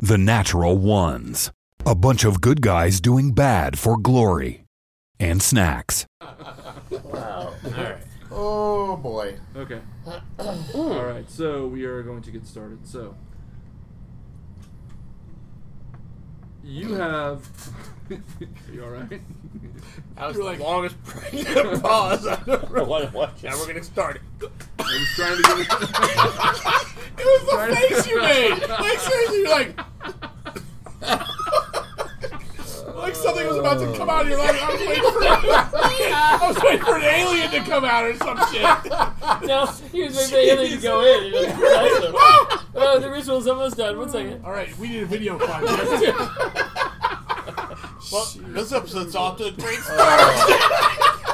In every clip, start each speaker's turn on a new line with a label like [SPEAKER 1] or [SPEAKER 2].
[SPEAKER 1] The Natural Ones. A bunch of good guys doing bad for glory. And snacks.
[SPEAKER 2] Oh boy.
[SPEAKER 3] Okay. All right. So we are going to get started. So you have. you all right?
[SPEAKER 4] That was the longest pregnant pause I've ever
[SPEAKER 5] What? What?
[SPEAKER 4] Now we're getting started. It
[SPEAKER 3] I was trying to get.
[SPEAKER 4] was the face you made. Like seriously, you're like, like something was about to come out of your mouth. I was waiting for, I was waiting for an alien to come out or some shit.
[SPEAKER 5] Now he was waiting for Haley to go in. and just realize that- oh, the ritual's almost done. One second.
[SPEAKER 4] All right, we need a video podcast.
[SPEAKER 6] Well, this episode's off to a great
[SPEAKER 4] Uh,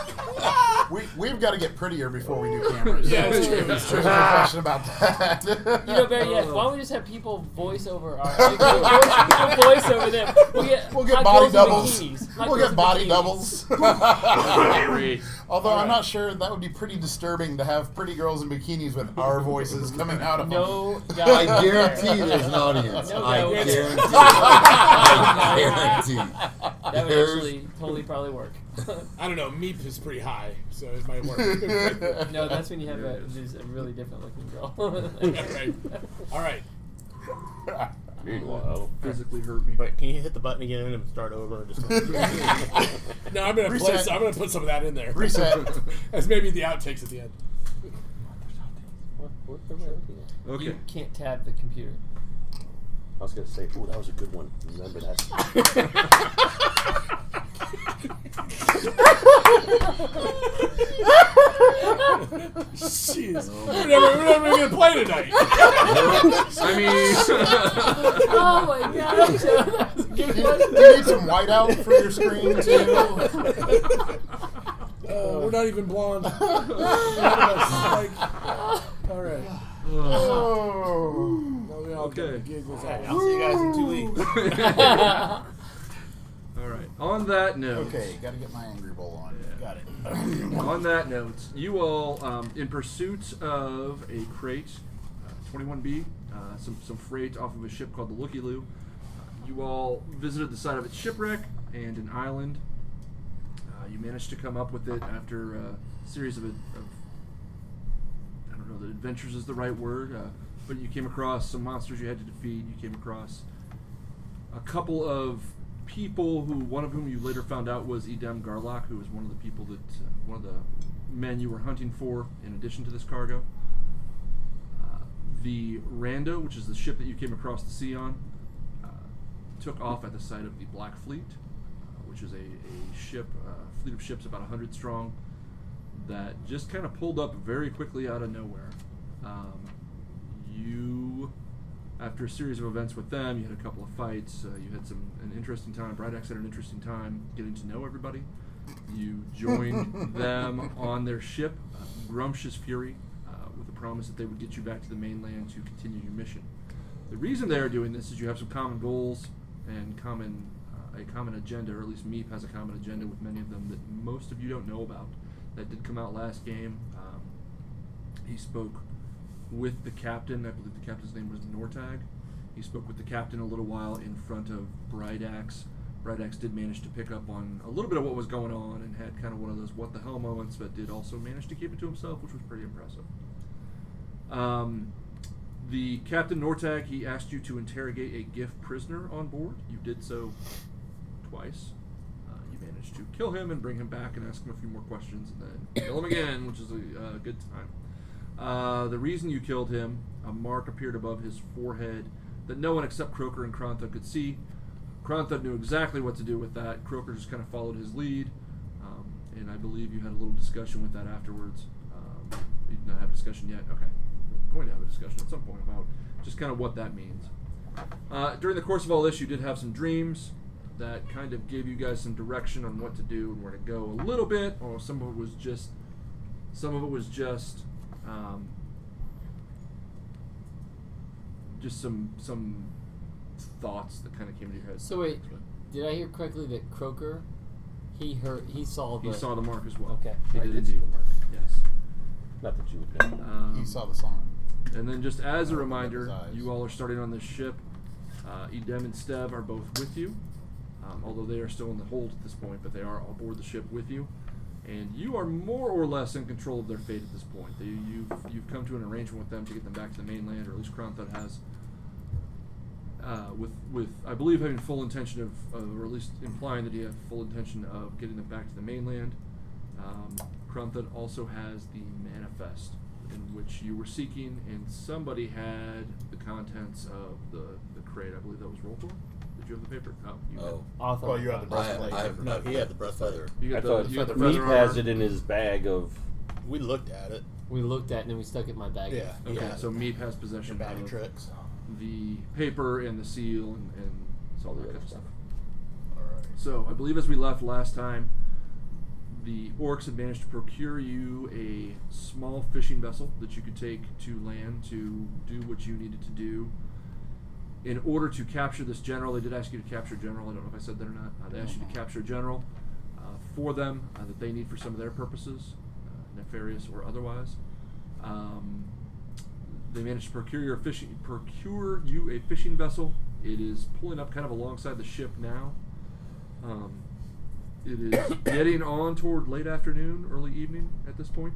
[SPEAKER 6] start.
[SPEAKER 2] We, we've got to get prettier before we do cameras.
[SPEAKER 4] yeah, it's true. It's true.
[SPEAKER 2] There's no question about that.
[SPEAKER 5] You know, Barry, yeah, why don't we just have people voice over our like, voice- people voice over them? We'll get,
[SPEAKER 2] We'll get
[SPEAKER 5] hot
[SPEAKER 2] body
[SPEAKER 5] girls in
[SPEAKER 2] doubles.
[SPEAKER 5] bikinis. Hot
[SPEAKER 2] We'll
[SPEAKER 5] girls
[SPEAKER 2] get
[SPEAKER 5] in
[SPEAKER 2] body
[SPEAKER 5] bikinis.
[SPEAKER 2] doubles.
[SPEAKER 3] Great.
[SPEAKER 2] Although I'm not sure that would be pretty disturbing to have pretty girls in bikinis with our voices coming out of them.
[SPEAKER 5] No
[SPEAKER 7] I
[SPEAKER 5] guy.
[SPEAKER 7] guarantee there's an audience.
[SPEAKER 5] No,
[SPEAKER 7] I
[SPEAKER 5] no, it's-
[SPEAKER 7] guarantee.
[SPEAKER 5] that
[SPEAKER 7] guarantee.
[SPEAKER 5] would
[SPEAKER 7] There's-
[SPEAKER 5] actually totally probably work.
[SPEAKER 4] I don't know. Meep is pretty high, so it might work. yeah,
[SPEAKER 5] No, that's when you have a, just a really different looking girl.
[SPEAKER 4] right. All right.
[SPEAKER 5] Meanwhile.
[SPEAKER 3] Physically hurt me.
[SPEAKER 6] Wait, can you hit the button again and start over? Just
[SPEAKER 4] No, I'm gonna
[SPEAKER 2] Reset.
[SPEAKER 4] place, I'm gonna put some of that in there.
[SPEAKER 2] Reset.
[SPEAKER 4] As maybe the outtakes at the end.
[SPEAKER 3] Okay.
[SPEAKER 5] You can't tab the computer.
[SPEAKER 6] I was gonna say, ooh, that was a good one. Remember that?
[SPEAKER 4] Jeez. We're never, we're never gonna play tonight.
[SPEAKER 3] I mean,
[SPEAKER 5] Oh my gosh!
[SPEAKER 2] Do you, do you need some whiteout for your screen too?
[SPEAKER 4] Uh, we're not even blonde. like, all right.
[SPEAKER 2] Oh.
[SPEAKER 4] Now we all
[SPEAKER 3] Okay.
[SPEAKER 4] get giggles out.
[SPEAKER 6] I'll see you guys in two weeks.
[SPEAKER 3] all right. On that note.
[SPEAKER 2] Okay, got to get my angry bowl on. Got it.
[SPEAKER 3] On that note, you all, um, in pursuit of a crate, uh, 21B, uh, some, some freight off of a ship called the Looky Loo, uh, you all visited the site of its shipwreck and an island. Uh, you managed to come up with it after uh, a series of, of I don't know that adventures is the right word, uh, but you came across some monsters you had to defeat. You came across a couple of people who one of whom you later found out was Edem Garlock, who was one of the people that uh, one of the men you were hunting for in addition to this cargo. Uh, the Rando, which is the ship that you came across the sea on, uh, took off at the sight of the Black Fleet, uh, which is a, a ship, uh, fleet of ships about 100 strong, that just kind of pulled up very quickly out of nowhere. Um, you after a series of events with them, you had a couple of fights. Uh, you had some an interesting time. Bridex had an interesting time getting to know everybody. You joined them on their ship, uh, Grumptious Fury, uh, with the promise that they would get you back to the mainland to continue your mission. The reason they are doing this is you have some common goals and common uh, a common agenda, or at least Meep has a common agenda with many of them that most of you don't know about. That did come out last game. Um, he spoke with the captain. I believe the captain's name was Nortag. He spoke with the captain a little while in front of Bridax. Bridax did manage to pick up on a little bit of what was going on and had kind of one of those what the hell moments, but did also manage to keep it to himself, which was pretty impressive. Um, the captain Nortag he asked you to interrogate a GIF prisoner on board. You did so twice. Uh, you managed to kill him and bring him back and ask him a few more questions and then kill him again, which is a uh, good time. Uh, the reason you killed him, a mark appeared above his forehead that no one except Croker and Krantha could see. Krantha knew exactly what to do with that. Croker just kind of followed his lead, um, and I believe you had a little discussion with that afterwards. Um, you did not have a discussion yet. Okay, we're going to have a discussion at some point about just kind of what that means. Uh, during the course of all this, you did have some dreams that kind of gave you guys some direction on what to do and where to go a little bit, or some of it was just, some of it was just, um, just some some thoughts that kind of came to your head.
[SPEAKER 5] So wait, did I hear correctly that Croker, he heard, he saw the.
[SPEAKER 3] he saw the mark as well.
[SPEAKER 5] Okay.
[SPEAKER 3] he
[SPEAKER 6] I
[SPEAKER 3] did
[SPEAKER 6] did see
[SPEAKER 3] indeed.
[SPEAKER 6] the mark.
[SPEAKER 3] Yes.
[SPEAKER 6] Not that you would know.
[SPEAKER 3] Um,
[SPEAKER 2] You saw the song.
[SPEAKER 3] And then, just as a reminder,
[SPEAKER 2] Eyes.
[SPEAKER 3] you all are starting on this ship. Uh, Uh, Edem and Stev are both with you, um, although they are still in the hold at this point, but they are aboard the ship with you. And you are more or less in control of their fate at this point. They, you've, you've come to an arrangement with them to get them back to the mainland, or at least Crown Thud has uh, with with I believe having full intention of, of or at least implying that he had full intention of getting them back to the mainland. Um, Krunthet also has the manifest in which you were seeking, and somebody had the contents of the, the crate. I believe that was Roltor. Did you have the paper? Oh, you
[SPEAKER 7] Oh,
[SPEAKER 5] Awesome.
[SPEAKER 2] Well, you have the
[SPEAKER 7] I,
[SPEAKER 2] breastplate.
[SPEAKER 7] I have no. He had the breast feather.
[SPEAKER 3] had, you
[SPEAKER 6] I
[SPEAKER 3] had
[SPEAKER 6] thought
[SPEAKER 3] the, you had the
[SPEAKER 2] Meat
[SPEAKER 3] feather
[SPEAKER 6] Meat
[SPEAKER 3] armor.
[SPEAKER 6] has it in his bag of.
[SPEAKER 7] We looked at it.
[SPEAKER 5] We looked at it and then we stuck it in my bag.
[SPEAKER 7] Yeah.
[SPEAKER 3] Okay,
[SPEAKER 7] yeah.
[SPEAKER 3] so Meat has possession
[SPEAKER 7] bag of
[SPEAKER 3] of
[SPEAKER 7] tricks.
[SPEAKER 3] the paper and the seal and, and all that kind of stuff.
[SPEAKER 2] All right.
[SPEAKER 3] So I believe as we left last time, the orcs had managed to procure you a small fishing vessel that you could take to land to do what you needed to do. In order to capture this general, they did ask you to capture a general. I don't know if I said that or not. Uh, they asked you to capture a general uh, for them uh, that they need for some of their purposes, uh, nefarious or otherwise. Um, they managed to procure your fishing, procure you a fishing vessel. It is pulling up kind of alongside the ship now. Um, it is getting on toward late afternoon, early evening at this point.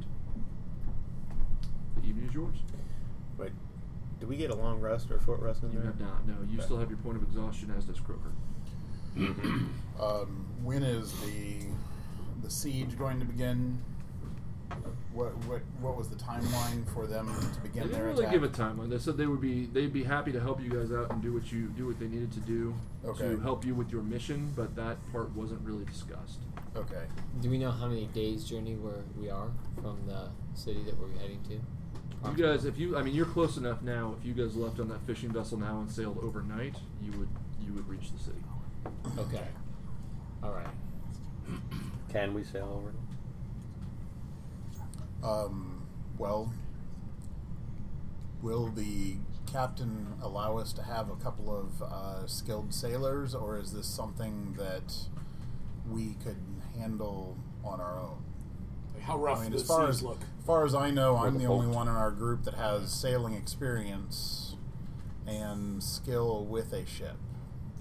[SPEAKER 3] The evening is yours.
[SPEAKER 8] Wait, do we get a long rest or a short rest in
[SPEAKER 3] You
[SPEAKER 8] there?
[SPEAKER 3] have not. No, you still have your point of exhaustion, as does Croker.
[SPEAKER 2] Um, when is the the siege going to begin? What what what was the timeline for them to
[SPEAKER 3] They
[SPEAKER 2] begin
[SPEAKER 3] didn't
[SPEAKER 2] their
[SPEAKER 3] really
[SPEAKER 2] attack?
[SPEAKER 3] give a timeline. They said they would be they'd be happy to help you guys out and do what you do what they needed to do
[SPEAKER 2] Okay.
[SPEAKER 3] to help you with your mission, but that part wasn't really discussed.
[SPEAKER 2] okay.
[SPEAKER 5] Do we know how many days journey where we are from the city that we're heading to?
[SPEAKER 3] You guys, if you I mean you're close enough now. If you guys left on that fishing vessel now and sailed overnight, you would you would reach the city.
[SPEAKER 5] Okay. All right.
[SPEAKER 6] Can we sail over?
[SPEAKER 2] Um, well, will the captain allow us to have a couple of uh, skilled sailors, or is this something that we could handle on our own?
[SPEAKER 4] Like, how rough
[SPEAKER 2] I mean,
[SPEAKER 4] does
[SPEAKER 2] as far
[SPEAKER 4] these
[SPEAKER 2] as
[SPEAKER 4] look?
[SPEAKER 2] as far as I know, I'm
[SPEAKER 6] the
[SPEAKER 2] the only
[SPEAKER 6] boat.
[SPEAKER 2] one in our group that has sailing experience and skill with a ship.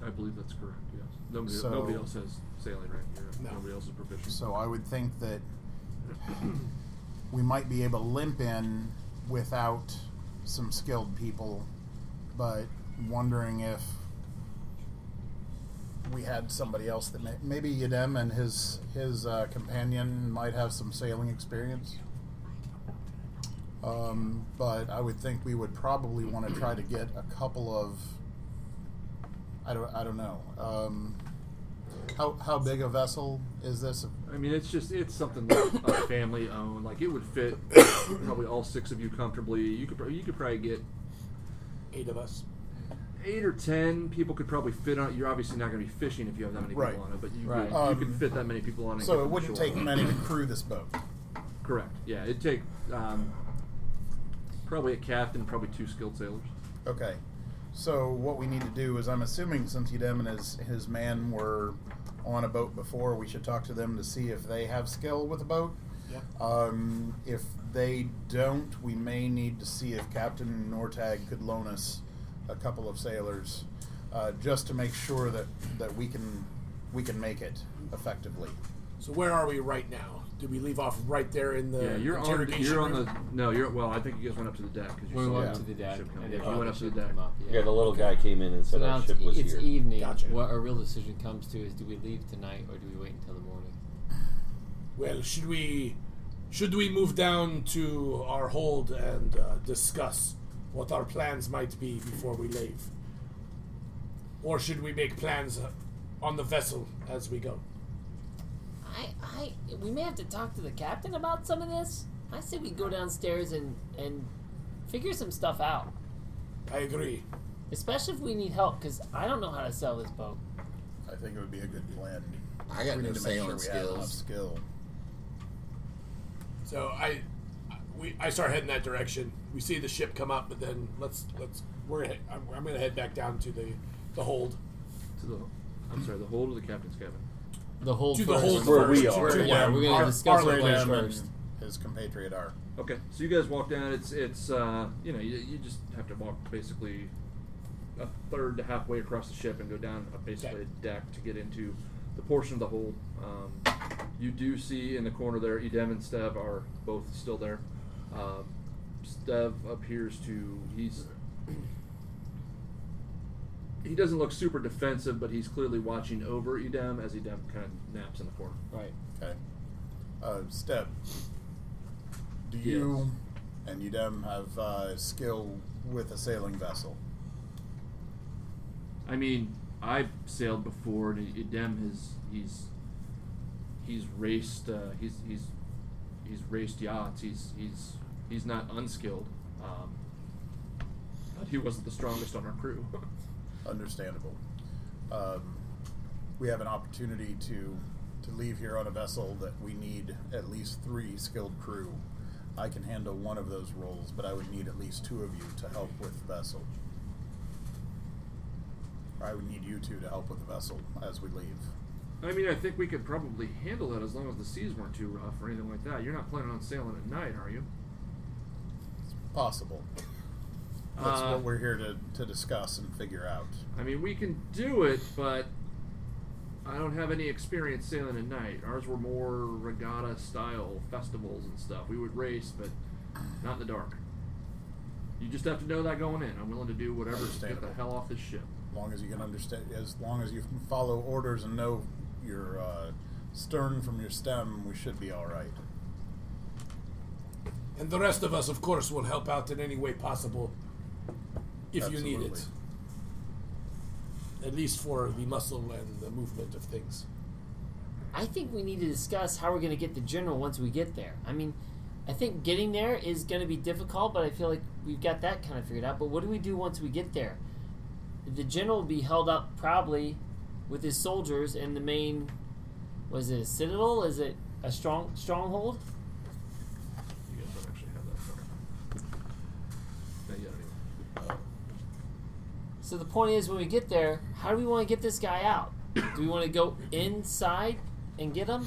[SPEAKER 3] I believe that's correct. Yes. Nobody,
[SPEAKER 2] So-
[SPEAKER 3] nobody else has sailing right here.
[SPEAKER 4] No.
[SPEAKER 3] Nobody else is proficient.
[SPEAKER 2] So I would think that we might be able to limp in without some skilled people, but wondering if we had somebody else that may, maybe Yadem and his his uh, companion might have some sailing experience. Um, but I would think we would probably want to try to get a couple of. I don't. I don't know. Um, how how big a vessel is this?
[SPEAKER 3] I mean, it's just it's something that a family owned. Like it would fit probably all six of you comfortably. You could prob- you could probably get
[SPEAKER 4] Eight of us.
[SPEAKER 3] eight or ten people could probably fit on. it. You're obviously not going to be fishing if you have that many
[SPEAKER 2] Right.
[SPEAKER 3] people on it, but you
[SPEAKER 5] Right.
[SPEAKER 3] could,
[SPEAKER 2] Um,
[SPEAKER 3] you could fit that many people on it. and get
[SPEAKER 2] So it
[SPEAKER 3] them
[SPEAKER 2] wouldn't
[SPEAKER 3] ashore.
[SPEAKER 2] take many to crew this boat.
[SPEAKER 3] Correct. Yeah, it'd take um, probably a captain, probably two skilled sailors.
[SPEAKER 2] Okay. So what we need to do is, I'm assuming since Yudem and his his man were on a boat before, we should talk to them to see if they have skill with a boat.
[SPEAKER 4] Yep.
[SPEAKER 2] Um, if they don't, we may need to see if Captain Nortag could loan us a couple of sailors, uh, just to make sure that, that we can we can make it effectively.
[SPEAKER 4] So where are we right now? Did we leave off right there in the
[SPEAKER 3] yeah, you're on.
[SPEAKER 4] interrogation
[SPEAKER 3] You're on
[SPEAKER 4] room?
[SPEAKER 3] the. No, you're. Well, I think you guys went up to the deck because you
[SPEAKER 5] We
[SPEAKER 3] saw
[SPEAKER 5] went
[SPEAKER 2] yeah.
[SPEAKER 5] up to the deck.
[SPEAKER 3] ship come
[SPEAKER 5] and then
[SPEAKER 3] up.
[SPEAKER 5] we
[SPEAKER 3] You went up to the deck.
[SPEAKER 5] Up, yeah.
[SPEAKER 6] Yeah, the little guy came in and
[SPEAKER 5] so
[SPEAKER 6] said
[SPEAKER 5] now
[SPEAKER 6] our
[SPEAKER 5] it's, e-,
[SPEAKER 6] ship was
[SPEAKER 5] it's
[SPEAKER 6] here.
[SPEAKER 5] evening.
[SPEAKER 4] Gotcha.
[SPEAKER 5] What our real decision comes to is do we leave tonight or do we wait until the morning?
[SPEAKER 4] Well, should we should we move down to our hold and uh, discuss what our plans might be before we leave, or should we make plans uh, on the vessel as we go?
[SPEAKER 5] I, I, we may have to talk to the captain about some of this. I say we go downstairs and and figure some stuff out,
[SPEAKER 4] I agree.
[SPEAKER 5] especially if we need help, because I don't know how to sell this boat.
[SPEAKER 2] I think it would be a good plan.
[SPEAKER 7] I got
[SPEAKER 2] We
[SPEAKER 7] no
[SPEAKER 2] need to make
[SPEAKER 7] sailing
[SPEAKER 2] sure we have enough
[SPEAKER 7] skills.
[SPEAKER 2] skill.
[SPEAKER 4] So I, we I start heading that direction. We see the ship come up, but then let's let's we're he- I'm, I'm gonna head back down to the the hold
[SPEAKER 3] To the. I'm sorry, the hold of the captain's cabin.
[SPEAKER 5] The whole
[SPEAKER 4] to the hold
[SPEAKER 6] Where
[SPEAKER 4] first.
[SPEAKER 6] we are.
[SPEAKER 4] To
[SPEAKER 5] Where- yeah,
[SPEAKER 4] where
[SPEAKER 5] we're gonna
[SPEAKER 4] our-
[SPEAKER 5] discuss
[SPEAKER 4] our lady-
[SPEAKER 5] it later.
[SPEAKER 2] Yudem and
[SPEAKER 5] first.
[SPEAKER 2] his compatriot are.
[SPEAKER 3] Okay, so you guys walk down. It's it's uh, you know you, you just have to walk basically a third to halfway across the ship and go down uh, basically a deck to get into the portion of the hold. Um, you do see in the corner there, Edem and Stev are both still there. Um, Stev appears to he's he doesn't look super defensive, but he's clearly watching over Edem as Edem kind of naps in the corner.
[SPEAKER 8] Right.
[SPEAKER 2] Okay. Uh, Step. Do you and Udem have uh, skill with a sailing vessel?
[SPEAKER 3] I mean, I've sailed before, and Idem has he's he's raced uh, he's he's he's raced yachts. He's he's he's not unskilled, um, but he wasn't the strongest on our crew.
[SPEAKER 2] Understandable. Um, we have an opportunity to to leave here on a vessel that we need at least three skilled crew. I can handle one of those roles, but I would need at least two of you to help with the vessel. Or I would need you two to help with the vessel as we leave.
[SPEAKER 3] I mean, I think we could probably handle that as long as the seas weren't too rough or anything like that. You're not planning on sailing at night, are you?
[SPEAKER 2] Possible. That's
[SPEAKER 3] Uh,
[SPEAKER 2] what we're here to, to discuss and figure out.
[SPEAKER 3] I mean, we can do it, but I don't have any experience sailing at night. Ours were more regatta style festivals and stuff. We would race, but not in the dark. You just have to know that going in. I'm willing to do whatever to get the
[SPEAKER 2] Understandable.
[SPEAKER 3] hell off this ship.
[SPEAKER 2] As long as you can understand, as long as you can follow orders and know your uh, stern from your stem, we should be all right.
[SPEAKER 4] And the rest of us, of course, will help out in any way possible if you need it. At least for the muscle and the movement of things.
[SPEAKER 5] I think we need to discuss how we're going to get the general once we get there. I mean, I think getting there is going to be difficult, but I feel like we've got that kind of figured out. But what do we do once we get there? The general will be held up probably with his soldiers in the main. Was it a citadel? Is it a strong stronghold?
[SPEAKER 3] You guys don't actually have that far. Not yet, anyway.
[SPEAKER 5] So the point is, when we get there, how do we want to get this guy out? Do we want to go inside and get him,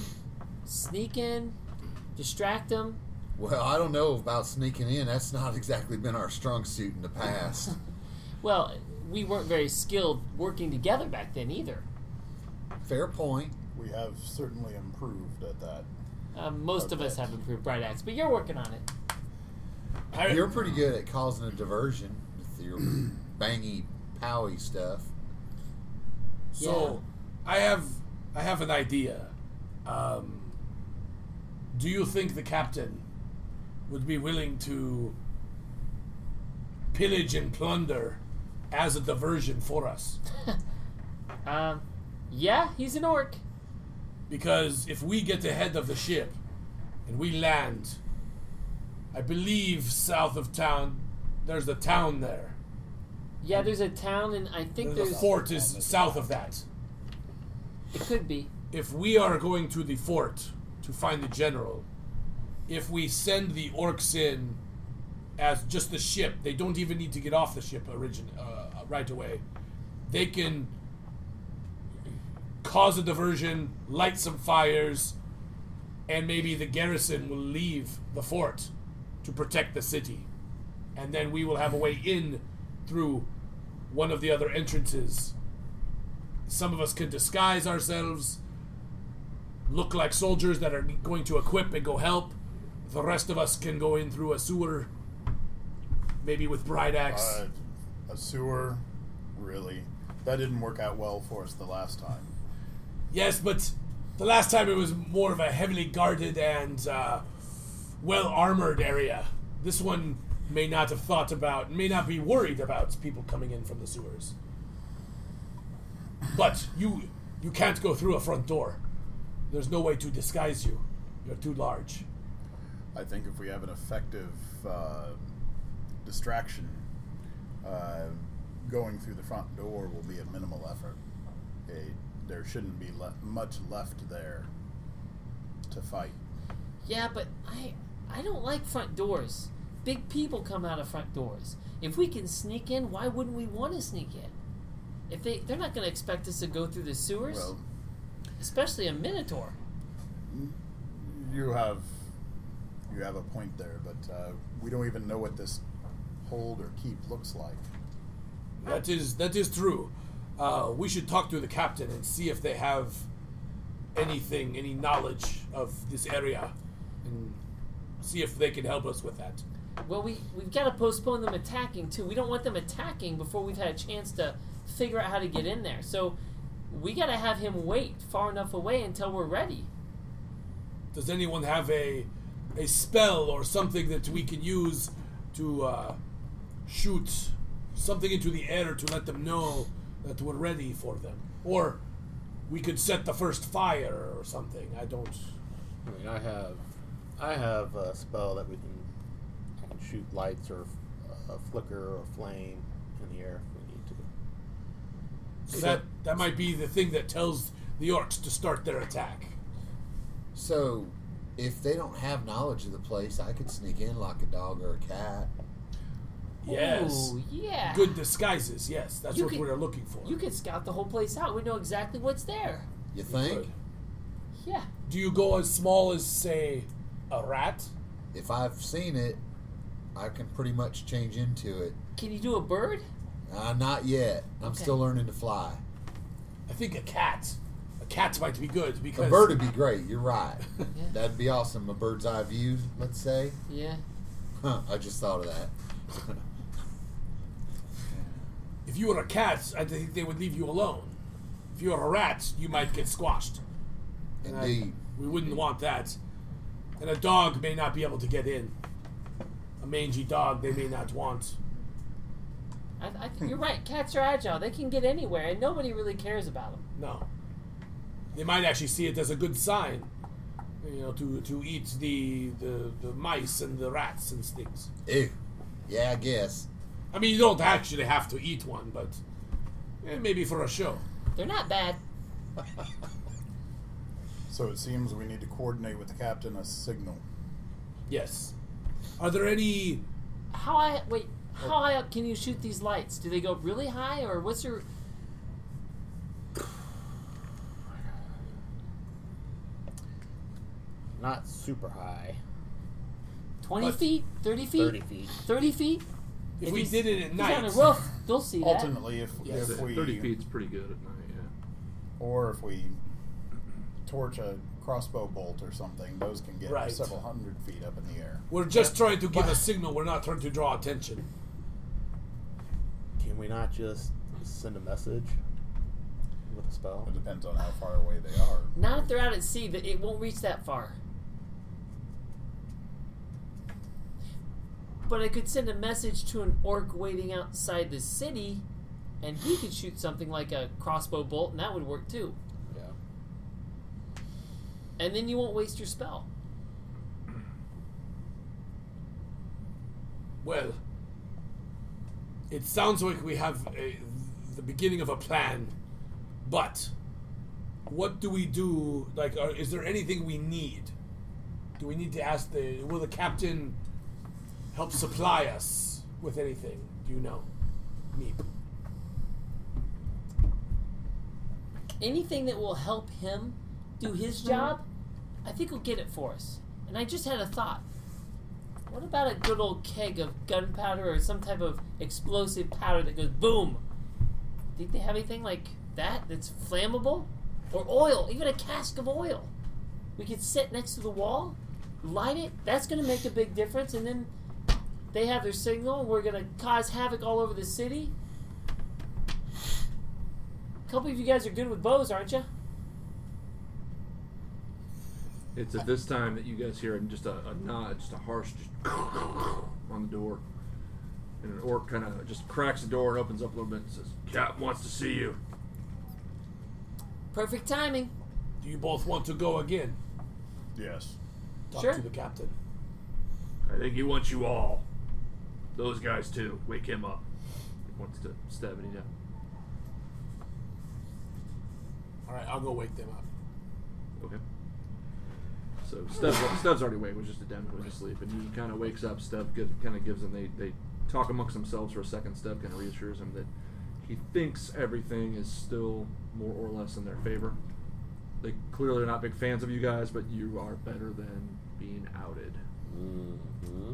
[SPEAKER 5] sneak in, distract him?
[SPEAKER 9] Well, I don't know about sneaking in. That's not exactly been our strong suit in the past.
[SPEAKER 5] Well, we weren't very skilled working together back then either.
[SPEAKER 9] Fair point.
[SPEAKER 2] We have certainly improved at that.
[SPEAKER 5] Uh, most of us have improved bright acts, but you're working on it.
[SPEAKER 4] I,
[SPEAKER 9] You're pretty good at causing a diversion with your bangy, powy stuff.
[SPEAKER 4] So, I have I have an idea. Um, do you think the captain would be willing to pillage and plunder as a diversion for us?
[SPEAKER 5] Um, yeah, he's an orc.
[SPEAKER 4] Because if we get ahead of the ship and we land, I believe south of town, there's a town there.
[SPEAKER 5] Yeah, there's a town, and I think
[SPEAKER 4] The
[SPEAKER 5] there's.
[SPEAKER 4] fort is south of that.
[SPEAKER 5] It could be.
[SPEAKER 4] if we are going to the fort to find the general, if we send the orcs in as just the ship, they don't even need to get off the ship origin uh, right away. They can cause a diversion, light some fires, and maybe the garrison will leave the fort to protect the city. And then we will have a way in through one of the other entrances. Some of us can disguise ourselves look like soldiers that are going to equip and go help. The rest of us can go in through a sewer, maybe with bright axe.
[SPEAKER 2] Uh, a sewer, really. That didn't work out well for us the last time.
[SPEAKER 4] yes, but the last time it was more of a heavily guarded and uh, well armored area. This one may not have thought about, may not be worried about people coming in from the sewers. But you you can't go through a front door. There's no way to disguise you. You're too large.
[SPEAKER 2] I think if we have an effective uh, distraction, uh, going through the front door will be a minimal effort. A, there shouldn't be le- much left there to fight.
[SPEAKER 5] Yeah, but I I don't like front doors. Big people come out of front doors. If we can sneak in, why wouldn't we want to sneak in? If they they're not going to expect us to go through the sewers,
[SPEAKER 2] Well,
[SPEAKER 5] especially a minotaur.
[SPEAKER 2] you have you have a point there, but uh, we don't even know what this hold or keep looks like.
[SPEAKER 4] That is that is true. Uh, we should talk to the captain and see if they have anything, any knowledge of this area, and see if they can help us with that.
[SPEAKER 5] Well, we we've got to postpone them attacking too. We don't want them attacking before we've had a chance to figure out how to get in there. So we got to have him wait far enough away until we're ready.
[SPEAKER 4] Does anyone have a a spell or something that we can use to uh, shoot something into the air to let them know that we're ready for them? Or we could set the first fire or something. I don't.
[SPEAKER 8] I mean, I have, I have a spell that we can, I can shoot lights or uh, flicker or flame in the air if we need to.
[SPEAKER 4] So that that might be the thing that tells the orcs to start their attack.
[SPEAKER 9] So, if they don't have knowledge of the place, I could sneak in like a dog or a cat.
[SPEAKER 4] Yes.
[SPEAKER 5] Ooh, yeah.
[SPEAKER 4] Good disguises. Yes, that's
[SPEAKER 5] You
[SPEAKER 4] what
[SPEAKER 5] could-
[SPEAKER 4] we're looking for.
[SPEAKER 5] You could scout the whole place out. We know exactly what's there.
[SPEAKER 9] You think?
[SPEAKER 4] Good.
[SPEAKER 5] Yeah.
[SPEAKER 4] Do you go as small as say a rat?
[SPEAKER 9] If I've seen it, I can pretty much change into it.
[SPEAKER 5] Can you do a bird?
[SPEAKER 9] Uh, not yet. I'm
[SPEAKER 5] Okay.
[SPEAKER 9] still learning to fly.
[SPEAKER 4] I think a cat. A cat might be good because
[SPEAKER 9] A bird would be great. You're right.
[SPEAKER 5] Yeah.
[SPEAKER 9] That'd be awesome. A bird's eye view, let's say.
[SPEAKER 5] Yeah.
[SPEAKER 9] Huh, I just thought of that.
[SPEAKER 4] if you were a cat, I think they would leave you alone. If you were a rat, you might get squashed. And I-
[SPEAKER 9] Indeed.
[SPEAKER 4] we wouldn't want that. And a dog may not be able to get in. A mangy dog they may not want.
[SPEAKER 5] I, I think you're right. Cats are agile. They can get anywhere, and nobody really cares about them.
[SPEAKER 4] No. They might actually see it as a good sign, you know, to, to eat the, the, the mice and the rats and things.
[SPEAKER 9] Ew. Yeah, I guess.
[SPEAKER 4] I mean, you don't actually have to eat one, but eh, maybe for a show.
[SPEAKER 5] They're not bad.
[SPEAKER 2] So it seems we need to coordinate with the captain a signal.
[SPEAKER 4] Yes. Are there any.
[SPEAKER 5] How high? Wait. How high up can you shoot these lights? Do they go really high, or what's your?
[SPEAKER 8] Not super high,
[SPEAKER 5] 20
[SPEAKER 4] But-
[SPEAKER 5] feet? 30 feet?
[SPEAKER 8] thirty feet.
[SPEAKER 5] 30 feet?
[SPEAKER 4] If,
[SPEAKER 5] If
[SPEAKER 4] we
[SPEAKER 5] he's-
[SPEAKER 4] did it at
[SPEAKER 5] He's on
[SPEAKER 4] night.
[SPEAKER 5] a roof. They'll see that.
[SPEAKER 2] Ultimately, if,
[SPEAKER 4] Yes.
[SPEAKER 2] if we
[SPEAKER 3] Thirty feet's pretty good at night. Yeah.
[SPEAKER 2] or if we torch a crossbow bolt or something, those can get
[SPEAKER 4] Right.
[SPEAKER 2] several hundred feet up in the air.
[SPEAKER 4] We're just trying to give a signal. We're not trying to draw attention.
[SPEAKER 8] Can we not just send a message with a spell?
[SPEAKER 2] It depends on how far away they are.
[SPEAKER 5] Not if they're out at sea. That it won't reach that far. But I could send a message to an orc waiting outside the city, and he could shoot something like a crossbow bolt, and that would work too.
[SPEAKER 8] Yeah.
[SPEAKER 5] And then you won't waste your spell.
[SPEAKER 4] Well, it sounds like we have a, the beginning of a plan, but what do we do? Like, are, is there anything we need? Do we need to ask the? Will the captain help supply us with anything? Do you know? Meep.
[SPEAKER 5] Anything that will help him do his job, I think will get it for us. And I just had a thought. What about a good old keg of gunpowder or some type of explosive powder that goes boom? Think they have anything like that that's flammable? Or oil, even a cask of oil. We could sit next to the wall, light it. That's going to make a big difference. And then they have their signal. We're going to cause havoc all over the city. A couple of you guys are good with bows, aren't you?
[SPEAKER 3] It's at this time that you guys hear just a, a nod, just a harsh, just on the door, and an orc kind of just cracks the door and opens up a little bit and says, "Cap wants to see you."
[SPEAKER 5] Perfect timing.
[SPEAKER 4] Do you both want to go again?
[SPEAKER 2] Yes.
[SPEAKER 4] Talk
[SPEAKER 5] Sure.
[SPEAKER 4] to the captain.
[SPEAKER 3] I think he wants you all. Those guys too. Wake him up. He wants to stab any down.
[SPEAKER 4] All right, I'll go wake them up.
[SPEAKER 3] Okay. So Stev, Stev's already awake. Was just a Devin was asleep, and he kind of wakes up. Stev kind of gives him. They they talk amongst themselves for a second. Stev kind of reassures him that he thinks everything is still more or less in their favor. They clearly are not big fans of you guys, but you are better than being outed.
[SPEAKER 6] Mm-hmm.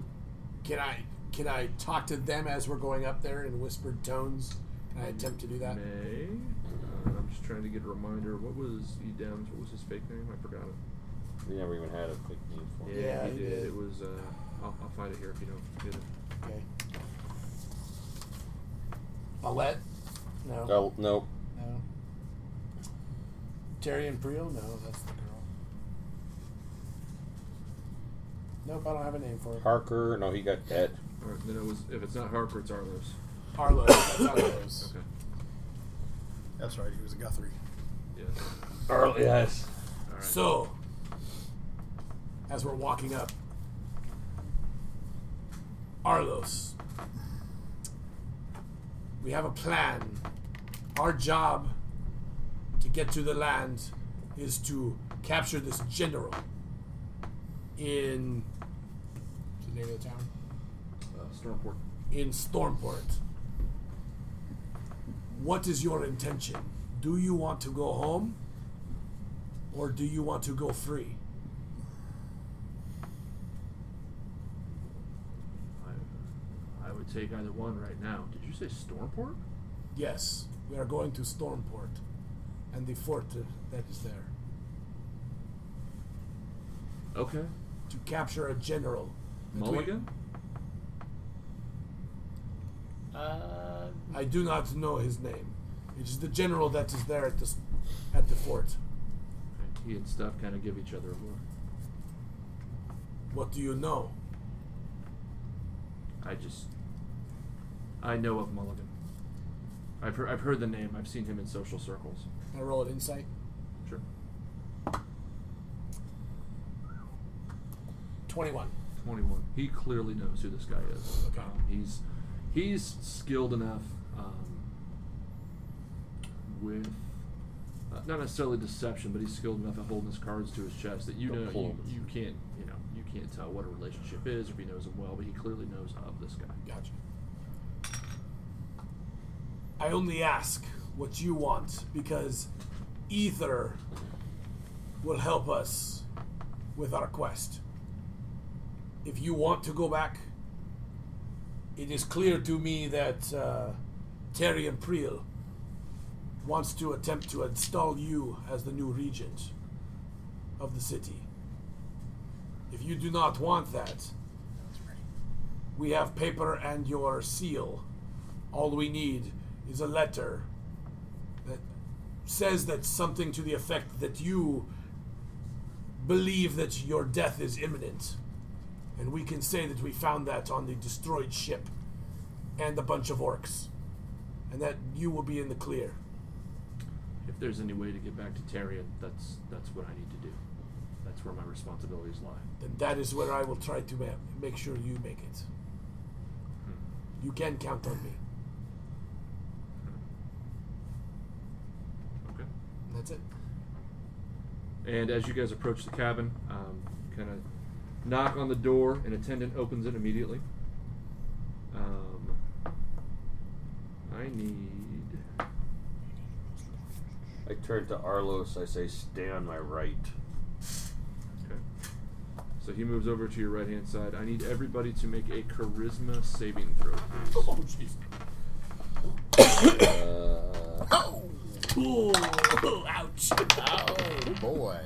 [SPEAKER 4] Can I can I talk to them as we're going up there in whispered tones Can I attempt to do that?
[SPEAKER 3] May. Uh, I'm just trying to get a reminder. What was Edam's? What was his fake name? I forgot it.
[SPEAKER 6] They never even had a fake name for him.
[SPEAKER 4] Yeah,
[SPEAKER 3] he
[SPEAKER 4] he
[SPEAKER 3] did.
[SPEAKER 4] did.
[SPEAKER 3] It was. Uh, I'll, I'll find it here if you don't get it.
[SPEAKER 4] Okay. Millette? No.
[SPEAKER 6] Oh, no.
[SPEAKER 4] No. Terry and Briel? No, that's the girl. Nope, I don't have a name for her.
[SPEAKER 6] Harker. No, he got that.
[SPEAKER 3] All right, then it was. If it's not Harper, it's Arlos.
[SPEAKER 4] Arlo. That's Arlo's.
[SPEAKER 3] Okay.
[SPEAKER 2] That's right. He was a Guthrie.
[SPEAKER 3] Yes.
[SPEAKER 6] Earl, Oh, yes.
[SPEAKER 3] All right.
[SPEAKER 4] So, as we're walking up, Arlos, we have a plan. Our job to get to the land is to capture this general in the name of the town
[SPEAKER 3] uh, Stormport.
[SPEAKER 4] in Stormport. What is your intention? Do you want to go home or do you want to go free?
[SPEAKER 3] I, I would take either one right now. Did you say Stormport?
[SPEAKER 4] Yes, we are going to Stormport and the fort uh, that is there
[SPEAKER 3] Okay.
[SPEAKER 4] to capture a general. that we-
[SPEAKER 3] Mulligan.
[SPEAKER 5] Uh,
[SPEAKER 4] I do not know his name. It is the general that is there at the, s- at the fort.
[SPEAKER 3] Okay, He and Steph kind of give each other a look.
[SPEAKER 4] What do you know?
[SPEAKER 3] I just. I know of Mulligan. I've heard. I've heard the name. I've seen him in social circles.
[SPEAKER 4] Can I roll an insight?
[SPEAKER 3] Sure.
[SPEAKER 4] 21.
[SPEAKER 3] 21. He clearly knows who this guy is.
[SPEAKER 4] Okay.
[SPEAKER 3] Um, he's he's skilled enough um, with uh, not necessarily deception, but he's skilled enough at holding his cards to his chest that you know you,
[SPEAKER 6] Diplomacy.
[SPEAKER 3] you can't you know you can't tell what a relationship is if he knows him well, but he clearly knows of this guy.
[SPEAKER 4] Gotcha. I only ask what you want because either will help us with our quest. If you want to go back, it is clear to me that uh, Terry and Priel wants to attempt to install you as the new regent of the city. If you do not want that, we have paper and your seal. All we need is a letter that says that something to the effect that you believe that your death is imminent. And we can say that we found that on the destroyed ship and a bunch of orcs. And that you will be in the clear.
[SPEAKER 3] If there's any way to get back to Tyrion, that's that's what I need to do. That's where my responsibilities lie.
[SPEAKER 4] Then that is where I will try to ma- make sure you make it. You can count on me.
[SPEAKER 3] Okay.
[SPEAKER 4] And that's it.
[SPEAKER 3] And as you guys approach the cabin, um, kind of knock on the door. An attendant opens it immediately. Um, I need.
[SPEAKER 6] I turn to Arlos. I say, "Stay on my right."
[SPEAKER 3] Okay. So he moves over to your right hand side. I need everybody to make a charisma saving throw, please.
[SPEAKER 4] Oh, jeez.
[SPEAKER 6] Uh,
[SPEAKER 5] ooh, ouch.
[SPEAKER 2] Oh boy.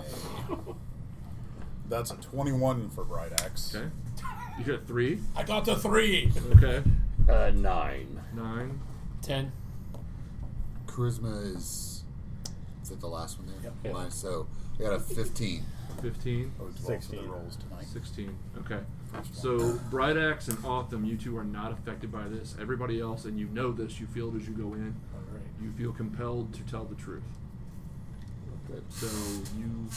[SPEAKER 2] That's a 21 for Bright Axe.
[SPEAKER 3] Okay. You got three.
[SPEAKER 4] I got the three.
[SPEAKER 3] Okay.
[SPEAKER 6] uh, nine.
[SPEAKER 3] Nine.
[SPEAKER 5] Ten.
[SPEAKER 9] Charisma is. Is that the last one there?
[SPEAKER 6] Yep.
[SPEAKER 9] Mine, so we got a 15.
[SPEAKER 3] Fifteen.
[SPEAKER 2] Oh, 12 for the rolls tonight.
[SPEAKER 3] 16. Okay. So, Bright Axe and Autumn, you two are not affected by this. Everybody else, and you know this, you feel it as you go in, you feel compelled to tell the truth.
[SPEAKER 6] Good.
[SPEAKER 3] So, you.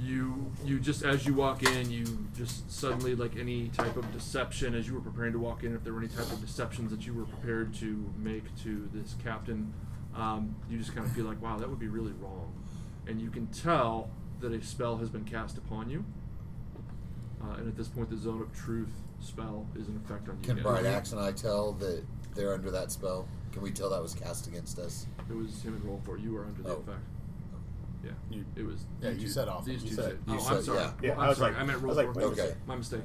[SPEAKER 3] You you just as you walk in, you just suddenly like any type of deception as you were preparing to walk in. If there were any type of deceptions that you were prepared to make to this captain, um, you just kind of feel like, wow, that would be really wrong, and you can tell that a spell has been cast upon you. Uh, and at this point, the Zone of Truth spell is in effect on you.
[SPEAKER 9] Can
[SPEAKER 3] guys.
[SPEAKER 9] Bright Axe and I tell that they're under that spell? Can we tell that was cast against us?
[SPEAKER 3] It was him and roll for it. You were under the
[SPEAKER 9] Oh.
[SPEAKER 3] effect. Yeah.
[SPEAKER 2] You-
[SPEAKER 3] it was.
[SPEAKER 2] yeah, you
[SPEAKER 3] two-
[SPEAKER 2] said off.
[SPEAKER 3] These
[SPEAKER 2] You
[SPEAKER 3] two
[SPEAKER 2] said-
[SPEAKER 3] did.
[SPEAKER 9] you
[SPEAKER 3] oh, I'm
[SPEAKER 9] said-
[SPEAKER 3] sorry.
[SPEAKER 9] yeah.
[SPEAKER 7] Yeah,
[SPEAKER 3] Well,
[SPEAKER 7] I
[SPEAKER 3] I'm
[SPEAKER 7] was
[SPEAKER 3] sorry.
[SPEAKER 7] like-
[SPEAKER 3] I meant
[SPEAKER 7] I
[SPEAKER 3] roll
[SPEAKER 7] was like,
[SPEAKER 3] for it.
[SPEAKER 7] wait a
[SPEAKER 9] Okay. second.
[SPEAKER 3] My mistake.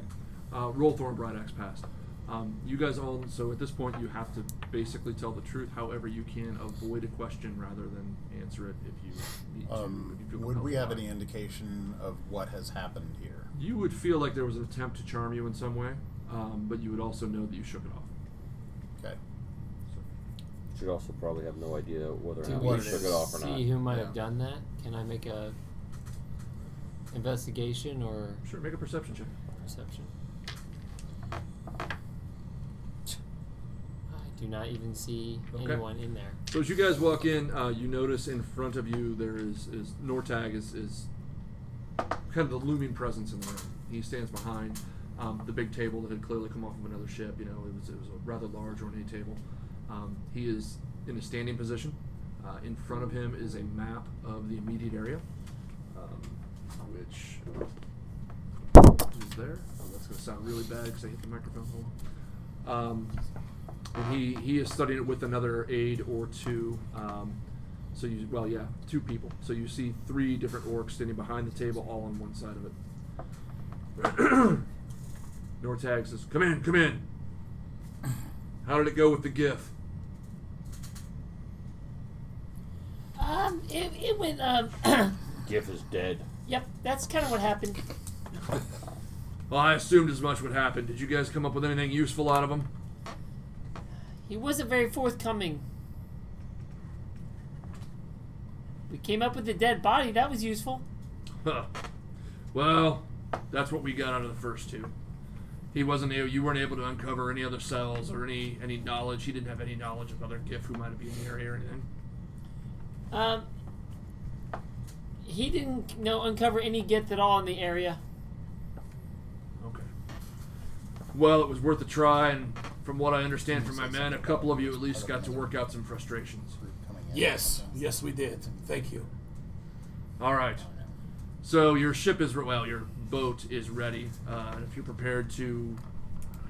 [SPEAKER 3] Uh, roll Thor and Bright Axe passed. Um, you guys all, so at this point, you have to basically tell the truth. However, you can avoid a question rather than answer it if you need to.
[SPEAKER 2] Um,
[SPEAKER 3] if you feel
[SPEAKER 2] would we
[SPEAKER 3] compelled
[SPEAKER 2] have
[SPEAKER 3] by it.
[SPEAKER 2] any indication of what has happened here?
[SPEAKER 3] You would feel like there was an attempt to charm you in some way, um, but you would also know that you shook it off.
[SPEAKER 2] Okay.
[SPEAKER 6] Should also probably have no idea whether or
[SPEAKER 5] Do
[SPEAKER 6] not
[SPEAKER 5] we
[SPEAKER 6] we shook it off or not.
[SPEAKER 5] see who might
[SPEAKER 2] Yeah.
[SPEAKER 5] have done that? Can I make a investigation or
[SPEAKER 3] Sure, make a perception check.
[SPEAKER 5] perception? I do not even see
[SPEAKER 3] Okay.
[SPEAKER 5] anyone in there.
[SPEAKER 3] So as you guys walk in, uh, you notice in front of you there is is Nortag is is kind of the looming presence in the room. He stands behind um, the big table that had clearly come off of another ship. You know, it was it was a rather large ornate table. Um, he is in a standing position. Uh, in front of him is a map of the immediate area, um, which is there. Oh, that's going to sound really bad because I hit the microphone. Hold on. Um, and he he is studying it with another aide or two. Um, so you well yeah two people. So you see three different orcs standing behind the table, all on one side of it. Nortag says, "Come in, come in. How did it go with the gif?"
[SPEAKER 5] Um, it, it went. Um,
[SPEAKER 6] Gif is dead.
[SPEAKER 5] yep, that's kind of what happened.
[SPEAKER 3] Well, I assumed as much would happen. Did you guys come up with anything useful out of them?
[SPEAKER 5] He wasn't very forthcoming. We came up with the dead body. That was useful.
[SPEAKER 3] Huh. Well, that's what we got out of the first two. He wasn't able, you weren't able to uncover any other cells or any any knowledge. He didn't have any knowledge of other gif who might be in the area or anything.
[SPEAKER 5] Um, he didn't no uncover any gith at all in the area.
[SPEAKER 3] Okay. Well, it was worth a try, and from what I understand from my men, a couple of you at least got to work out some frustrations.
[SPEAKER 2] Coming in.
[SPEAKER 4] Yes, yes, we did. Thank you.
[SPEAKER 3] All right. So your ship is re- well, your boat is ready. Uh, if you're prepared to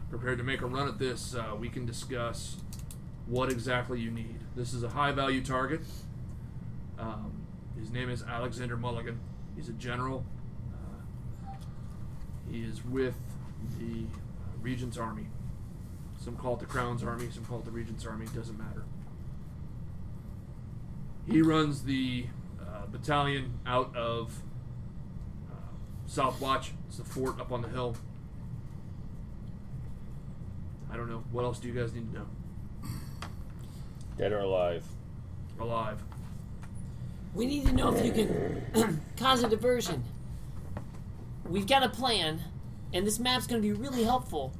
[SPEAKER 3] prepared to make a run at this, uh, we can discuss what exactly you need. This is a high value target. Um, his name is Alexander Mulligan. He's a general. Uh, he is with the uh, Regent's Army. Some call it the Crown's Army, some call it the Regent's Army. Doesn't matter. He runs the uh, battalion out of uh, South Watch. It's the fort up on the hill. I don't know. What else do you guys need to know?
[SPEAKER 6] Dead or alive.
[SPEAKER 3] Alive.
[SPEAKER 5] We need to know if you can cause a diversion. We've got a plan, and this map's going to be really helpful.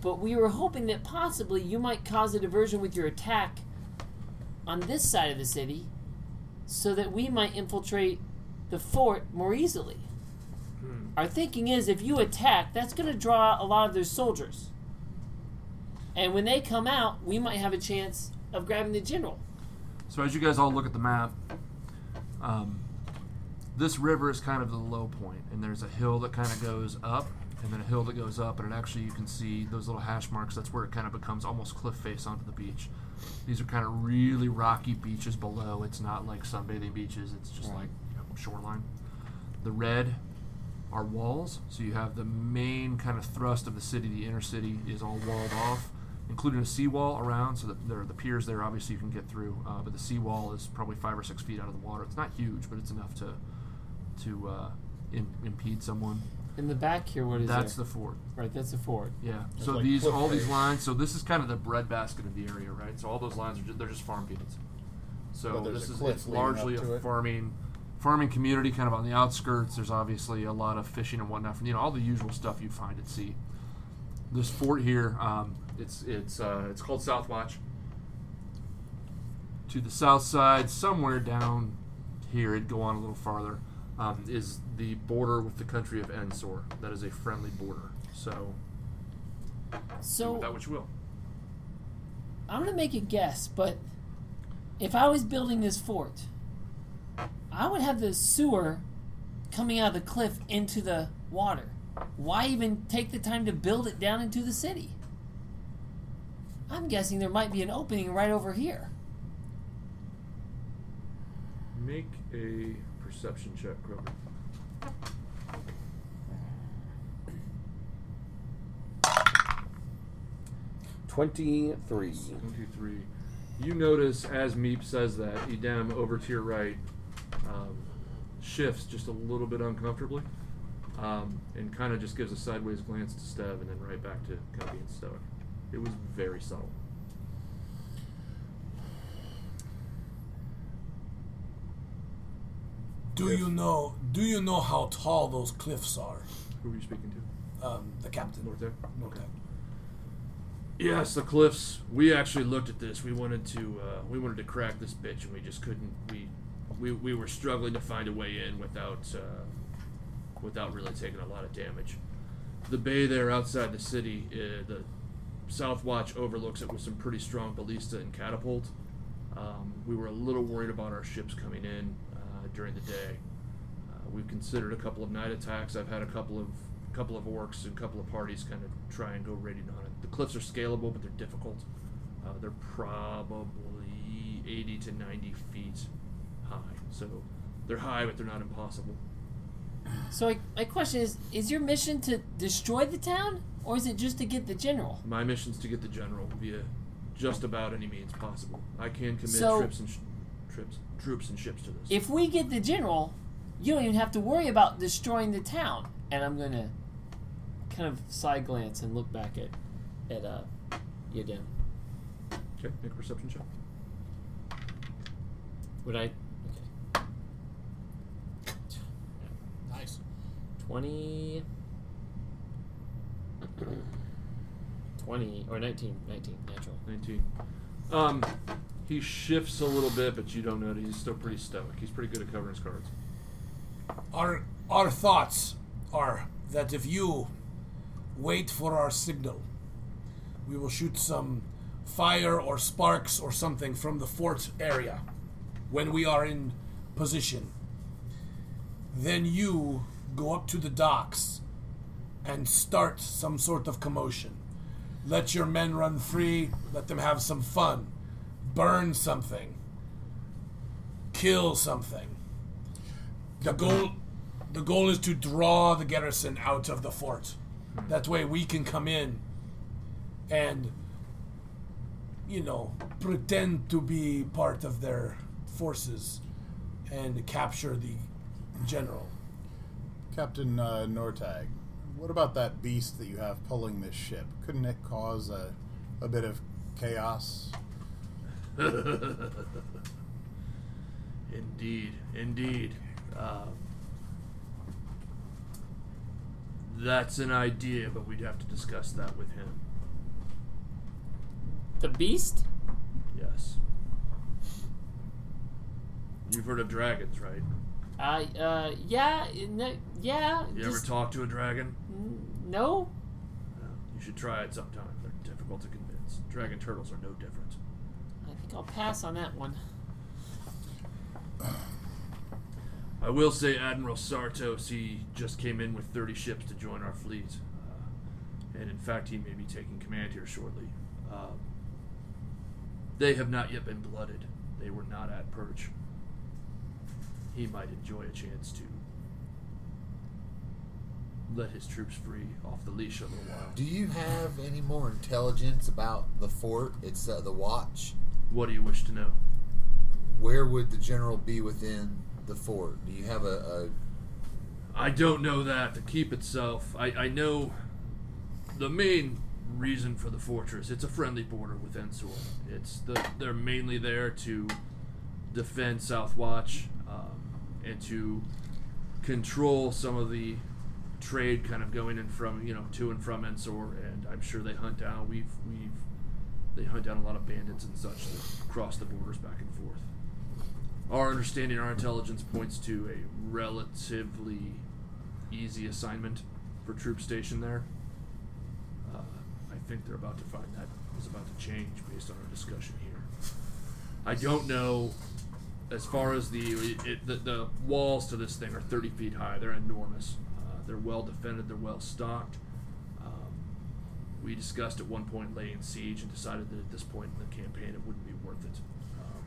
[SPEAKER 5] But we were hoping that possibly you might cause a diversion with your attack on this side of the city so that we might infiltrate the fort more easily. Our thinking is if you attack, that's going to draw a lot of their soldiers. And when they come out, we might have a chance of grabbing the general.
[SPEAKER 3] So as you guys all look at the map, um, this river is kind of the low point, and there's a hill that kind of goes up, and then a hill that goes up, and it actually you can see those little hash marks. That's where it kind of becomes almost cliff face onto the beach. These are kind of really rocky beaches below. It's not like sunbathing beaches. It's just like you know, shoreline. The red are walls. So you have the main kind of thrust of the city, the inner city, is all walled off, including a seawall around. So that there are the piers there, obviously, you can get through. Uh, but the seawall is probably five or six feet out of the water. It's not huge, but it's enough to to uh, Im- impede someone.
[SPEAKER 5] In the back here, what is
[SPEAKER 3] That's
[SPEAKER 5] there?
[SPEAKER 3] the fort.
[SPEAKER 5] right, that's the fort.
[SPEAKER 3] Yeah. so
[SPEAKER 2] like
[SPEAKER 3] these
[SPEAKER 2] cliff
[SPEAKER 3] all these
[SPEAKER 2] face.
[SPEAKER 3] lines. So this is kind of the breadbasket of the area, right? So all those lines are just, they're just farm fields. So
[SPEAKER 2] But there's
[SPEAKER 3] this
[SPEAKER 2] a
[SPEAKER 3] is
[SPEAKER 2] cliff
[SPEAKER 3] it's
[SPEAKER 2] leading up
[SPEAKER 3] largely
[SPEAKER 2] to
[SPEAKER 3] a
[SPEAKER 2] it.
[SPEAKER 3] farming farming community, kind of on the outskirts. There's obviously a lot of fishing and whatnot, you know all the usual stuff you find at sea. This fort here, um, it's it's uh, it's called Southwatch. To the south side, somewhere down here, it'd go on a little farther, um, is the border with the country of Ensor. That is a friendly border. So do
[SPEAKER 5] So
[SPEAKER 3] with that what you will.
[SPEAKER 5] I'm gonna make a guess, but if I was building this fort, I would have the sewer coming out of the cliff into the water. Why even take the time to build it down into the city? I'm guessing there might be an opening right over here.
[SPEAKER 3] Make a perception check, Kroger.
[SPEAKER 6] Twenty-three.
[SPEAKER 3] One, two, three. You notice as Meep says that, Edam over to your right um, shifts just a little bit uncomfortably um, and kind of just gives a sideways glance to Stev and then right back to kind of being stoic. It was very subtle.
[SPEAKER 4] Do you know? Do you know how tall those cliffs are?
[SPEAKER 3] Who are you speaking to?
[SPEAKER 4] Um, the captain.
[SPEAKER 3] Norte?
[SPEAKER 4] Norte.
[SPEAKER 3] Yes, the cliffs. We actually looked at this. We wanted to uh, we wanted to crack this bitch, and we just couldn't. We we, we were struggling to find a way in without uh, without really taking a lot of damage. The bay there outside the city, uh, the South Watch overlooks it with some pretty strong ballista and catapult. Um, we were a little worried about our ships coming in uh, during the day. Uh, we've considered a couple of night attacks. I've had a couple of couple of orcs and a couple of parties kind of try and go raiding on it. The cliffs are scalable, but they're difficult. Uh, they're probably 80 to 90 feet high, so they're high, but they're not impossible.
[SPEAKER 5] So I, my question is: Is your mission to destroy the town, or is it just to get the general?
[SPEAKER 3] My mission's to get the general via just about any means possible. I can commit
[SPEAKER 5] So-
[SPEAKER 3] trips and sh- trips, troops and ships to this.
[SPEAKER 5] If we get the general, you don't even have to worry about destroying the town. And I'm gonna kind of side glance and look back at at uh, Yadin.
[SPEAKER 3] okay, make a perception check.
[SPEAKER 5] Would I? Okay,
[SPEAKER 4] Nice.
[SPEAKER 5] twenty. 20 or 19 19 natural
[SPEAKER 3] 19. Um, he shifts a little bit, but you don't know that he's still pretty stoic. He's pretty good at covering his cards.
[SPEAKER 4] Our our thoughts are that if you wait for our signal, we will shoot some fire or sparks or something from the fort area when we are in position. Then you go up to the docks and start some sort of commotion. Let your men run free, let them have some fun, burn something, kill something. The goal, the goal is to draw the garrison out of the fort. That way, we can come in and, you know, pretend to be part of their forces and capture the general.
[SPEAKER 2] Captain uh, Nortag, what about that beast that you have pulling this ship? Couldn't it cause a, a bit of chaos?
[SPEAKER 3] Indeed, indeed. Um, that's an idea, but we'd have to discuss that with him.
[SPEAKER 5] the beast
[SPEAKER 3] Yes. You've heard of dragons, right?
[SPEAKER 5] uh, uh yeah no, yeah
[SPEAKER 3] You
[SPEAKER 5] just-
[SPEAKER 3] ever talk to a dragon?
[SPEAKER 5] n- no
[SPEAKER 3] No. You should try it sometime. They're difficult to convince. Dragon turtles are no different.
[SPEAKER 5] I think I'll pass on that one.
[SPEAKER 3] I will say Admiral Sartos, he just came in with 30 ships to join our fleet. Uh, and in fact, he may be taking command here shortly. Um, they have not yet been blooded. They were not at Perch. He might enjoy a chance to let his troops free off the leash a little while.
[SPEAKER 9] Do you have any more intelligence about the fort? It's uh, the watch.
[SPEAKER 3] What do you wish to know?
[SPEAKER 9] Where would the general be within the fort? Do you have a,
[SPEAKER 3] I don't know that. The keep itself, I, I know the main reason for the fortress. It's a friendly border with Ensor. It's the they're mainly there to defend Southwatch um, and to control some of the trade kind of going in from you know to and from Ensor. And I'm sure they hunt down. We've we've they hunt down a lot of bandits and such that cross the borders back and forth our understanding, our intelligence points to a relatively easy assignment for troop station there. Uh, I think they're about to find that is about to change based on our discussion here. I don't know. As far as the, it, the the walls to this thing are 30 feet high, they're enormous. Uh, they're well defended. They're well stocked. Um, we discussed at one point laying siege and decided that at this point in the campaign it wouldn't be worth it. Um,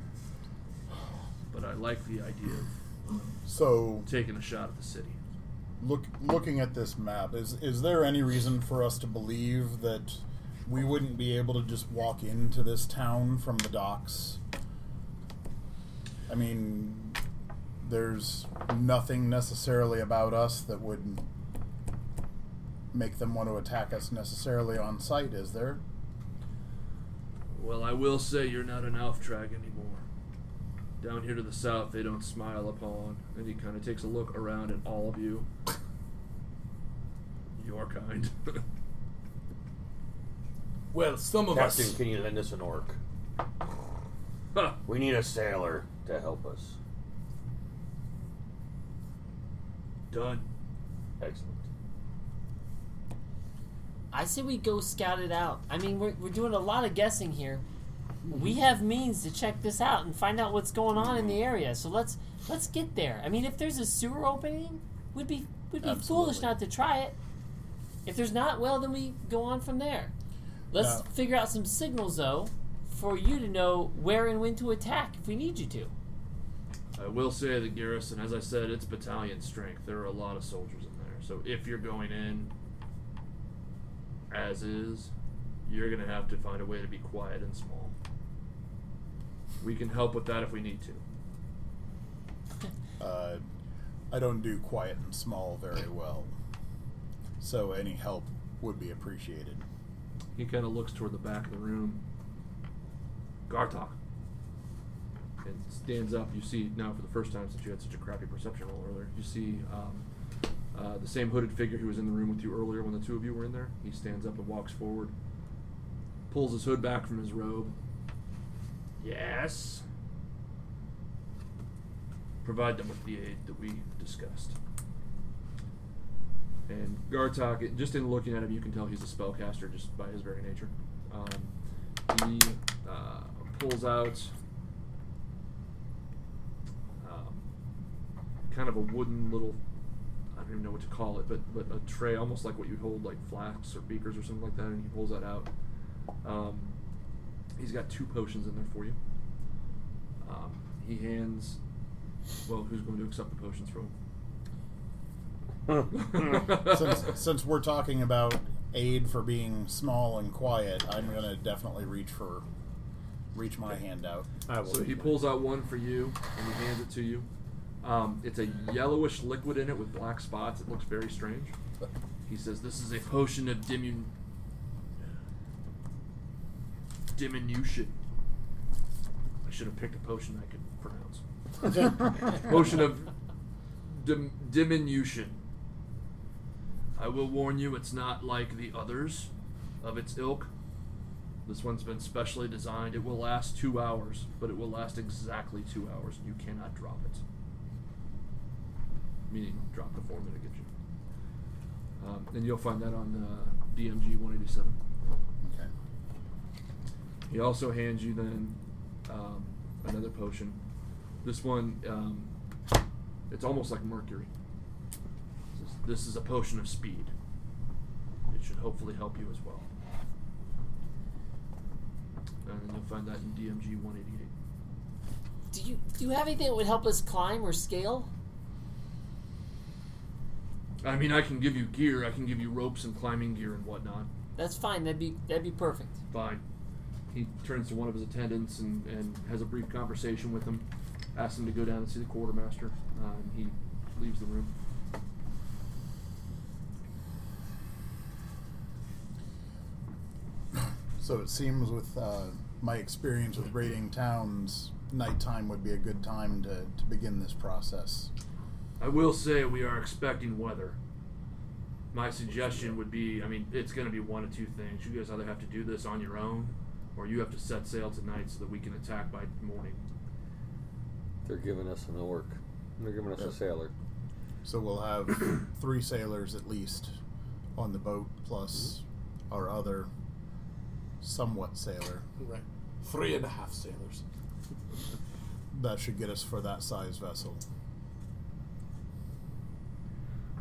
[SPEAKER 3] but I like the idea
[SPEAKER 2] So,
[SPEAKER 3] of taking a shot at the city.
[SPEAKER 2] look, looking at this map, is is there any reason for us to believe that we wouldn't be able to just walk into this town from the docks. I mean, there's nothing necessarily about us that would make them want to attack us necessarily on sight, is there?
[SPEAKER 3] Well, I will say you're not an elf track anymore. Down here to the south, they don't smile upon, and he kind of takes a look around at all of you. Your kind.
[SPEAKER 4] Well, some of
[SPEAKER 6] Captain,
[SPEAKER 4] us.
[SPEAKER 6] can you lend us an orc?
[SPEAKER 3] Huh.
[SPEAKER 6] We need a sailor to help us.
[SPEAKER 3] Done.
[SPEAKER 6] Excellent.
[SPEAKER 5] I say we go scout it out. I mean, we're, we're doing a lot of guessing here. We have means to check this out and find out what's going on in the area. So let's let's get there. I mean, if there's a sewer opening, we'd be we'd be foolish
[SPEAKER 2] Absolutely.
[SPEAKER 5] not to try it. If there's not, well, then we go on from there. Let's
[SPEAKER 2] Yeah.
[SPEAKER 5] figure out some signals though for you to know where and when to attack if we need you to.
[SPEAKER 3] I will say the garrison, as I said, it's battalion strength. There are a lot of soldiers in there. So if you're going in as is, you're going to have to find a way to be quiet and small. We can help with that if we need to.
[SPEAKER 2] Uh, I don't do quiet and small very well, so any help would be appreciated.
[SPEAKER 3] He kind of looks toward the back of the room. Gartok. And stands up. You see now for the first time since you had such a crappy perception roll earlier. You see um, uh, the same hooded figure who was in the room with you earlier when the two of you were in there. He stands up and walks forward. Pulls his hood back from his robe. Yes. Provide them with the aid that we discussed. And Gartok, it- just in looking at him, you can tell he's a spellcaster just by his very nature. Um, he uh, pulls out um, kind of a wooden little, I don't even know what to call it, but, but a tray, almost like what you hold, like flasks or beakers or something like that, and he pulls that out. Um, he's got two potions in there for you. Um, he hands, well, who's going to accept the potions from him?
[SPEAKER 2] since, since we're talking about aid for being small and quiet, I'm gonna definitely reach for reach my hand out.
[SPEAKER 3] So he pulls out one for you and he hands it to you. Um, it's a yellowish liquid in it with black spots. It looks very strange. He says, "This is a potion of dimun diminution." I should have picked a potion I could pronounce. potion of dim- diminution. I will warn you, it's not like the others of its ilk. This one's been specially designed. It will last two hours, but it will last exactly two hours. You cannot drop it. Meaning, drop the form it'll get you. Um, and you'll find that on uh, DMG 187.
[SPEAKER 2] Okay.
[SPEAKER 3] He also hands you then um, another potion. This one, um, it's almost like mercury. It says, This is a potion of speed. It should hopefully help you as well. And then you'll find that in DMG 188.
[SPEAKER 5] Do you do you have anything that would help us climb or scale?
[SPEAKER 3] I mean, I can give you gear. I can give you ropes and climbing gear and whatnot.
[SPEAKER 5] That's fine. That'd be that'd be perfect.
[SPEAKER 3] Fine. He turns to one of his attendants and, and has a brief conversation with him. Asks him to go down and see the quartermaster. Uh, and he leaves the room.
[SPEAKER 2] So it seems with uh, my experience with raiding towns, nighttime would be a good time to, to begin this process.
[SPEAKER 3] I will say we are expecting weather. My suggestion would be I mean, it's going to be one of two things. You guys either have to do this on your own, or you have to set sail tonight so that we can attack by morning.
[SPEAKER 6] They're giving us an orc. They're giving us a sailor.
[SPEAKER 2] So we'll have three sailors at least on the boat, plus our other somewhat sailor.
[SPEAKER 4] Right. Three and a half sailors.
[SPEAKER 2] That should get us for that size vessel.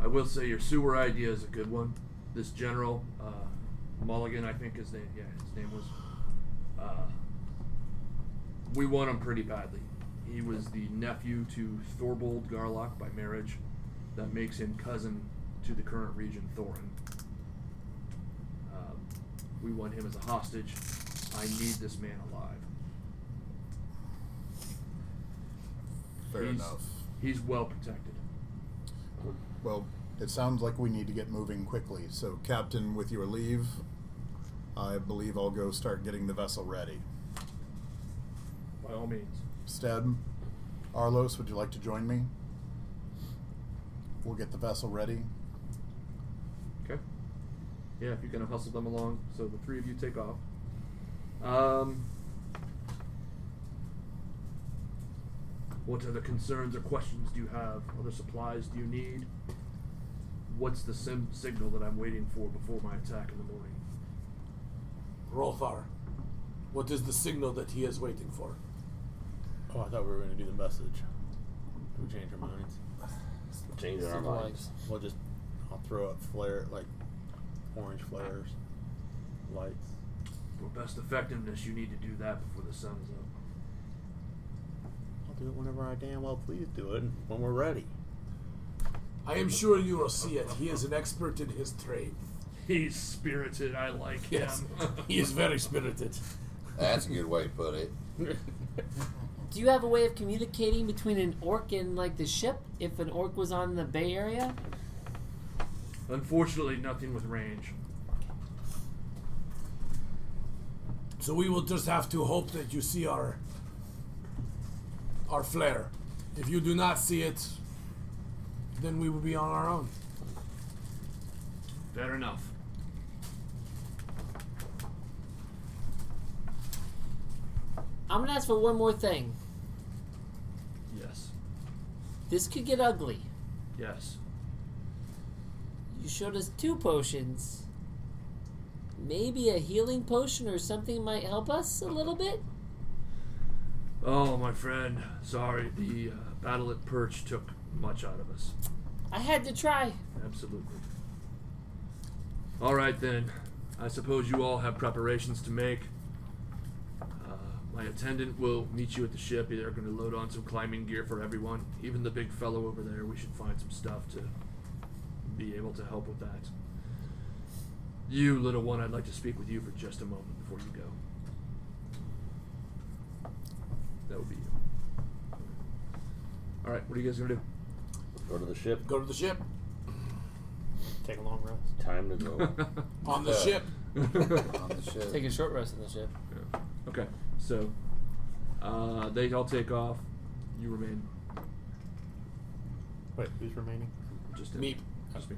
[SPEAKER 3] I will say your sewer idea is a good one. This general uh, Mulligan, I think his name, yeah, his name was. Uh, we want him pretty badly. He was the nephew to Thorbold Garlock by marriage. That makes him cousin to the current regent Thorin. Um, We want him as a hostage. I need this man alive.
[SPEAKER 9] Fair
[SPEAKER 3] he's,
[SPEAKER 9] enough.
[SPEAKER 3] He's well protected.
[SPEAKER 2] Well, it sounds like we need to get moving quickly. So, Captain, with your leave, I believe I'll go start getting the vessel ready.
[SPEAKER 3] By all means.
[SPEAKER 2] Stead, Arlos, would you like to join me? We'll get the vessel ready.
[SPEAKER 3] Okay. Yeah, if you kind of hustle them along, so the three of you take off. Um, what other concerns or questions do you have? Other supplies do you need? What's the sim- signal that I'm waiting for before my attack in the morning?
[SPEAKER 4] Rolfar, what is the signal that he is waiting for?
[SPEAKER 8] Oh, I thought we were going to do the message. Do we change our minds?
[SPEAKER 6] Change our
[SPEAKER 5] Signal
[SPEAKER 6] minds.
[SPEAKER 8] We'll just, I'll throw up flare, like orange flares, lights.
[SPEAKER 3] For best effectiveness, you need to do that before the sun is up.
[SPEAKER 8] I'll do it whenever I damn well please do it, when we're ready.
[SPEAKER 4] I am sure you will see it. He is an expert in his trade.
[SPEAKER 3] He's spirited. I like
[SPEAKER 4] Yes,
[SPEAKER 3] him.
[SPEAKER 4] he is very spirited.
[SPEAKER 9] That's a good way to put it.
[SPEAKER 5] Do you have a way of communicating between an orc and like the ship? If an orc was on the Bay Area,
[SPEAKER 3] Unfortunately, nothing with range.
[SPEAKER 4] So we will just have to hope that you see our our flare. If you do not see it, then we will be on our own.
[SPEAKER 3] Fair enough.
[SPEAKER 5] I'm gonna ask for one more thing.
[SPEAKER 3] Yes.
[SPEAKER 5] This could get ugly.
[SPEAKER 3] Yes.
[SPEAKER 5] You showed us two potions. Maybe a healing potion or something might help us a little bit.
[SPEAKER 3] Oh, my friend. Sorry, the uh, battle at Perch took much out of us.
[SPEAKER 5] I had to try.
[SPEAKER 3] Absolutely. All right, then. I suppose you all have preparations to make. Uh, my attendant will meet you at the ship. They're going to load on some climbing gear for everyone, even the big fellow over there. We should find some stuff to be able to help with that. You, little one, I'd like to speak with you for just a moment before you go. That would be you. All right, what are you guys going to do?
[SPEAKER 6] Go to the ship.
[SPEAKER 4] Go to the ship.
[SPEAKER 8] Take a long rest.
[SPEAKER 6] Time to go.
[SPEAKER 4] On
[SPEAKER 3] Uh,
[SPEAKER 4] the ship.
[SPEAKER 9] On the ship.
[SPEAKER 5] Take a short rest on the ship.
[SPEAKER 3] Okay, so uh, they all take off. You remain
[SPEAKER 8] Wait, who's remaining?
[SPEAKER 3] just in.
[SPEAKER 4] Meep.
[SPEAKER 3] Just me.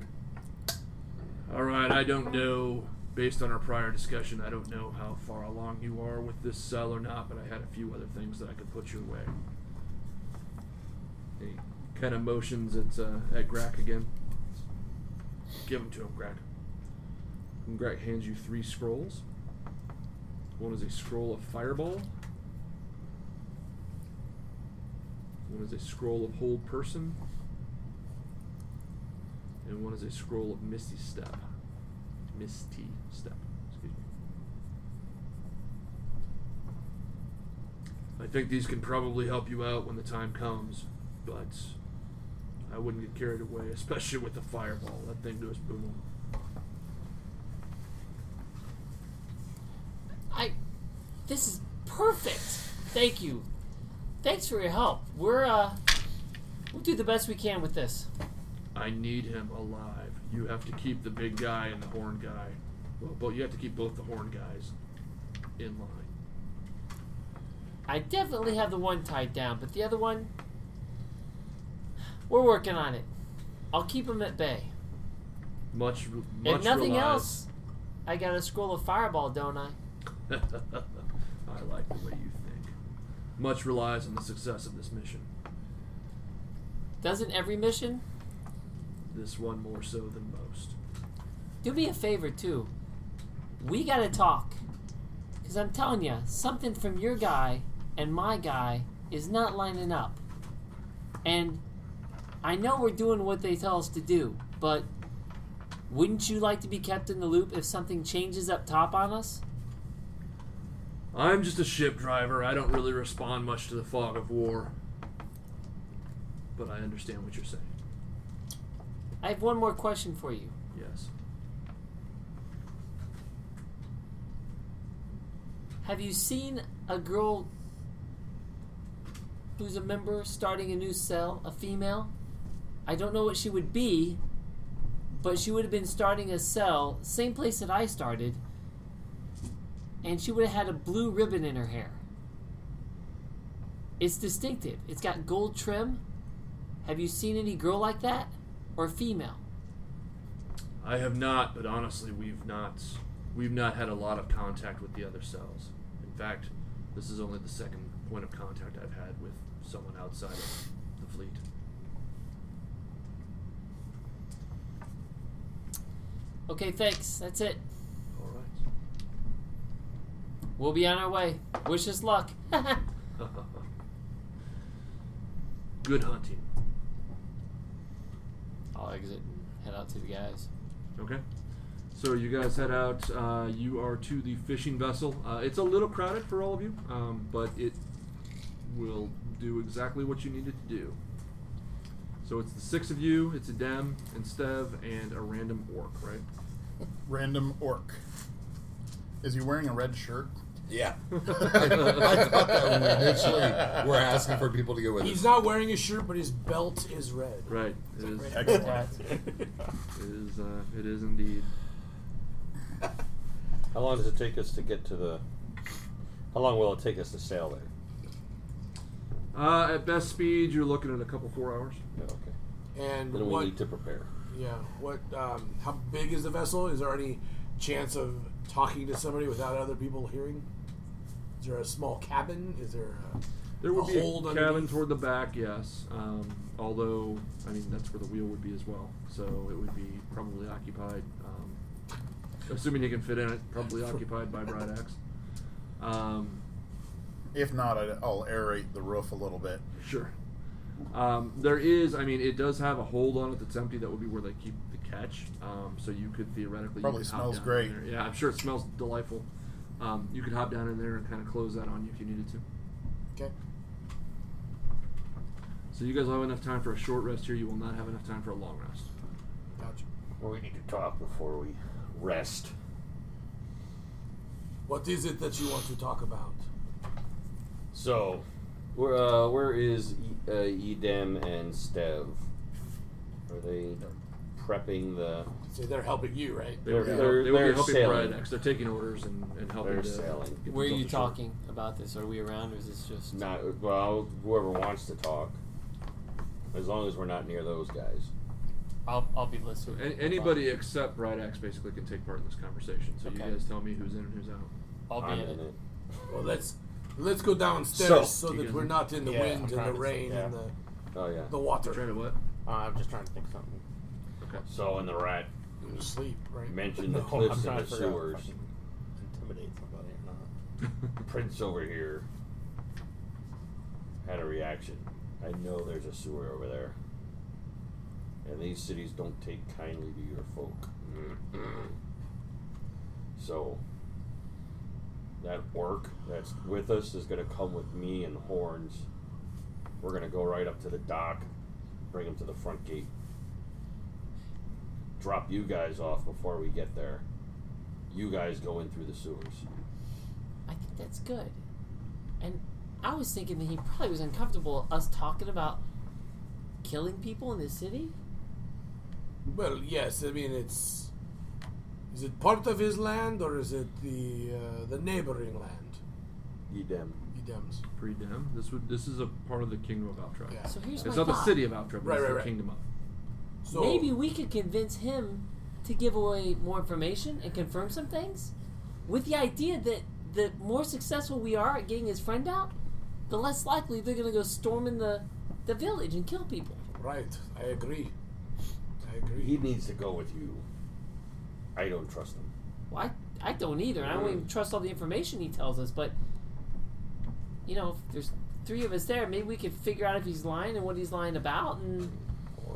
[SPEAKER 3] All right, I don't know. Based on our prior discussion, I don't know how far along you are with this cell or not, but I had a few other things that I could put your way. He kind of motions at uh, at Grack again. Give them to him, Grack. And Grack hands you three scrolls. One is a scroll of fireball. One is a scroll of hold person. And one is a scroll of misty step. Misty step. Excuse me. I think these can probably help you out when the time comes, but I wouldn't get carried away, especially with the fireball. That thing goes boom.
[SPEAKER 5] I. This is perfect. Thank you. Thanks for your help. We're uh, we'll do the best we can with this.
[SPEAKER 3] I need him alive. You have to keep the big guy and the horn guy. Well, but you have to keep both the horn guys in line.
[SPEAKER 5] I definitely have the one tied down, but the other one, we're working on it. I'll keep him at bay.
[SPEAKER 3] Much, much.
[SPEAKER 5] if nothing
[SPEAKER 3] relies-
[SPEAKER 5] else, I got a scroll of fireball, don't I?
[SPEAKER 3] I like the way you think. Much relies on the success of this mission.
[SPEAKER 5] Doesn't every mission?
[SPEAKER 3] This one more so than most.
[SPEAKER 5] Do me a favor too. We gotta talk, cause I'm telling you, something from your guy and my guy is not lining up. And I know we're doing what they tell us to do, but wouldn't you like to be kept in the loop if something changes up top on us?
[SPEAKER 3] I'm just a ship driver. I don't really respond much to the fog of war. But I understand what you're saying.
[SPEAKER 5] I have one more question for you.
[SPEAKER 3] Yes.
[SPEAKER 5] Have you seen a girl who's a member starting a new cell, a female? I don't know what she would be, but she would have been starting a cell, same place that I started, and she would have had a blue ribbon in her hair. It's distinctive. It's got gold trim. Have you seen any girl like that? Or female?
[SPEAKER 3] I have not, but honestly, we've not we've not had a lot of contact with the other cells. In fact, this is only the second point of contact I've had with someone outside of the fleet.
[SPEAKER 5] Okay, thanks. That's it.
[SPEAKER 3] All right.
[SPEAKER 5] We'll be on our way. Wish us luck.
[SPEAKER 3] Good hunting.
[SPEAKER 5] I'll exit and head out to the guys.
[SPEAKER 3] Okay. So you guys head out. Uh, you are to the fishing vessel. Uh, it's a little crowded for all of you, um, but it will do exactly what you need it to do. So it's the six of you. It's a Dem and Stev and a random orc, right?
[SPEAKER 2] Random orc. Is he wearing a red shirt?
[SPEAKER 9] Yeah. I, I thought that when we initially were asking for people to go with
[SPEAKER 4] He's
[SPEAKER 9] us.
[SPEAKER 4] not wearing a shirt, but his belt is red.
[SPEAKER 3] Right. It is. It
[SPEAKER 2] Excellent.
[SPEAKER 3] is. Uh, it is indeed.
[SPEAKER 6] How long does it take us to get to the? How long will it take us to sail there?
[SPEAKER 3] Uh, at best speed, you're looking at a couple four hours.
[SPEAKER 6] Yeah, okay.
[SPEAKER 4] And
[SPEAKER 6] Then
[SPEAKER 4] what?
[SPEAKER 6] we need to prepare.
[SPEAKER 4] yeah. What? Um, how big is the vessel? Is there any chance of talking to somebody without other people hearing? Is there a small cabin? Is there? A,
[SPEAKER 3] There would
[SPEAKER 4] a
[SPEAKER 3] be a
[SPEAKER 4] hold
[SPEAKER 3] cabin
[SPEAKER 4] underneath?
[SPEAKER 3] toward the back, yes. Um, although, I mean, that's where the wheel would be as well, so it would be probably occupied. Um, assuming you can fit in it, probably occupied by Bright Axe. Um,
[SPEAKER 2] If not, I'd- I'll aerate the roof a little bit.
[SPEAKER 3] sure. Um, there is, I mean, it does have a hold on it that's empty. That would be where they keep the catch. Um, so you could theoretically you
[SPEAKER 2] Probably
[SPEAKER 3] could hop
[SPEAKER 2] smells
[SPEAKER 3] down
[SPEAKER 2] great.
[SPEAKER 3] in there. Yeah, I'm sure it smells delightful. Um, you could hop down in there and kind of close that on you if you needed to.
[SPEAKER 4] Okay.
[SPEAKER 3] So you guys will have enough time for a short rest here. You will not have enough time for a long rest.
[SPEAKER 4] Gotcha.
[SPEAKER 6] Well, we need to talk before we rest.
[SPEAKER 4] What is it that you want to talk about?
[SPEAKER 6] So, where uh, where is E- uh, Edem and Stev? Are they prepping the?
[SPEAKER 4] So they're helping you, right?
[SPEAKER 3] They were,
[SPEAKER 6] They're-
[SPEAKER 3] they're, they
[SPEAKER 6] they're-
[SPEAKER 3] were
[SPEAKER 6] they're
[SPEAKER 3] helping
[SPEAKER 6] sailing.
[SPEAKER 3] Bridex. They're taking orders and, and helping.
[SPEAKER 6] They're
[SPEAKER 3] to
[SPEAKER 6] sailing.
[SPEAKER 3] get
[SPEAKER 5] Where are
[SPEAKER 3] themselves
[SPEAKER 5] you
[SPEAKER 3] ashore.
[SPEAKER 5] talking about this? Are we around or is this just.
[SPEAKER 6] Not well. Whoever wants to talk, as long as we're not near those guys.
[SPEAKER 5] I'll, I'll be
[SPEAKER 3] So
[SPEAKER 5] listening.
[SPEAKER 3] a- anybody except Bridex basically can take part in this conversation. So
[SPEAKER 5] Okay.
[SPEAKER 3] you guys tell me who's in and who's out.
[SPEAKER 5] I'll be
[SPEAKER 6] I'm
[SPEAKER 5] in
[SPEAKER 6] in
[SPEAKER 5] it.
[SPEAKER 6] it.
[SPEAKER 4] Well, let's let's go downstairs
[SPEAKER 6] So-
[SPEAKER 4] so, that we're not in the
[SPEAKER 8] Yeah, I'm
[SPEAKER 4] wind and the
[SPEAKER 8] trying to-
[SPEAKER 4] rain
[SPEAKER 8] yeah.
[SPEAKER 4] and the,
[SPEAKER 6] Oh yeah.
[SPEAKER 4] the water.
[SPEAKER 3] Trying to what?
[SPEAKER 8] Uh, I'm just trying to think something.
[SPEAKER 3] Okay.
[SPEAKER 6] So in the rat
[SPEAKER 4] You're asleep, right?
[SPEAKER 6] mentioned the
[SPEAKER 8] No, I'm
[SPEAKER 6] cliffs
[SPEAKER 8] trying
[SPEAKER 6] and
[SPEAKER 8] to
[SPEAKER 6] the
[SPEAKER 8] figure out if I
[SPEAKER 6] sewers.
[SPEAKER 8] can Intimidate somebody or not.
[SPEAKER 6] Prince over here had a reaction. I know there's a sewer over there. And these cities don't take kindly to your folk. so, that orc that's with us is going to come with me and horns. We're going to go right up to the dock, bring him to the front gate, drop you guys off before we get there. You guys go in through the sewers.
[SPEAKER 5] I think that's good. And I was thinking that he probably was uncomfortable us talking about killing people in the city.
[SPEAKER 4] Well, yes. I mean, it's is it part of his land or is it the uh, the neighboring land?
[SPEAKER 6] Edem.
[SPEAKER 4] Edems.
[SPEAKER 3] Pre Dem. This would this is a part of the kingdom of Altra.
[SPEAKER 4] Yeah.
[SPEAKER 5] So here's
[SPEAKER 3] It's
[SPEAKER 5] my
[SPEAKER 3] not the
[SPEAKER 5] thought.
[SPEAKER 3] city of Altra, but
[SPEAKER 4] Right,
[SPEAKER 3] it's
[SPEAKER 4] right,
[SPEAKER 3] the
[SPEAKER 4] right.
[SPEAKER 3] kingdom of.
[SPEAKER 4] So
[SPEAKER 5] Maybe we could convince him to give away more information and confirm some things with the idea that the more successful we are at getting his friend out, the less likely they're going to go storming the, the village and kill people.
[SPEAKER 4] right. I agree. I agree.
[SPEAKER 6] He needs to go with you. I don't trust him.
[SPEAKER 5] Well, I, I don't either. and I don't even trust all the information he tells us, but, you know, if there's three of us there, maybe we could figure out if he's lying and what he's lying about. And
[SPEAKER 6] Or,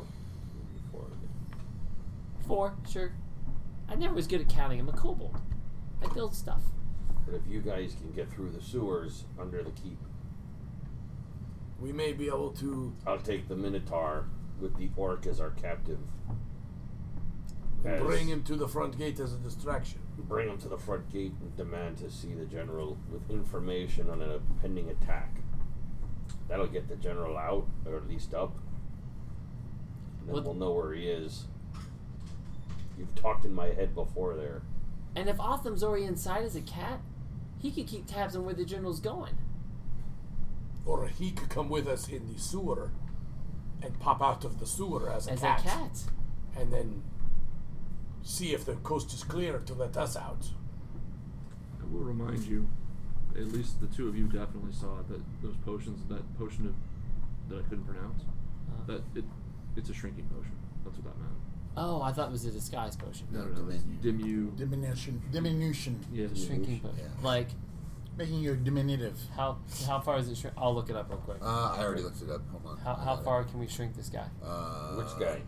[SPEAKER 6] or
[SPEAKER 5] four, sure. I never was good at counting. I'm a kobold. I build stuff.
[SPEAKER 6] but if you guys can get through the sewers under the keep,
[SPEAKER 4] we may be able to.
[SPEAKER 6] I'll take the Minotaur with the orc as our captive. As-
[SPEAKER 4] Bring him to the front gate as a distraction.
[SPEAKER 6] bring him to the front gate and demand to see the general with information on a pending attack. That'll get the general out, or at least up. And then
[SPEAKER 5] What-
[SPEAKER 6] we'll know where he is. You've talked in my head before there.
[SPEAKER 5] And if Otham's already inside as a cat, he could keep tabs on where the general's going.
[SPEAKER 4] Or he could come with us in the sewer and pop out of the sewer as a,
[SPEAKER 5] As
[SPEAKER 4] cat,
[SPEAKER 5] a cat.
[SPEAKER 4] And then see if the coast is clear to let us out.
[SPEAKER 3] I will remind you, at least the two of you definitely saw it, that those potions, that potion of, that I couldn't pronounce,
[SPEAKER 5] Uh-huh.
[SPEAKER 3] that it, it's a shrinking potion. That's what that meant.
[SPEAKER 5] Oh, I thought it was a disguise potion.
[SPEAKER 3] No, no, no. It's dim you.
[SPEAKER 2] Diminution. Diminution.
[SPEAKER 3] Yeah,
[SPEAKER 5] Shrinking potion.
[SPEAKER 9] Yeah.
[SPEAKER 5] Like
[SPEAKER 2] Making you diminutive.
[SPEAKER 5] how how far is it? Shr- I'll look it up real quick.
[SPEAKER 9] Uh, I already looked it up. Hold on.
[SPEAKER 5] how
[SPEAKER 9] I
[SPEAKER 5] how
[SPEAKER 9] got it.
[SPEAKER 5] far can we shrink this guy?
[SPEAKER 9] Uh,
[SPEAKER 6] Which guy?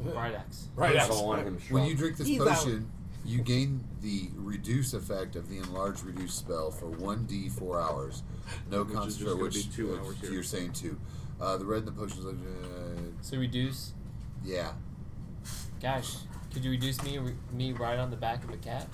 [SPEAKER 5] Bridex.
[SPEAKER 4] Right.
[SPEAKER 6] I don't want him
[SPEAKER 9] When
[SPEAKER 6] shrunk.
[SPEAKER 9] you drink this
[SPEAKER 4] He's
[SPEAKER 9] potion, you gain the reduce effect of the enlarge reduce spell for 1d 4 hours. No
[SPEAKER 3] Which is just
[SPEAKER 9] concentration,
[SPEAKER 3] gonna
[SPEAKER 9] which
[SPEAKER 3] be two
[SPEAKER 9] uh,
[SPEAKER 3] hours here.
[SPEAKER 9] you're saying 2. Uh, the red in the potion is like, uh,
[SPEAKER 5] So reduce.
[SPEAKER 9] yeah.
[SPEAKER 5] Gosh, could you reduce me me right on the back of a cat?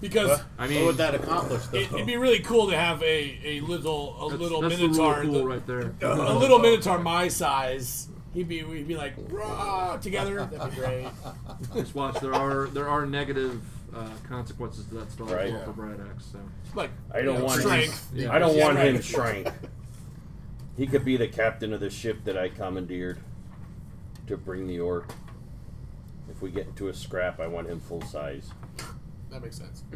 [SPEAKER 4] because
[SPEAKER 3] I
[SPEAKER 8] what
[SPEAKER 3] mean,
[SPEAKER 8] would that accomplish, though?
[SPEAKER 4] it, would be really cool to have a, a little a
[SPEAKER 3] that's,
[SPEAKER 4] little
[SPEAKER 3] that's the
[SPEAKER 4] minotaur
[SPEAKER 3] rule
[SPEAKER 4] that-
[SPEAKER 3] right there.
[SPEAKER 4] a little minotaur my size. He'd be we'd be like rah together. That'd be great.
[SPEAKER 3] Just watch. There are there are negative uh, consequences to that spell as
[SPEAKER 6] Right.
[SPEAKER 3] well for Bright Axe. So
[SPEAKER 4] Like
[SPEAKER 6] I don't want
[SPEAKER 4] strength.
[SPEAKER 3] Yeah.
[SPEAKER 6] him. I don't
[SPEAKER 4] Yeah,
[SPEAKER 6] want him
[SPEAKER 4] right.
[SPEAKER 6] shrank. He could be the captain of the ship that I commandeered to bring the orc. If we get into a scrap, I want him full size.
[SPEAKER 4] That makes sense.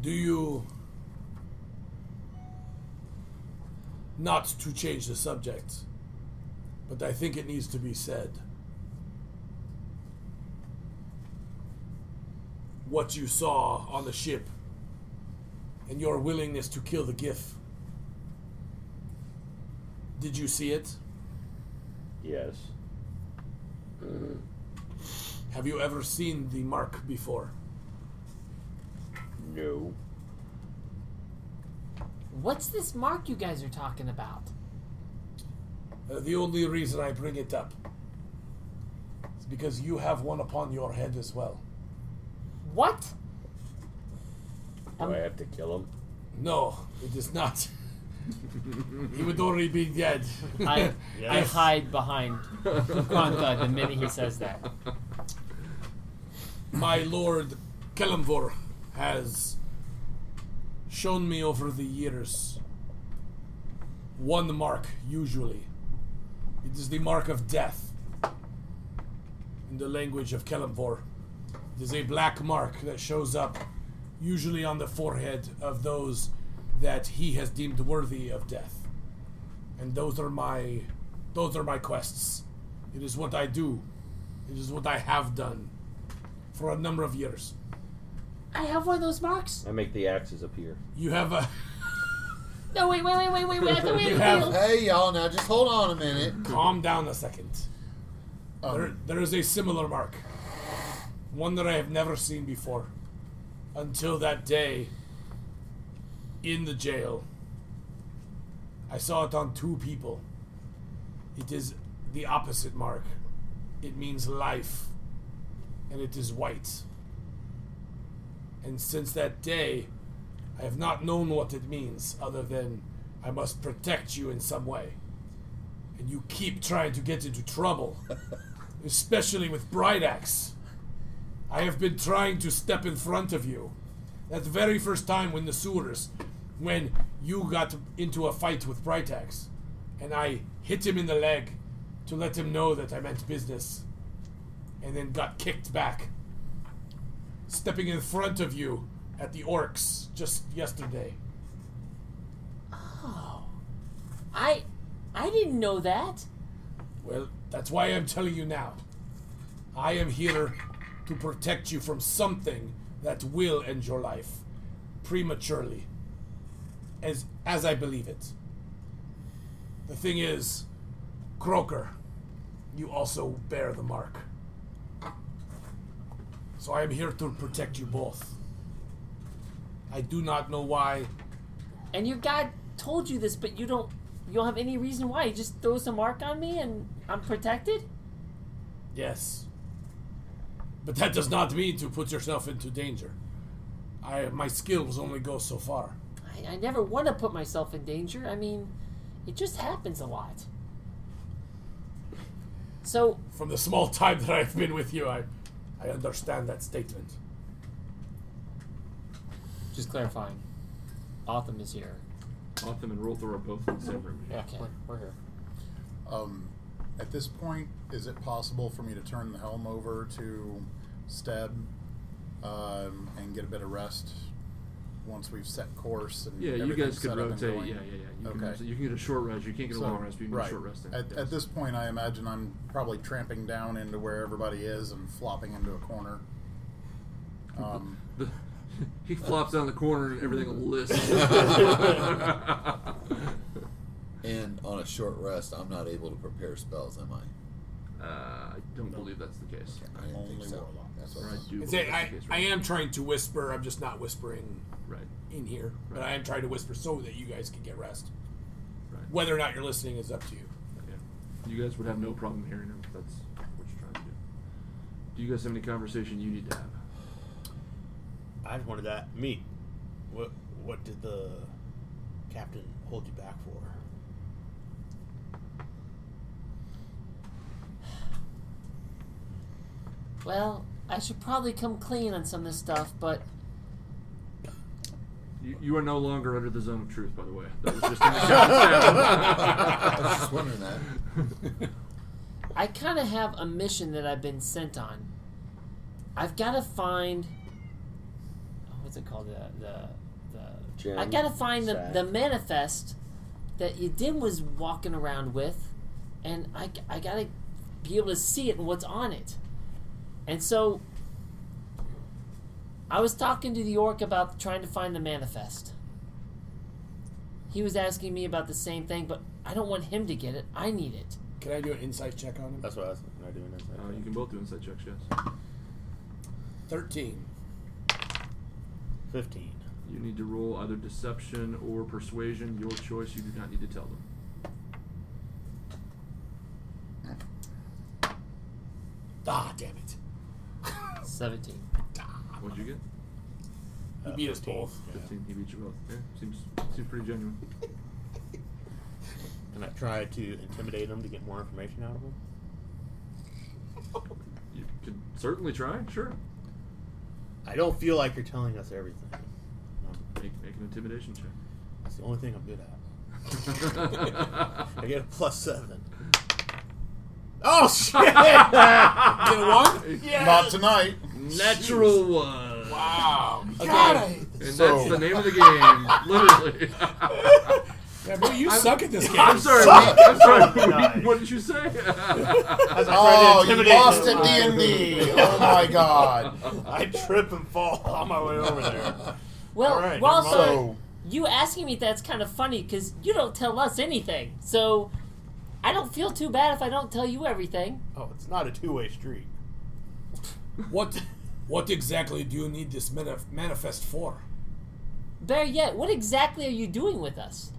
[SPEAKER 4] Do you not to change the subject, but I think it needs to be said. What you saw on the ship and your willingness to kill the GIF. Did you see it?
[SPEAKER 6] Yes.
[SPEAKER 4] Have you ever seen the mark before?
[SPEAKER 6] No.
[SPEAKER 5] What's this mark you guys are talking about?
[SPEAKER 4] Uh, the only reason I bring it up is because you have one upon your head as well.
[SPEAKER 5] What?
[SPEAKER 6] Do
[SPEAKER 8] Um,
[SPEAKER 6] I have to kill him?
[SPEAKER 4] No, it is not. he would already be dead.
[SPEAKER 5] I I
[SPEAKER 8] Yes.
[SPEAKER 5] hide behind Quanta the minute he says that.
[SPEAKER 4] My lord Kelimvor has shown me over the years one mark, usually. It is the mark of death. In the language of Kelimvor, it is a black mark that shows up usually on the forehead of those that he has deemed worthy of death. And those are my those are my quests. It is what I do. It is what I have done for a number of years.
[SPEAKER 5] I have one of those marks.
[SPEAKER 6] I make the axes appear.
[SPEAKER 4] You have a
[SPEAKER 5] No, wait, wait, wait, wait, wait, wait. I have to wait.
[SPEAKER 4] You have-
[SPEAKER 5] wait.
[SPEAKER 9] Hey, y'all, now just hold on a minute.
[SPEAKER 4] calm down a second. there, there is a similar mark, one that I have never seen before, until that day. In the jail, I saw it on two people. It is the opposite mark. It means life, and it is white. And since that day, I have not known what it means other than I must protect you in some way. And you keep trying to get into trouble, especially with Brightaxe. I have been trying to step in front of you. That very first time when the sewers, when you got into a fight with Brightaxe, and I hit him in the leg to let him know that I meant business, and then got kicked back. Stepping in front of you at the orcs just yesterday.
[SPEAKER 5] I I didn't know that.
[SPEAKER 4] Well, that's why I'm telling you now. I am here to protect you from something that will end your life prematurely. As as I believe it. The thing is, Croker, you also bear the mark. So I am here to protect you both. I do not know why
[SPEAKER 5] And your guy told you this, but you don't. You don't have any reason why. He just throws a mark on me and I'm protected?
[SPEAKER 4] Yes. But that does not mean to put yourself into danger. I my skills only go so far.
[SPEAKER 5] I, I never want to put myself in danger. I mean, it just happens a lot. So,
[SPEAKER 4] From the small time that I've been with you, I I understand that statement.
[SPEAKER 5] just clarifying. Autumn is here.
[SPEAKER 3] Autumn and Rolthor are both in the same room.
[SPEAKER 8] Yeah,
[SPEAKER 5] Okay.
[SPEAKER 8] we're, we're here.
[SPEAKER 2] Um, at this point, is it possible for me to turn the helm over to Steb um, and get a bit of rest once we've set course? And
[SPEAKER 3] Yeah, you guys
[SPEAKER 2] everything's
[SPEAKER 3] could
[SPEAKER 2] set up and
[SPEAKER 3] rotate.
[SPEAKER 2] going?
[SPEAKER 3] Yeah, yeah, yeah. You, can,
[SPEAKER 2] Okay.
[SPEAKER 3] abs- you can get a short rest. You can't get a
[SPEAKER 2] So-
[SPEAKER 3] long rest, but you can get a short rest. there.
[SPEAKER 2] At,
[SPEAKER 3] Yes.
[SPEAKER 2] at this point, I imagine I'm probably tramping down into where everybody is and flopping into a corner. Um,
[SPEAKER 3] The- he flops down the corner and
[SPEAKER 2] Mm-hmm.
[SPEAKER 3] everything Uh, lists.
[SPEAKER 9] And on a short rest, I'm not able to prepare spells, am I?
[SPEAKER 3] Uh, I don't believe that's the case.
[SPEAKER 9] I didn't think
[SPEAKER 2] Only
[SPEAKER 9] so.
[SPEAKER 2] warlock.
[SPEAKER 9] That's what
[SPEAKER 3] Or
[SPEAKER 9] I
[SPEAKER 3] I
[SPEAKER 9] thought.
[SPEAKER 3] do believe
[SPEAKER 4] It's a-
[SPEAKER 3] that's
[SPEAKER 4] I,
[SPEAKER 3] the case.
[SPEAKER 4] I
[SPEAKER 3] right?
[SPEAKER 4] am trying to whisper. I'm just not whispering
[SPEAKER 3] Right,
[SPEAKER 4] in here, but I am trying to whisper so that you guys can get rest.
[SPEAKER 3] right.
[SPEAKER 4] Whether or not you're listening is up to you.
[SPEAKER 3] Yeah. You guys would have no problem hearing him if that's what you're trying to do. Do you guys have any conversation you need to have?
[SPEAKER 8] I just wanted that meat. What what did the captain hold you back for?
[SPEAKER 5] Well, I should probably come clean on some of this stuff, but
[SPEAKER 3] You, you are no longer under the zone of truth, by the way. That was just an account.
[SPEAKER 9] I was just wondering that.
[SPEAKER 5] I kind of have a mission that I've been sent on. I've got to find. oh, What's it called? The the, the
[SPEAKER 6] Gem,
[SPEAKER 5] I got to find the,
[SPEAKER 6] sack.
[SPEAKER 5] the manifest that Yadim was walking around with, and I I got to be able to see it and what's on it. And so I was talking to the orc about trying to find the manifest. He was asking me about the same thing, but I don't want him to get it. I need it.
[SPEAKER 4] Can I do an insight check on
[SPEAKER 6] Uh,
[SPEAKER 4] him?
[SPEAKER 8] That's what I was thinking of doing.
[SPEAKER 3] uh, you can both do inside checks, yes.
[SPEAKER 4] Thirteen.
[SPEAKER 8] Fifteen.
[SPEAKER 3] You need to roll either deception or persuasion, your choice. You do not need to tell them.
[SPEAKER 4] Ah, damn it!
[SPEAKER 5] 17.
[SPEAKER 3] What'd you get?
[SPEAKER 4] He beat us both.
[SPEAKER 3] Fifteen. He beat you both. Yeah, seems seems pretty genuine.
[SPEAKER 8] Can I try to intimidate him to get more information out of him?
[SPEAKER 3] You could certainly try. Sure.
[SPEAKER 8] I don't feel like you're telling us everything.
[SPEAKER 3] Make make an intimidation check.
[SPEAKER 8] That's the only thing I'm good at. I get a plus seven. Oh shit! you one? Yeah.
[SPEAKER 2] Not tonight.
[SPEAKER 3] Natural one.
[SPEAKER 4] Wow.
[SPEAKER 3] And
[SPEAKER 2] So-
[SPEAKER 3] that's the name of the game, literally.
[SPEAKER 4] Yeah, bro, you suck at this game.
[SPEAKER 3] I'm sorry. I'm sorry.
[SPEAKER 8] Nice.
[SPEAKER 3] What did you say?
[SPEAKER 2] Oh, you
[SPEAKER 8] intimidate
[SPEAKER 2] lost
[SPEAKER 8] him.
[SPEAKER 2] at D and D. Oh my God.
[SPEAKER 8] I trip and fall on my way over there.
[SPEAKER 5] Well,
[SPEAKER 8] All right,
[SPEAKER 5] well,
[SPEAKER 8] never
[SPEAKER 5] also,
[SPEAKER 2] So
[SPEAKER 5] you asking me that's kind of funny because you don't tell us anything. So I don't feel too bad if I don't tell you everything.
[SPEAKER 8] Oh, it's not a two-way street.
[SPEAKER 4] What? What exactly do you need this manif- manifest for?
[SPEAKER 5] Better yet, what exactly are you doing with us?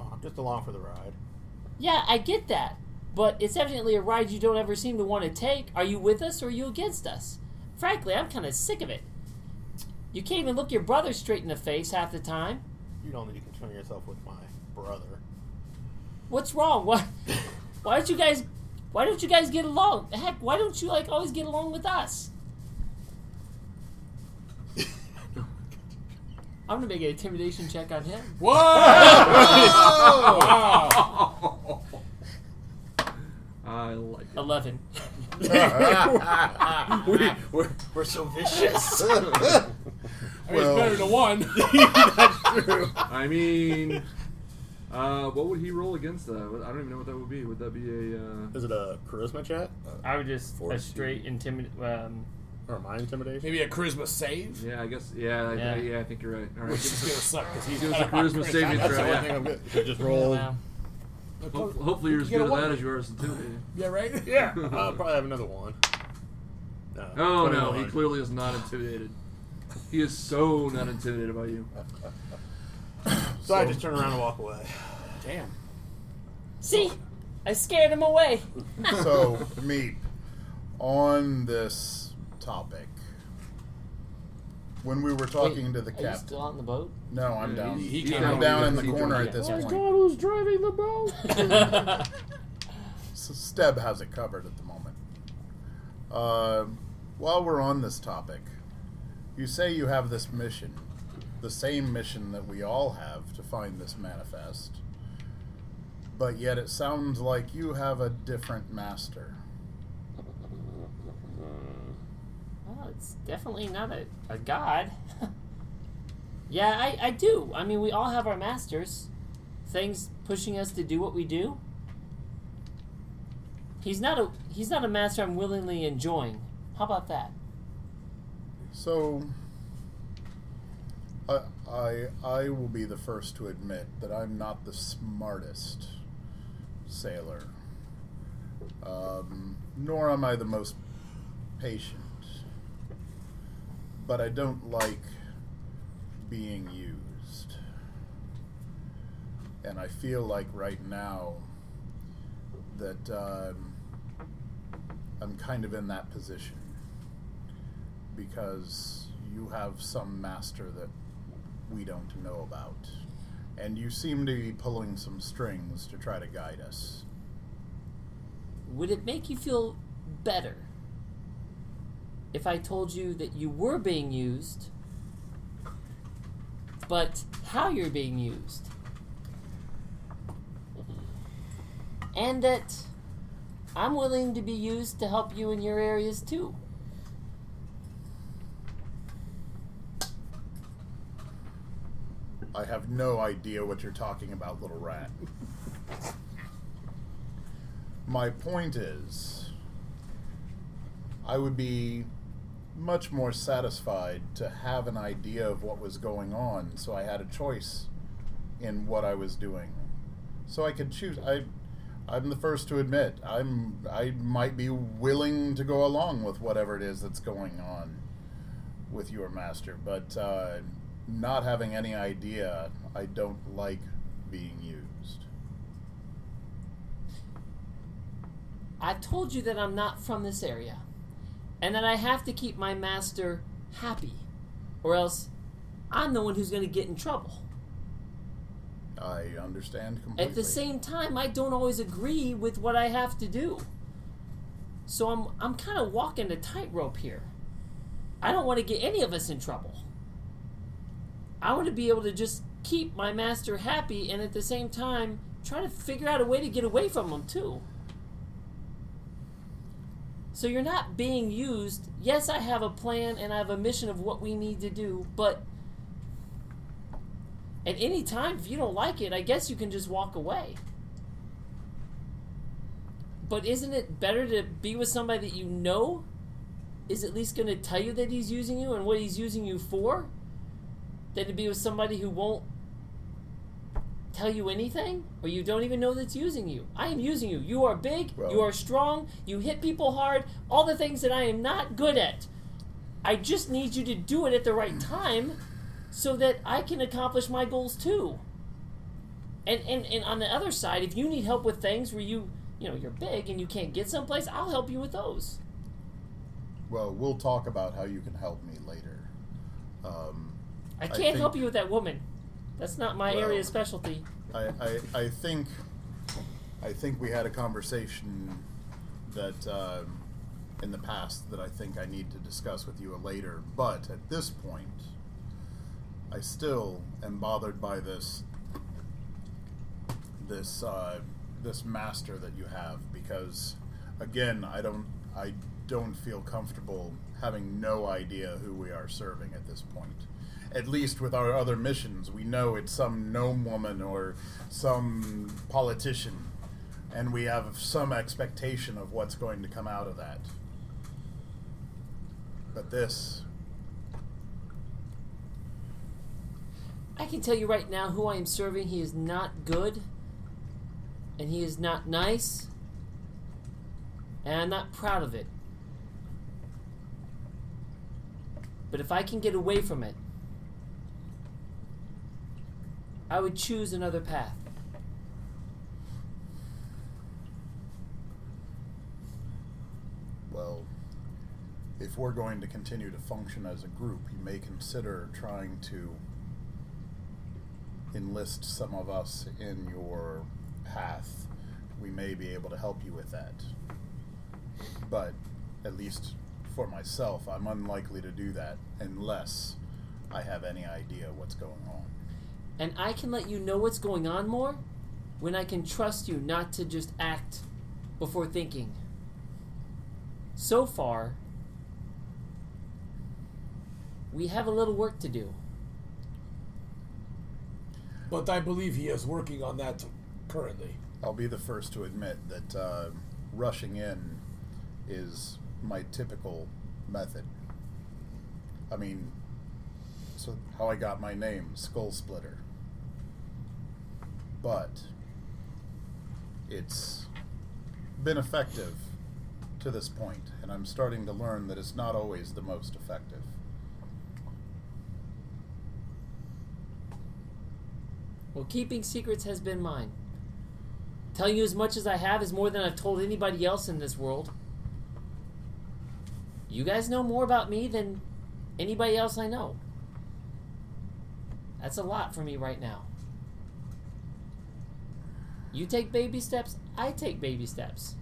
[SPEAKER 8] Oh, I'm just along for the ride.
[SPEAKER 5] Yeah, I get that. But it's evidently a ride you don't ever seem to want to take. Are you with us or are you against us? Frankly, I'm kind of sick of it. You can't even look your brother straight in the face half the time.
[SPEAKER 8] You don't need to concern yourself with my brother.
[SPEAKER 5] What's wrong? What? Why don't you guys? Why don't you guys get along? Heck, why don't you like always get along with us? I'm gonna make an intimidation check on him.
[SPEAKER 4] Whoa! wow.
[SPEAKER 3] I like it.
[SPEAKER 5] Eleven.
[SPEAKER 8] we, we're, we're so vicious.
[SPEAKER 4] I mean, it's better than one.
[SPEAKER 3] I mean, uh, what would he roll against that? I don't even know what that would be. Would that be a? Uh,
[SPEAKER 8] Is it a charisma check
[SPEAKER 5] I would just
[SPEAKER 9] Fortitude. straight
[SPEAKER 5] intimidate. Um,
[SPEAKER 8] or my intimidation?
[SPEAKER 4] Maybe a charisma save.
[SPEAKER 3] yeah, I guess. Yeah, yeah.
[SPEAKER 5] Yeah.
[SPEAKER 3] I, yeah, I think you're right. All right,
[SPEAKER 4] Which is gonna suck because he's
[SPEAKER 3] give us a charisma saving
[SPEAKER 8] That's the
[SPEAKER 3] throw.
[SPEAKER 8] only
[SPEAKER 3] Yeah.
[SPEAKER 8] thing I'm good. You just roll.
[SPEAKER 5] wow.
[SPEAKER 3] Ho- hopefully, you're as
[SPEAKER 4] You get
[SPEAKER 3] good
[SPEAKER 4] a one.
[SPEAKER 3] at that as you are as intimidating.
[SPEAKER 4] Yeah, right.
[SPEAKER 8] Yeah,
[SPEAKER 4] Uh,
[SPEAKER 8] I'll probably have another one. No,
[SPEAKER 3] Oh no, he
[SPEAKER 8] 21.
[SPEAKER 3] clearly is not intimidated. He is so not intimidated by you.
[SPEAKER 8] So I just turn around and walk away.
[SPEAKER 5] Damn. See, I scared him away.
[SPEAKER 2] so, Meep, on this topic, when we were talking to the
[SPEAKER 5] Are you
[SPEAKER 2] captain,
[SPEAKER 5] still out in the boat?
[SPEAKER 2] no, I'm down.
[SPEAKER 4] He
[SPEAKER 3] He's
[SPEAKER 4] came
[SPEAKER 3] not
[SPEAKER 2] I'm down in
[SPEAKER 3] even
[SPEAKER 2] the
[SPEAKER 3] see
[SPEAKER 2] corner
[SPEAKER 3] Jordan
[SPEAKER 2] at this
[SPEAKER 3] yet.
[SPEAKER 2] point.
[SPEAKER 4] who's driving the boat?
[SPEAKER 2] S- Steb has it covered at the moment. Uh, while we're on this topic, you say you have this mission, the same mission that we all have to find this manifest, but yet it sounds like you have a different master.
[SPEAKER 5] Well, Oh, it's definitely not a, a god. yeah, I, I do. I mean, we all have our masters. Things pushing us to do what we do. He's not a he's not a master I'm willingly enjoying. How about that?
[SPEAKER 2] So, I, I, I will be the first to admit that I'm not the smartest sailor, um, nor am I the most patient. But I don't like being used. And I feel like right now that um, I'm kind of in that position because you have some master that we don't know about. And you seem to be pulling some strings to try to guide us.
[SPEAKER 5] Would it make you feel better if I told you that you were being used, but how you're being used? And that I'm willing to be used to help you in your areas too.
[SPEAKER 2] I have no idea what you're talking about, little rat. My point is, I would be much more satisfied to have an idea of what was going on, so I had a choice in what I was doing. So I could choose. I, I'm the first to admit I'm. I might be willing to go along with whatever it is that's going on with your master, but uh, not having any idea, I don't like being used.
[SPEAKER 5] I told you that I'm not from this area, and that I have to keep my master happy, or else I'm the one who's going to get in trouble.
[SPEAKER 2] I understand completely.
[SPEAKER 5] At the same time, I don't always agree with what I have to do. So I'm I'm kind of walking a tightrope here. I don't want to get any of us in trouble. I want to be able to just keep my master happy and at the same time try to figure out a way to get away from him too. So you're not being used. Yes, I have a plan and I have a mission of what we need to do, but at any time, if you don't like it, I guess you can just walk away. But isn't it better to be with somebody that you know is at least going to tell you that he's using you and what he's using you for than to be with somebody who won't tell you anything or you don't even know that's using you? I am using you. You are big, you
[SPEAKER 2] Well-
[SPEAKER 5] are strong, you hit people hard, all the things that I am not good at. I just need you to do it at the right time so that I can accomplish my goals too. And, and and on the other side, if you need help with things where you you know you're big and you can't get someplace, I'll help you with those.
[SPEAKER 2] well, we'll talk about how you can help me later. Um,
[SPEAKER 5] I can't
[SPEAKER 2] think-
[SPEAKER 5] help you with that woman. That's not my
[SPEAKER 2] Well-
[SPEAKER 5] area of specialty.
[SPEAKER 2] I, I, I think, I think we had a conversation that um, in the past that I think I need to discuss with you later. But at this point, I still am bothered by this, this, uh, this master that you have because, again, I don't, I don't feel comfortable having no idea who we are serving at this point. At least with our other missions, we know it's some gnome woman or some politician, and we have some expectation of what's going to come out of that. But this,
[SPEAKER 5] I can tell you right now who I am serving. He is not good, and he is not nice, and I'm not proud of it. But if I can get away from it, I would choose another path.
[SPEAKER 2] well, if we're going to continue to function as a group, you may consider trying to enlist some of us in your path. We may be able to help you with that. But at least for myself, I'm unlikely to do that unless I have any idea what's going on.
[SPEAKER 5] And I can let you know what's going on more when I can trust you not to just act before thinking. So far, we have a little work to do.
[SPEAKER 4] But I believe he is working on that currently.
[SPEAKER 2] I'll be the first to admit that uh, rushing in is my typical method. I mean, so how I got my name, Skull Splitter. But it's been effective to this point, and I'm starting to learn that it's not always the most effective.
[SPEAKER 5] Well, keeping secrets has been mine. Telling you as much as I have is more than I've told anybody else in this world. You guys know more about me than anybody else I know. That's a lot for me right now. You take baby steps, I take baby steps.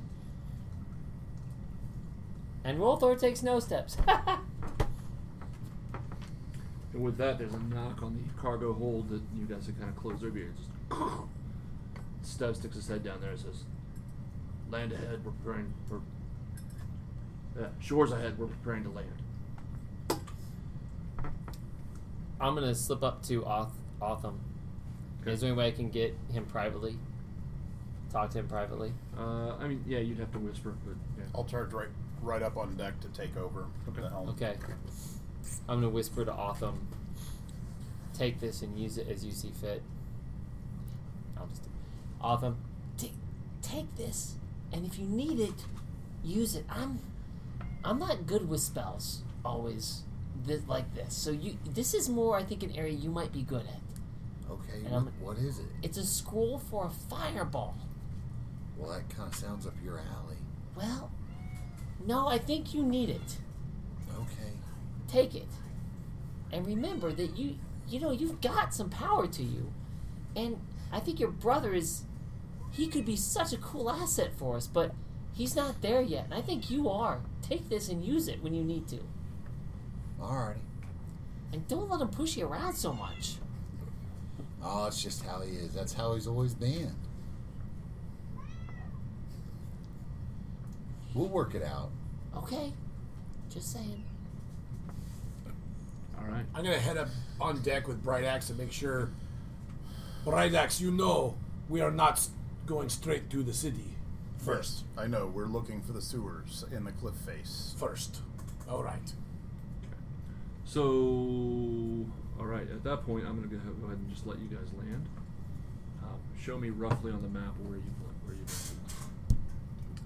[SPEAKER 5] And Rolthor takes no steps.
[SPEAKER 3] And with that, there's a knock on the cargo hold that you guys can kind of close their beards. Stubb sticks his head down there and says, "Land ahead. We're preparing. We're, uh, shores ahead. We're preparing to land."
[SPEAKER 5] I'm gonna slip up to Oth- Otham. Is there any way I can get him privately? Talk to him privately.
[SPEAKER 3] Uh, I mean, yeah, you'd have to whisper, but yeah.
[SPEAKER 2] I'll charge right right up on deck to take over the
[SPEAKER 3] Okay.
[SPEAKER 2] helm.
[SPEAKER 5] Okay. I'm gonna whisper to Otham. Take this and use it as you see fit. I'll just. Otham, take take this, and if you need it, use it. I'm I'm not good with spells always this, like this. So you this is more I think an area you might be good at.
[SPEAKER 9] Okay,
[SPEAKER 5] And I'm-
[SPEAKER 9] what, what is it?
[SPEAKER 5] It's a scroll for a fireball.
[SPEAKER 9] Well, that kind of sounds up your alley.
[SPEAKER 5] Well, no, I think you need it.
[SPEAKER 9] Okay.
[SPEAKER 5] take it and remember that you you know you've got some power to you and i think your brother is he could be such a cool asset for us but he's not there yet and i think you are take this and use it when you need to
[SPEAKER 9] Alrighty.
[SPEAKER 5] and don't let him push you around so much
[SPEAKER 9] Oh, it's just how he is. That's how he's always been. We'll work it out.
[SPEAKER 5] okay just saying
[SPEAKER 3] All right.
[SPEAKER 4] I'm gonna head up on deck with Bright Axe and make sure. Bright Axe, you know we are not s- going straight to the city
[SPEAKER 2] First, I know we're looking for the sewers in the cliff face.
[SPEAKER 4] first. All right.
[SPEAKER 3] So, all right. At that point, I'm gonna go ahead- go ahead and just let you guys land. Um, show me roughly on the map where you where you. So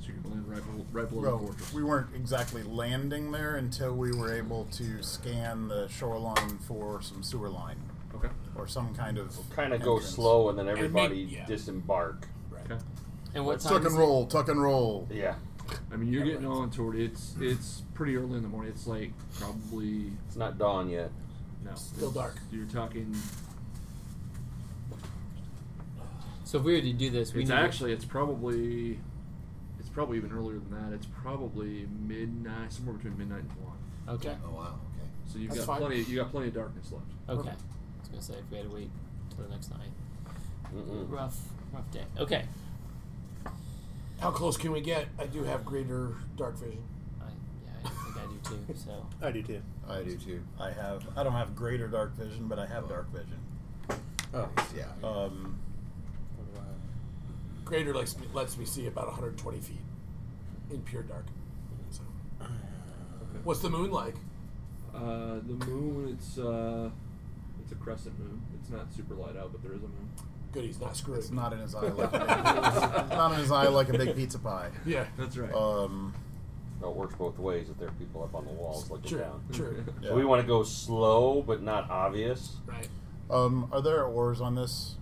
[SPEAKER 3] you're gonna land right, below- right below
[SPEAKER 2] Well,
[SPEAKER 3] the fortress.
[SPEAKER 2] we weren't exactly landing there until we were able to scan the shoreline for some sewer line
[SPEAKER 3] okay.
[SPEAKER 2] or some kind of
[SPEAKER 6] Kind of go
[SPEAKER 2] entrance.
[SPEAKER 6] slow and then
[SPEAKER 4] make-
[SPEAKER 6] everybody
[SPEAKER 4] yeah.
[SPEAKER 6] disembark.
[SPEAKER 4] Right.
[SPEAKER 3] Okay.
[SPEAKER 5] and what
[SPEAKER 2] Tuck
[SPEAKER 5] time
[SPEAKER 2] and
[SPEAKER 5] is it?
[SPEAKER 2] roll, tuck and roll.
[SPEAKER 6] Yeah.
[SPEAKER 3] I mean, you're getting on toward it's it's pretty early in the morning. It's like probably
[SPEAKER 6] It's not dawn yet.
[SPEAKER 3] no,
[SPEAKER 4] Still
[SPEAKER 3] it's-
[SPEAKER 4] dark.
[SPEAKER 3] You're talking.
[SPEAKER 5] so if we were to do this we
[SPEAKER 3] it's
[SPEAKER 5] need
[SPEAKER 3] actually it's probably it's probably even earlier than that. It's probably midnight, somewhere between midnight and one.
[SPEAKER 5] okay
[SPEAKER 9] Oh wow. Okay.
[SPEAKER 3] So you've
[SPEAKER 4] That's
[SPEAKER 3] got
[SPEAKER 4] fine.
[SPEAKER 3] plenty. You got plenty of darkness left.
[SPEAKER 5] okay i was gonna say if we had to wait till the next night
[SPEAKER 6] Mm-mm.
[SPEAKER 5] rough rough day okay
[SPEAKER 4] How close can we get? I do have greater dark vision.
[SPEAKER 5] I, yeah, I think I do too so
[SPEAKER 8] I do too.
[SPEAKER 9] I do too.
[SPEAKER 2] I have. I don't have greater dark vision, but I have dark vision.
[SPEAKER 8] Oh,
[SPEAKER 9] Yeah.
[SPEAKER 2] Um,
[SPEAKER 4] Greater lets me, lets me see about 120 feet in pure dark. So. What's the moon like?
[SPEAKER 3] Uh, the moon. It's uh, it's a crescent moon. It's not super light out, but there is a moon.
[SPEAKER 4] Good, he's not screwing.
[SPEAKER 2] it's not in his eye like a big, not in his eye like a big pizza pie.
[SPEAKER 4] Yeah.
[SPEAKER 3] That's right.
[SPEAKER 2] Um,
[SPEAKER 6] No, it works both ways if there are people up on the walls looking
[SPEAKER 4] True.
[SPEAKER 6] down.
[SPEAKER 4] True.
[SPEAKER 6] So we want to go slow but not obvious.
[SPEAKER 4] Right.
[SPEAKER 2] um, are there oars on this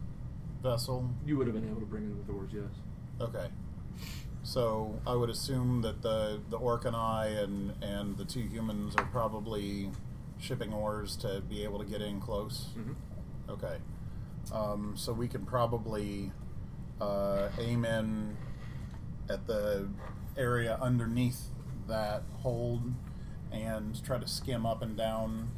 [SPEAKER 2] vessel?
[SPEAKER 3] you would have been able to bring it with oars, yes.
[SPEAKER 2] Okay. So I would assume that the the orc and I and and the two humans are probably shipping oars to be able to get in close.
[SPEAKER 3] Mhm.
[SPEAKER 2] Okay, um, so we can probably uh, aim in at the area underneath that hold and try to skim up and down.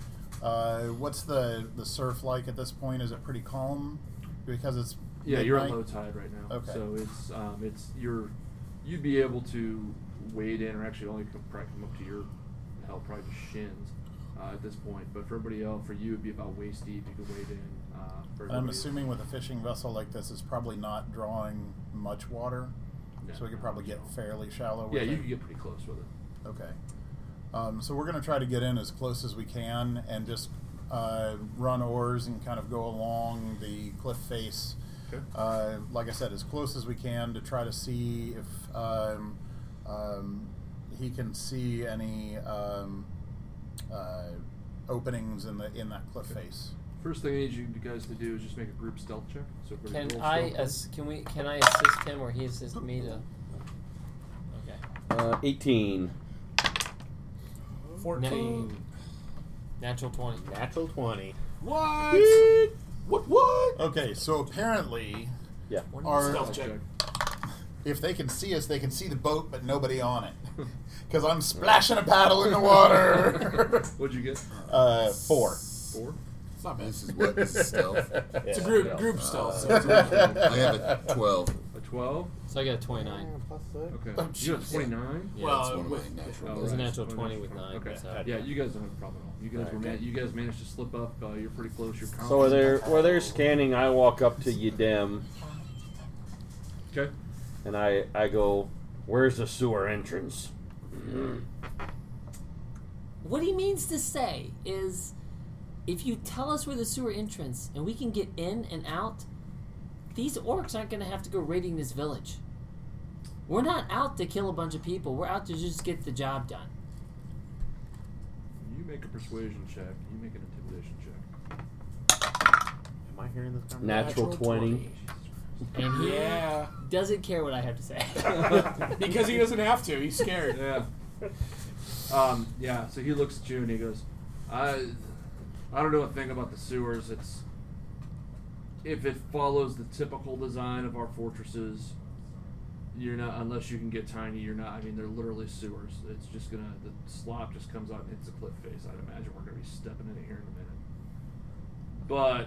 [SPEAKER 2] Uh, what's the the surf like at this point? Is it pretty calm? Because it's
[SPEAKER 3] Yeah, you're at
[SPEAKER 2] midnight?
[SPEAKER 3] low tide right now.
[SPEAKER 2] Okay.
[SPEAKER 3] So it's um, it's you're you'd be able to wade in, or actually only come, probably come up to your hell, probably just shins uh, at this point. But for everybody else, for you, it'd be about waist deep. You could wade in. Uh, for
[SPEAKER 2] And I'm
[SPEAKER 3] everybody-
[SPEAKER 2] assuming with a fishing vessel like this, it's probably not drawing much water,
[SPEAKER 3] No,
[SPEAKER 2] so we could
[SPEAKER 3] no,
[SPEAKER 2] probably get
[SPEAKER 3] no.
[SPEAKER 2] fairly shallow. With
[SPEAKER 3] Yeah, you
[SPEAKER 2] it.
[SPEAKER 3] could get pretty close with it.
[SPEAKER 2] Okay. Um, so we're going to try to get in as close as we can and just uh, run oars and kind of go along the cliff face.
[SPEAKER 3] Okay.
[SPEAKER 2] Uh, like I said, as close as we can to try to see if um, um, he can see any um, uh, openings in the in that cliff face.
[SPEAKER 3] First thing I need you guys to do is just make a group stealth check. So everybody
[SPEAKER 5] Can
[SPEAKER 3] roll
[SPEAKER 5] I
[SPEAKER 3] stealth.
[SPEAKER 5] ass- can we can I assist him or he assist me to? Okay.
[SPEAKER 6] Uh, 18.
[SPEAKER 4] 14.
[SPEAKER 5] Natural twenty.
[SPEAKER 8] Natural 20.
[SPEAKER 4] What? What? What?
[SPEAKER 2] Okay, so apparently
[SPEAKER 6] Yeah.
[SPEAKER 2] our
[SPEAKER 4] Stealth check.
[SPEAKER 2] if they can see us, they can see the boat, but nobody on it. Because I'm splashing a paddle in the water.
[SPEAKER 3] What'd you get?
[SPEAKER 2] uh, four.
[SPEAKER 3] Four.
[SPEAKER 4] It's not bad.
[SPEAKER 9] This is what this is stealth.
[SPEAKER 4] It's a group
[SPEAKER 8] Uh,
[SPEAKER 4] group stealth. so it's not-
[SPEAKER 9] I have a twelve.
[SPEAKER 3] A twelve.
[SPEAKER 5] So I got a twenty-nine.
[SPEAKER 3] Okay.
[SPEAKER 9] Oh,
[SPEAKER 3] you got
[SPEAKER 9] jeez.
[SPEAKER 3] twenty nine.
[SPEAKER 5] Yeah,
[SPEAKER 4] Well,
[SPEAKER 9] It's one of
[SPEAKER 4] with-
[SPEAKER 9] my natural.
[SPEAKER 5] It was a
[SPEAKER 9] ones.
[SPEAKER 5] natural 20 with nine,
[SPEAKER 3] Okay.
[SPEAKER 5] so-
[SPEAKER 3] Yeah, you guys don't have a problem at all. You guys were man- you guys managed to slip up. Uh, you're pretty close. You're confident.
[SPEAKER 6] So while they're, while they're scanning, I walk up to Yadem
[SPEAKER 3] okay.
[SPEAKER 6] and I, I go, Where's the sewer entrance?
[SPEAKER 5] What he means to say is, if you tell us where the sewer entrance and we can get in and out, these orcs aren't going to have to go raiding this village. We're not out to kill a bunch of people. We're out to just get the job done.
[SPEAKER 3] You make a persuasion check. You make an intimidation check.
[SPEAKER 8] Am I hearing this conversation?
[SPEAKER 6] Natural, 20.
[SPEAKER 5] And he
[SPEAKER 4] Yeah,
[SPEAKER 5] doesn't care what I have to say.
[SPEAKER 4] because he doesn't have to. He's scared.
[SPEAKER 3] Yeah. Um, yeah. So he looks at you and he goes, "I, I don't know a thing about the sewers. It's if it follows the typical design of our fortresses, you're not unless you can get tiny. You're not. I mean, they're literally sewers. It's just gonna the slop just comes out and hits the cliff face. I'd imagine we're gonna be stepping in it here in a minute. But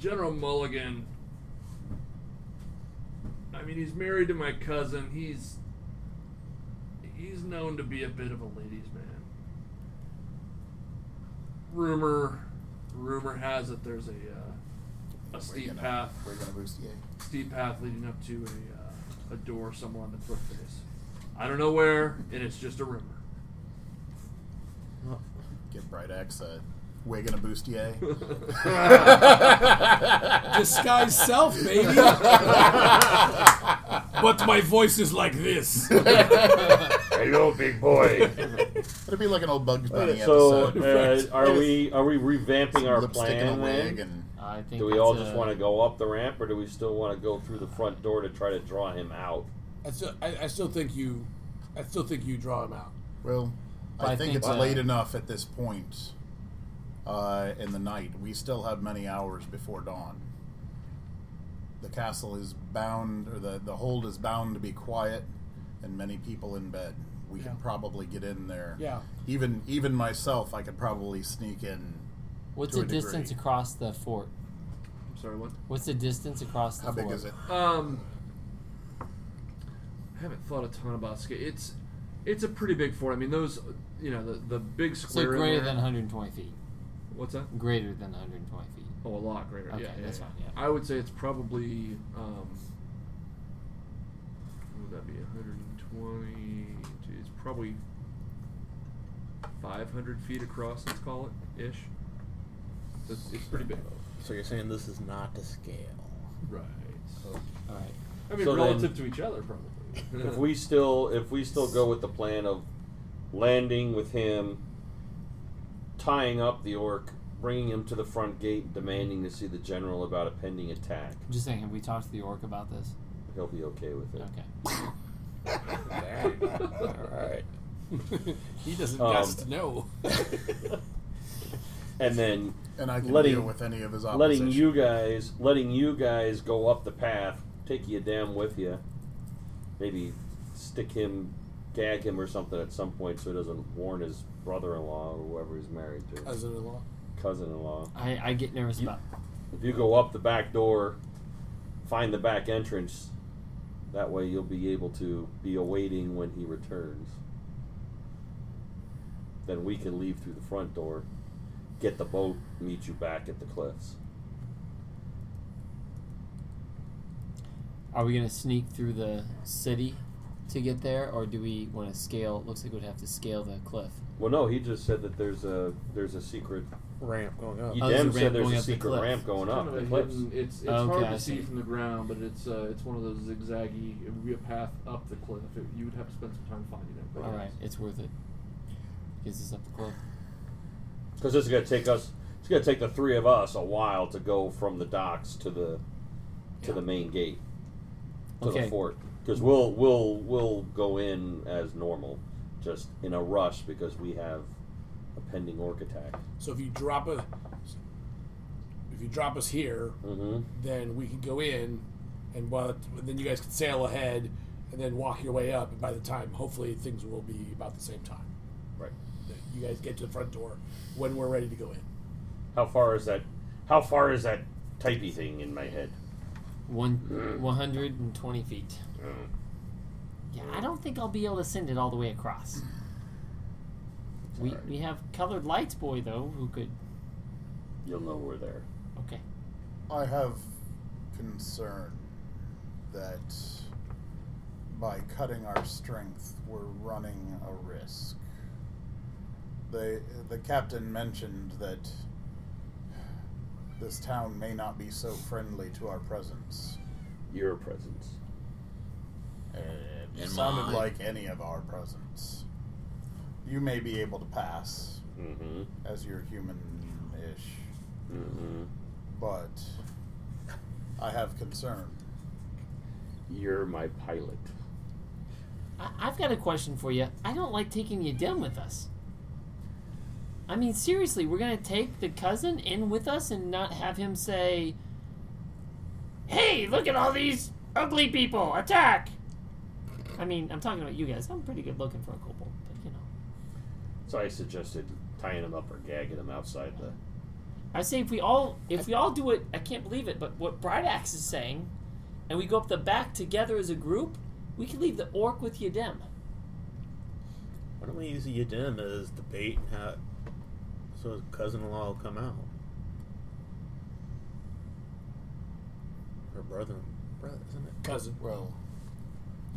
[SPEAKER 3] General Mulligan I mean, he's married to my cousin. He's he's known to be a bit of a ladies' man. Rumor rumor has it there's a uh, a steep path
[SPEAKER 2] We're gonna boost yay.
[SPEAKER 3] steep path leading up to a uh, a door somewhere on the cliff face. I don't know where, and it's just a rumor.
[SPEAKER 2] Give Bright Axe a we're gonna boost yay.
[SPEAKER 4] Disguise self, baby. but my voice is like this.
[SPEAKER 6] Hello, big boy.
[SPEAKER 2] It'd be like an old Bugs Bunny
[SPEAKER 6] so, uh,
[SPEAKER 2] episode.
[SPEAKER 6] are we are we revamping our
[SPEAKER 2] Lipstick
[SPEAKER 6] plan?
[SPEAKER 2] and a wig,
[SPEAKER 6] then?
[SPEAKER 2] and uh,
[SPEAKER 5] I think
[SPEAKER 6] Do we all
[SPEAKER 5] that's
[SPEAKER 6] just
[SPEAKER 5] a-
[SPEAKER 6] want to go up the ramp, or do we still want to go through the front door to try to draw him out?
[SPEAKER 4] I still, I, I still think you, I still think you draw him out.
[SPEAKER 2] well, I,
[SPEAKER 5] I
[SPEAKER 2] think,
[SPEAKER 5] think,
[SPEAKER 2] it's
[SPEAKER 5] uh,
[SPEAKER 2] late enough at this point uh, in the night. We still have many hours before dawn. The castle is bound, or the the hold is bound to be quiet, and many people in bed. We can
[SPEAKER 4] Yeah.
[SPEAKER 2] probably get in there.
[SPEAKER 4] Yeah.
[SPEAKER 2] Even even myself, I could probably sneak in.
[SPEAKER 5] What's
[SPEAKER 2] to
[SPEAKER 5] the
[SPEAKER 2] a degree.
[SPEAKER 5] distance across the fort?
[SPEAKER 3] I'm sorry, what?
[SPEAKER 5] What's the distance across the
[SPEAKER 2] How
[SPEAKER 5] fort?
[SPEAKER 2] big is it?
[SPEAKER 3] Um, I haven't thought a ton about Ska. It's it's a pretty big fort. I mean, those you know the the big
[SPEAKER 5] So
[SPEAKER 3] square. in
[SPEAKER 5] greater
[SPEAKER 3] there-
[SPEAKER 5] than 120 feet.
[SPEAKER 3] what's that?
[SPEAKER 5] Greater than 120 feet.
[SPEAKER 3] Oh, a lot greater.
[SPEAKER 5] Okay,
[SPEAKER 3] yeah, yeah,
[SPEAKER 5] that's
[SPEAKER 3] yeah.
[SPEAKER 5] fine, yeah.
[SPEAKER 3] I would say it's probably. Um, what would that be 120? Geez, It's probably 500 feet across. Let's call it ish. So it's, it's pretty big.
[SPEAKER 8] So you're saying this is not to scale?
[SPEAKER 3] Right.
[SPEAKER 5] All right.
[SPEAKER 3] I mean,
[SPEAKER 6] So then-
[SPEAKER 3] relative to each other, probably.
[SPEAKER 6] if we still if we still go with the plan of landing with him, tying up the orc, bringing him to the front gate, demanding to see the general about a pending attack.
[SPEAKER 5] I'm just saying, have we talked to the orc about this?
[SPEAKER 6] He'll be okay with it.
[SPEAKER 5] Okay.
[SPEAKER 8] Alright.
[SPEAKER 10] He doesn't
[SPEAKER 6] Um,
[SPEAKER 10] guess to know.
[SPEAKER 6] And then
[SPEAKER 2] and I can
[SPEAKER 6] Letting-
[SPEAKER 2] deal with any of his opposition.
[SPEAKER 6] letting you guys, letting you guys go up the path, take you damn with you. Maybe stick him, gag him or something at some point so he doesn't warn his brother-in-law or whoever he's married to,
[SPEAKER 4] As in law.
[SPEAKER 6] cousin-in-law.
[SPEAKER 5] I, I get nervous
[SPEAKER 6] You-
[SPEAKER 5] about.
[SPEAKER 6] If you go up the back door, find the back entrance. That way you'll be able to be awaiting when he returns. Then we can leave through the front door, get the boat, meet you back at the cliffs.
[SPEAKER 5] Are we gonna sneak through the city to get there, or do we want to scale? Looks like we'd have to scale the cliff.
[SPEAKER 6] Well, no, he just said that there's a there's a secret.
[SPEAKER 8] Ramp going up.
[SPEAKER 6] He
[SPEAKER 5] Oh, there's
[SPEAKER 6] damn
[SPEAKER 5] a ramp
[SPEAKER 6] said there's
[SPEAKER 5] going
[SPEAKER 6] a
[SPEAKER 5] up the
[SPEAKER 6] secret
[SPEAKER 5] cliff.
[SPEAKER 6] ramp going
[SPEAKER 3] Kind
[SPEAKER 6] up
[SPEAKER 3] of
[SPEAKER 6] the
[SPEAKER 3] a
[SPEAKER 6] cliffs.
[SPEAKER 3] hidden- It's, it's
[SPEAKER 5] Oh, Okay,
[SPEAKER 3] hard
[SPEAKER 5] I
[SPEAKER 3] to see
[SPEAKER 5] see.
[SPEAKER 3] from the ground, but it's uh, it's one of those zigzaggy. It would be a path up the cliff. It, you would have to spend some time finding it. but
[SPEAKER 5] All right, it's worth it. Gives us up the cliff.
[SPEAKER 6] Because this is gonna take us. It's gonna take the three of us a while to go from the docks to the to the main gate to
[SPEAKER 5] Okay.
[SPEAKER 6] the fort. Because we'll we'll we'll go in as normal, just in a rush because we have a pending orc attack.
[SPEAKER 4] So if you drop a, if you drop us here,
[SPEAKER 6] Mm-hmm.
[SPEAKER 4] then we can go in, and while then you guys can sail ahead, and then walk your way up. And by the time, hopefully, things will be about the same time.
[SPEAKER 6] Right.
[SPEAKER 4] That You guys get to the front door when we're ready to go in.
[SPEAKER 6] How far is that? How far is that typey thing in my head?
[SPEAKER 5] One, one hundred and twenty feet. Yeah, I don't think I'll be able to send it all the way across. We, we have colored lights boy though who could
[SPEAKER 6] You'll know we're there.
[SPEAKER 5] okay
[SPEAKER 2] I have concern that by cutting our strength, we're running a risk. The the captain mentioned that this town may not be so friendly to our presence.
[SPEAKER 6] Your presence.
[SPEAKER 2] It
[SPEAKER 9] And
[SPEAKER 2] sounded
[SPEAKER 9] mine.
[SPEAKER 2] like any of our presence. You may be able to pass
[SPEAKER 6] Mm-hmm.
[SPEAKER 2] as you're human-ish,
[SPEAKER 6] Mm-hmm.
[SPEAKER 2] but I have concern.
[SPEAKER 6] You're my pilot.
[SPEAKER 5] I, i've got a question for you i don't like taking you down with us i mean seriously we're gonna take the cousin in with us and not have him say hey look at all these ugly people attack i mean i'm talking about you guys i'm pretty good looking for a kobold but you know
[SPEAKER 6] So I suggested tying him up or gagging him outside the.
[SPEAKER 5] I say if we all if we all do it, I can't believe it, but what Brightaxe is saying, and we go up the back together as a group, we can leave the orc with Yadem.
[SPEAKER 8] Why don't we use the Yadim as the bait and have so his cousin in law will come out? Her brother brother, isn't it?
[SPEAKER 4] Cousin,
[SPEAKER 2] Well,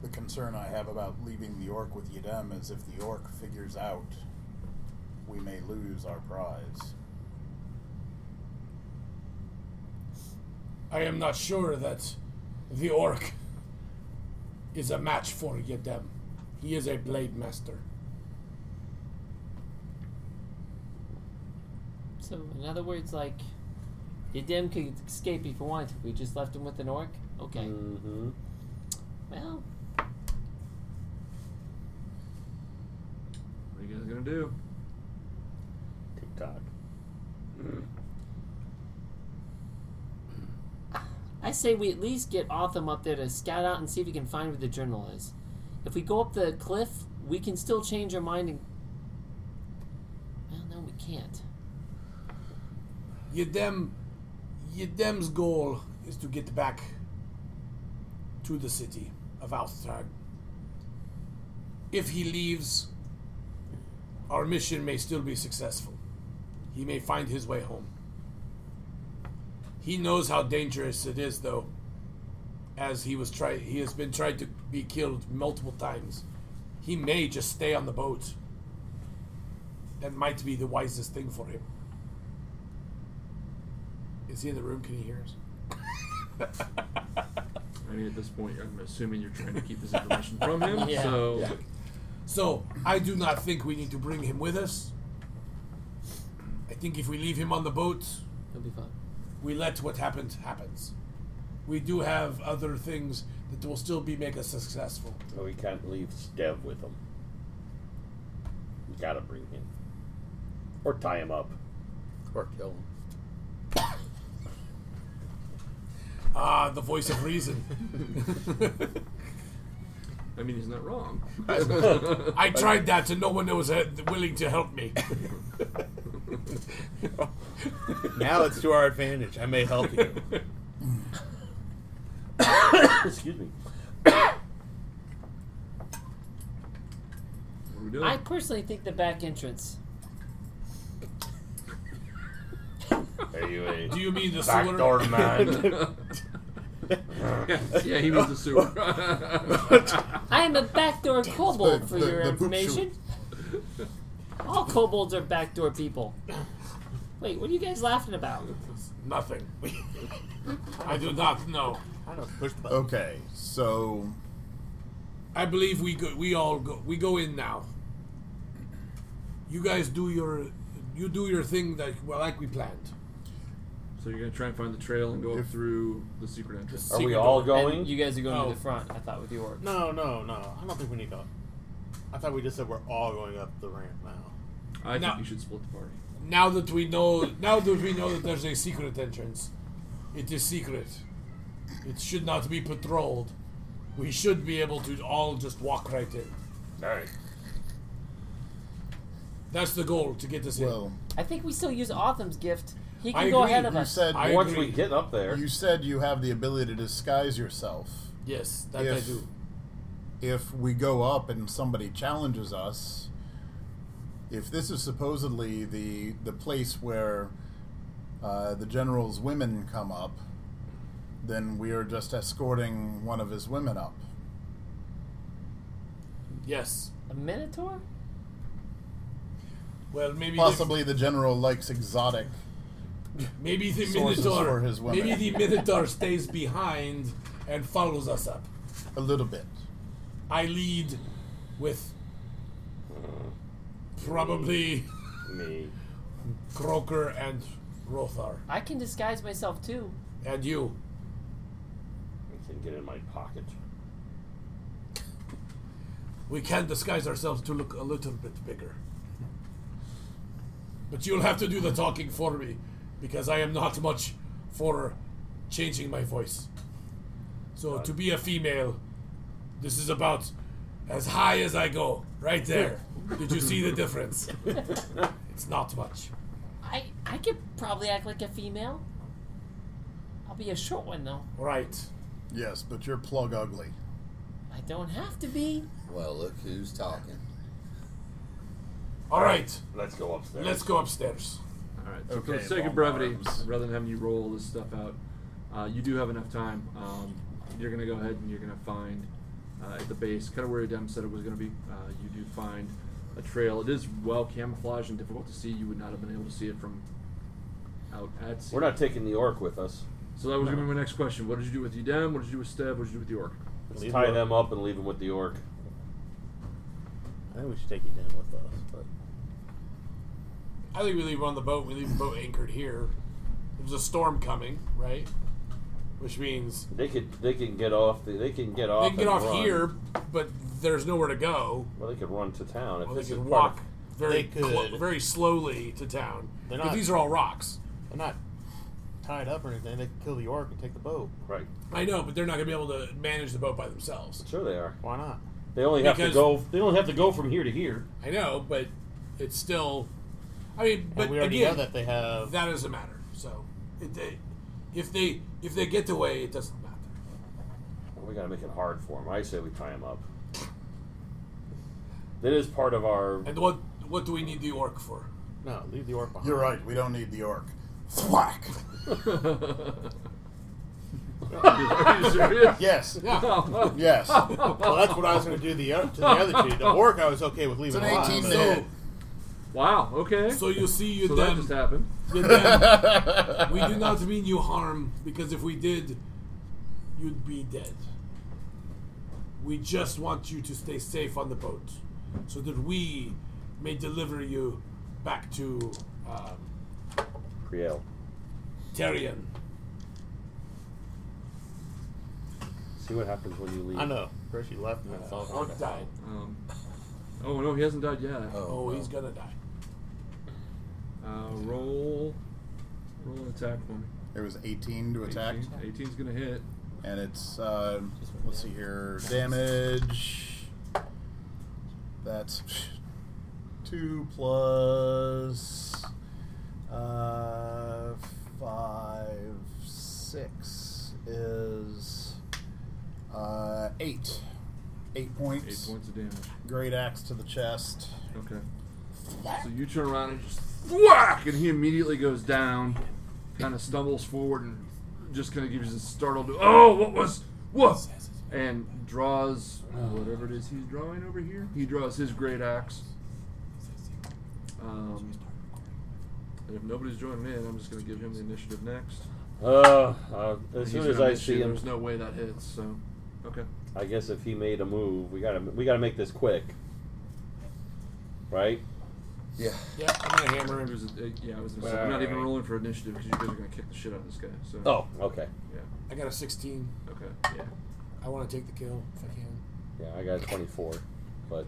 [SPEAKER 2] the concern I have about leaving the orc with Yadem is if the orc figures out, we may lose our prize.
[SPEAKER 4] I am not sure that the orc is a match for Yedem. He is a blade master.
[SPEAKER 5] So in other words, like Yadem could escape if he wanted. to. We just left him with an orc. Okay.
[SPEAKER 6] Mm-hmm.
[SPEAKER 5] Well,
[SPEAKER 3] What are you guys gonna do?
[SPEAKER 6] TikTok.
[SPEAKER 5] I say we at least get Otham up there to scout out and see if he can find where the journal is. If we go up the cliff, we can still change our mind and. Well, no, we can't.
[SPEAKER 4] Yedem, Yedem's goal is to get back to the city of Alstag. If he leaves, our mission may still be successful. He may find his way home. He knows how dangerous it is, though, as he was try he has been tried to be killed multiple times. He may just stay on the boat. That might be the wisest thing for him. Is he in the room? Can he hear us?
[SPEAKER 3] I mean, at this point, I'm assuming you're trying to keep this information from him.
[SPEAKER 5] Yeah.
[SPEAKER 3] So
[SPEAKER 4] So I do not think we need to bring him with us. I think if we leave him on the boat,
[SPEAKER 5] he'll be fine.
[SPEAKER 4] We let what happened happens. We do have other things that will still be make us successful.
[SPEAKER 6] So we can't leave Stev with him. We gotta bring him. Or tie him up.
[SPEAKER 8] Or kill him.
[SPEAKER 4] Ah, the voice of reason.
[SPEAKER 3] I mean, he's not wrong.
[SPEAKER 4] I tried that, and no one was uh, willing to help me.
[SPEAKER 8] Now it's to our advantage. I may help you.
[SPEAKER 6] Excuse me.
[SPEAKER 3] What are we doing?
[SPEAKER 5] I personally think the back entrance.
[SPEAKER 6] Are you a
[SPEAKER 4] Do you mean the sewer?
[SPEAKER 6] backdoor man?
[SPEAKER 3] yeah, he was the sewer.
[SPEAKER 5] I am a backdoor kobold,
[SPEAKER 9] the-
[SPEAKER 5] for
[SPEAKER 9] the-
[SPEAKER 5] your
[SPEAKER 9] the poop
[SPEAKER 5] information. All kobolds are backdoor people. Wait, what are you guys laughing about?
[SPEAKER 4] Nothing. I do not know.
[SPEAKER 8] I don't push the button.
[SPEAKER 2] Okay, so
[SPEAKER 4] I believe we go, we all go we go in now. You guys do your you do your thing that well like we planned.
[SPEAKER 3] so you're gonna try and find the trail and go up through the secret
[SPEAKER 4] The
[SPEAKER 3] entrance.
[SPEAKER 6] Are
[SPEAKER 4] secret
[SPEAKER 6] we all
[SPEAKER 4] door.
[SPEAKER 6] going?
[SPEAKER 5] And you guys are going
[SPEAKER 4] Oh.
[SPEAKER 5] to the front, I thought, with your orcs.
[SPEAKER 8] No, no, no. I don't think we need to. I thought we just said we're all going up the ramp now.
[SPEAKER 3] I think
[SPEAKER 4] No.
[SPEAKER 3] you should split the party.
[SPEAKER 4] Now that we know now that we know that there's a secret entrance. It is secret. It should not be patrolled. We should be able to all just walk right in. That's the goal to get us
[SPEAKER 2] well,
[SPEAKER 5] I think we still use Otham's gift. He can
[SPEAKER 4] I
[SPEAKER 5] go
[SPEAKER 4] agree.
[SPEAKER 5] ahead of
[SPEAKER 2] you
[SPEAKER 5] us.
[SPEAKER 2] said
[SPEAKER 4] I
[SPEAKER 6] Once
[SPEAKER 4] agree.
[SPEAKER 6] we get up there,
[SPEAKER 2] you said you have the ability to disguise yourself.
[SPEAKER 4] in. Yes, that I
[SPEAKER 2] If-
[SPEAKER 4] do.
[SPEAKER 2] If we go up and somebody challenges us, if this is supposedly the the place where uh, the general's women come up, then we are just escorting one of his women up.
[SPEAKER 4] Yes.
[SPEAKER 5] A minotaur?
[SPEAKER 4] Well, maybe the-
[SPEAKER 2] Possibly the general likes exotic.
[SPEAKER 4] Maybe the
[SPEAKER 2] Sources
[SPEAKER 4] Minotaur.
[SPEAKER 2] for his women.
[SPEAKER 4] Maybe the Minotaur stays behind and follows us up.
[SPEAKER 2] A little bit.
[SPEAKER 4] I lead with probably
[SPEAKER 6] me.
[SPEAKER 4] Croker and Rothar
[SPEAKER 5] I can disguise myself too.
[SPEAKER 4] and you.
[SPEAKER 6] I can get in my pocket.
[SPEAKER 4] We can disguise ourselves to look a little bit bigger. But you'll have to do the talking for me because I am not much for changing my voice. So to be a female, this is about as high as I go, right there. Did you see the difference? it's not much.
[SPEAKER 5] I I could probably act like a female. I'll be a short one though.
[SPEAKER 4] Right.
[SPEAKER 2] Yes, but you're plug ugly.
[SPEAKER 5] I don't have to be.
[SPEAKER 9] Well, look who's talking.
[SPEAKER 4] All right.
[SPEAKER 6] Let's go upstairs.
[SPEAKER 4] Let's go upstairs.
[SPEAKER 3] All right. So for
[SPEAKER 2] Okay,
[SPEAKER 3] the sake
[SPEAKER 2] long
[SPEAKER 3] of brevity,
[SPEAKER 2] arms.
[SPEAKER 3] rather than having you roll this stuff out, uh, you do have enough time. Um, you're going to go ahead and you're going to find uh, at the base, kind of where Dem said it was going to be. Uh, you do find a trail. It is well camouflaged and difficult to see. You would not have been able to see it from out at sea.
[SPEAKER 6] We're not taking the orc with us.
[SPEAKER 3] So that was going to be my next question. What did you do with Udem? What did you do with Steb? What did you do with the orc?
[SPEAKER 6] Let's
[SPEAKER 8] Leave
[SPEAKER 6] tie
[SPEAKER 8] him.
[SPEAKER 6] them up and leave them with the orc.
[SPEAKER 8] I think we should take you down with us, but
[SPEAKER 4] I think we leave on the boat. We leave the boat anchored here. There's a storm coming, right? Which means
[SPEAKER 6] They could. They can get off. The, they can get off.
[SPEAKER 4] they can get
[SPEAKER 6] and
[SPEAKER 4] off
[SPEAKER 6] run.
[SPEAKER 4] here, but there's nowhere to go.
[SPEAKER 6] Well, they could run to town. If
[SPEAKER 4] Well, they
[SPEAKER 6] this is
[SPEAKER 4] could
[SPEAKER 6] part
[SPEAKER 4] walk
[SPEAKER 6] of-
[SPEAKER 4] very
[SPEAKER 8] They could.
[SPEAKER 4] clo- very slowly to town.
[SPEAKER 8] They're
[SPEAKER 4] But
[SPEAKER 8] not-
[SPEAKER 4] these are all rocks.
[SPEAKER 8] they're not tied up or anything. They could kill the orc and take the boat.
[SPEAKER 6] right.
[SPEAKER 4] I know, but they're not going to be able to manage the boat by themselves.
[SPEAKER 6] Sure, they are.
[SPEAKER 8] Why not?
[SPEAKER 6] They only have
[SPEAKER 4] Because-
[SPEAKER 6] to go. They only have to go from here to here.
[SPEAKER 4] I know, but it's still. I mean, but
[SPEAKER 8] and we already
[SPEAKER 4] again,
[SPEAKER 8] know that they have.
[SPEAKER 4] that doesn't matter. So, if they, if they if they get away, it doesn't matter.
[SPEAKER 6] Well, we gotta make it hard for them. I say we tie them up. That is part of our.
[SPEAKER 4] And what what do we need the orc for?
[SPEAKER 8] no, leave the orc behind.
[SPEAKER 2] You're right, we don't need the orc. Thwack!
[SPEAKER 3] Are you serious?
[SPEAKER 2] Yes,
[SPEAKER 3] Oh,
[SPEAKER 2] yes.
[SPEAKER 8] Well, that's what I was going to do the o- to the other two. The orc, I was okay with
[SPEAKER 2] It's
[SPEAKER 8] leaving
[SPEAKER 2] an
[SPEAKER 8] alive.
[SPEAKER 2] 18
[SPEAKER 8] but-
[SPEAKER 2] minute.
[SPEAKER 3] wow. Okay.
[SPEAKER 4] So you see, you
[SPEAKER 3] So that
[SPEAKER 4] then
[SPEAKER 3] just happened.
[SPEAKER 4] you then- we do not mean you harm because if we did, you'd be dead. We just want you to stay safe on the boat, so that we may deliver you back to um,
[SPEAKER 6] Creole.
[SPEAKER 4] Tyrion.
[SPEAKER 6] See what happens when you leave.
[SPEAKER 8] I know. First you left me. it's
[SPEAKER 3] Oh,
[SPEAKER 8] all
[SPEAKER 4] Orc died.
[SPEAKER 3] Um, oh no, he hasn't died yet.
[SPEAKER 4] Oh, he's gonna die.
[SPEAKER 3] Uh, roll, roll an attack for me.
[SPEAKER 2] It was 18 to attack,
[SPEAKER 3] 18, 18's gonna hit.
[SPEAKER 2] and it's uh, let's see here, damage. That's two plus uh, five, six is uh, eight, eight points.
[SPEAKER 3] Eight points of damage.
[SPEAKER 2] Great axe to the chest.
[SPEAKER 3] Okay. So you turn around and just whack, and he immediately goes down, kind of stumbles forward, and just kind of gives a startled, "Oh, what was what?" And draws whatever it is he's drawing over here. He draws his great axe. Um, and if nobody's joining in, I'm just going to give him the initiative next.
[SPEAKER 6] Uh, uh, as
[SPEAKER 3] He's
[SPEAKER 6] soon as
[SPEAKER 3] gonna
[SPEAKER 6] I
[SPEAKER 3] miss you.
[SPEAKER 6] see him,
[SPEAKER 3] there's no way that hits. So, okay.
[SPEAKER 6] I guess if he made a move, we gotta we gotta make this quick, right?
[SPEAKER 9] Yeah.
[SPEAKER 4] Yeah, I'm gonna hammer him.
[SPEAKER 3] There's a- uh, yeah, I was gonna say, I'm not even rolling for initiative because you guys are going to kick the shit out of this guy. So.
[SPEAKER 6] Oh, okay.
[SPEAKER 3] Yeah.
[SPEAKER 4] I got a 16.
[SPEAKER 3] Okay. Yeah.
[SPEAKER 4] I want to take the kill if I can.
[SPEAKER 6] Yeah, I got a 24, but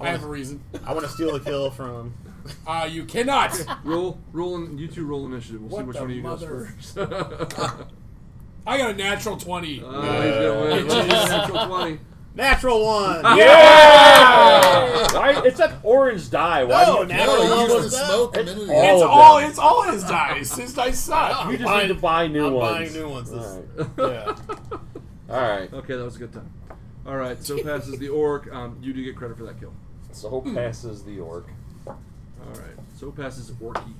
[SPEAKER 4] I have a reason.
[SPEAKER 8] I want to steal the kill from.
[SPEAKER 4] Uh, you cannot.
[SPEAKER 3] Roll, roll, and you two roll initiative. We'll
[SPEAKER 4] What
[SPEAKER 3] see which
[SPEAKER 4] the
[SPEAKER 3] one of you
[SPEAKER 4] mother-
[SPEAKER 3] goes first. uh,
[SPEAKER 4] I got a natural 20.
[SPEAKER 3] he's gonna win. Roll a natural twenty.
[SPEAKER 8] Natural one.
[SPEAKER 6] yeah, Why- it's that orange die. Why
[SPEAKER 8] No,
[SPEAKER 6] do you,
[SPEAKER 8] natural one
[SPEAKER 9] Oh, you used the
[SPEAKER 8] was up.
[SPEAKER 9] smoke a minute ago.
[SPEAKER 6] all
[SPEAKER 4] it's
[SPEAKER 6] of
[SPEAKER 4] all.
[SPEAKER 6] them.
[SPEAKER 4] It's all his dice. His dice suck.
[SPEAKER 6] you just
[SPEAKER 8] buying-
[SPEAKER 6] need to buy new
[SPEAKER 8] I'm
[SPEAKER 6] ones.
[SPEAKER 8] buying new ones. This,
[SPEAKER 6] All
[SPEAKER 8] yeah.
[SPEAKER 6] right. All right.
[SPEAKER 3] Okay, that was a good time. All right, so passes the orc. Um, you do get credit for that kill.
[SPEAKER 6] So passes the orc.
[SPEAKER 3] All right, so passes Orky.